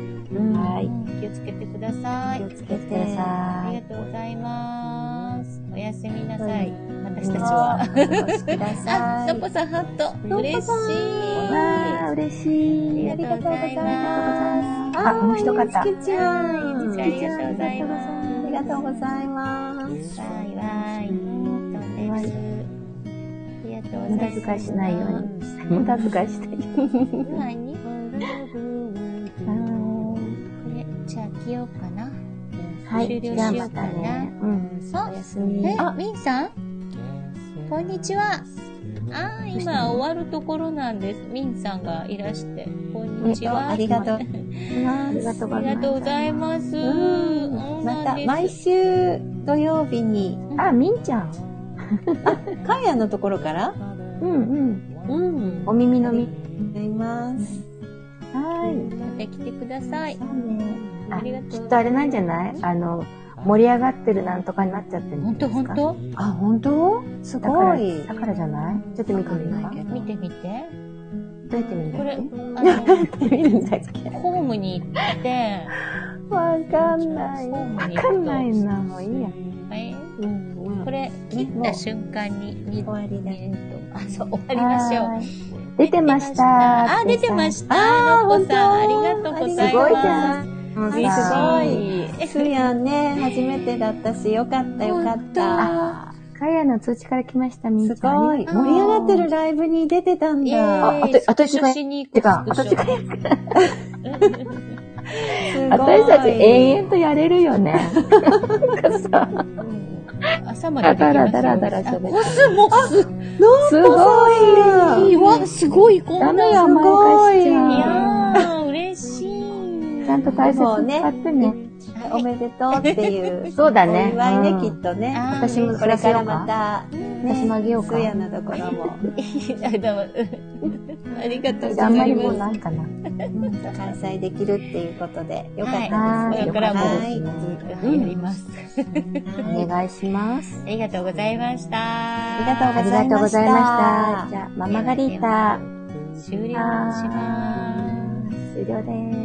A: ーい。
B: うん気をつけてください。
C: 気をつけ
A: くだ
C: て。
B: あ
A: さ
B: り
A: い。
B: がとうございます。おやすみなさい。私たち
C: お過
B: は。
C: ごしくだ
B: あ、
C: さ
B: の
C: い
B: っ。ぽさん、ハート。嬉しい。
A: わー、嬉しい。
B: ありがとうございます。
A: あもう一方
C: ゆつきちゃん。
B: ゆつきちゃんありがとうございます
C: ありがとうございます。
B: わーいわーい。とんです。ありがとうご
A: 無
B: ざいます。
A: 駄遣いしないように。無駄遣いしないように。
B: 何これ、じゃあ着ようかな。
A: はい。
B: 終
A: じ
B: 了
A: ゃあ
B: しよ
A: ま
B: う
A: た
B: か
A: ね
B: な。
A: うん。
B: あ
A: おやすみ。
B: え、みんさんこんにちは。あー、今終わるところなんです。みんさんがいらして。こんにちは。
C: ありがとう。
A: ありがとうご
B: あり
A: ざい
B: がとう
A: ま
B: ございます。うん
C: また、
B: そうなん
C: 毎
B: です
C: 週土曜日に、
A: す。あ、みんちゃん。
C: かやのところから、
A: うんうん。
C: うん、
A: お耳のみ。
C: 思います。
A: は
B: また来てください。あり
A: い。
B: が
A: あ、
B: とう
A: きっとあれなんじゃないあの、盛り上がってるなんとかになっちゃってる
B: ほん
A: ん
B: と
A: です
B: ほん
A: か
B: と
C: あ、本当す
A: だか
C: ご
A: ら、
C: い。
A: だからじゃないちょっと見てみる
C: わ
A: か
C: かんないけ。ど
B: 見てみて。
A: どうやって見るんだ
B: こ
A: っ
B: れ、あ
A: け
B: の、
C: 見てみるんだっけ
B: ホームに行って、
A: わかん
B: ホ
A: ない。
B: ームに
A: わかんな
B: 行
A: い
B: く
A: な、もういいや。
B: と、え
C: うん、うん
B: これ、切った瞬間に見
C: 終わりだ
B: 見ると、あ、そう、終わりましょう。
A: う。出てました。
B: あ、出てま
A: し
B: した。のっこさん、ありがとうございます。
A: すごいじゃ
C: ん。
A: た。もう
C: すご
A: さ、
C: い。すやんね、初めてだったし、よかったよかった。
A: あ、かやの通知から来ました、みんち
C: す
A: ゃん。
C: ごい。盛り上がってるライブに出てたん
B: イ
C: だ。
B: エーイ
A: ああとあと一
B: スクシ
A: 回
B: ョしに行
A: て
B: く
A: か、
B: スクショ
A: 私たち、
C: すごい。
A: 私たち永遠とやれるよね。なんかさ、
B: うんあ朝ま
A: ダ
B: ででき
A: ラ
B: ますよ
A: ダラダラダラ喋る。
B: コスモス
A: すごい
B: いわ、すごい、こ
A: ダ
B: ん
A: メ
B: な
A: よ、甘やかしち
B: いや
A: ゃう。
B: ー、嬉しい。
A: ちゃんと大切
C: そう
A: に
C: ね
A: 使ってね。
C: おめでとうっていう。
A: そうだ
C: お
A: ね
C: 祝いね、
A: うん
C: きっとね。
B: あー
A: 私も
C: これからまた、ね、
A: 私もあげようか
C: 通夜のところも、
B: あどうもうんありがとうご
A: あ
B: ざ
A: んま
B: い
A: りもう
B: ま
A: ないかな。
C: うん開催できるっていうことで、よかったです。
A: は
B: す。
A: い
B: これからも
A: は
B: ず
A: い
B: っとやります。
A: お願いします。
B: ありがとうございました。
C: ありがとうございます
A: ありがとうございまし
C: じ
A: た。じゃあ、ママガリータ、
B: 終了します。
A: 終了です。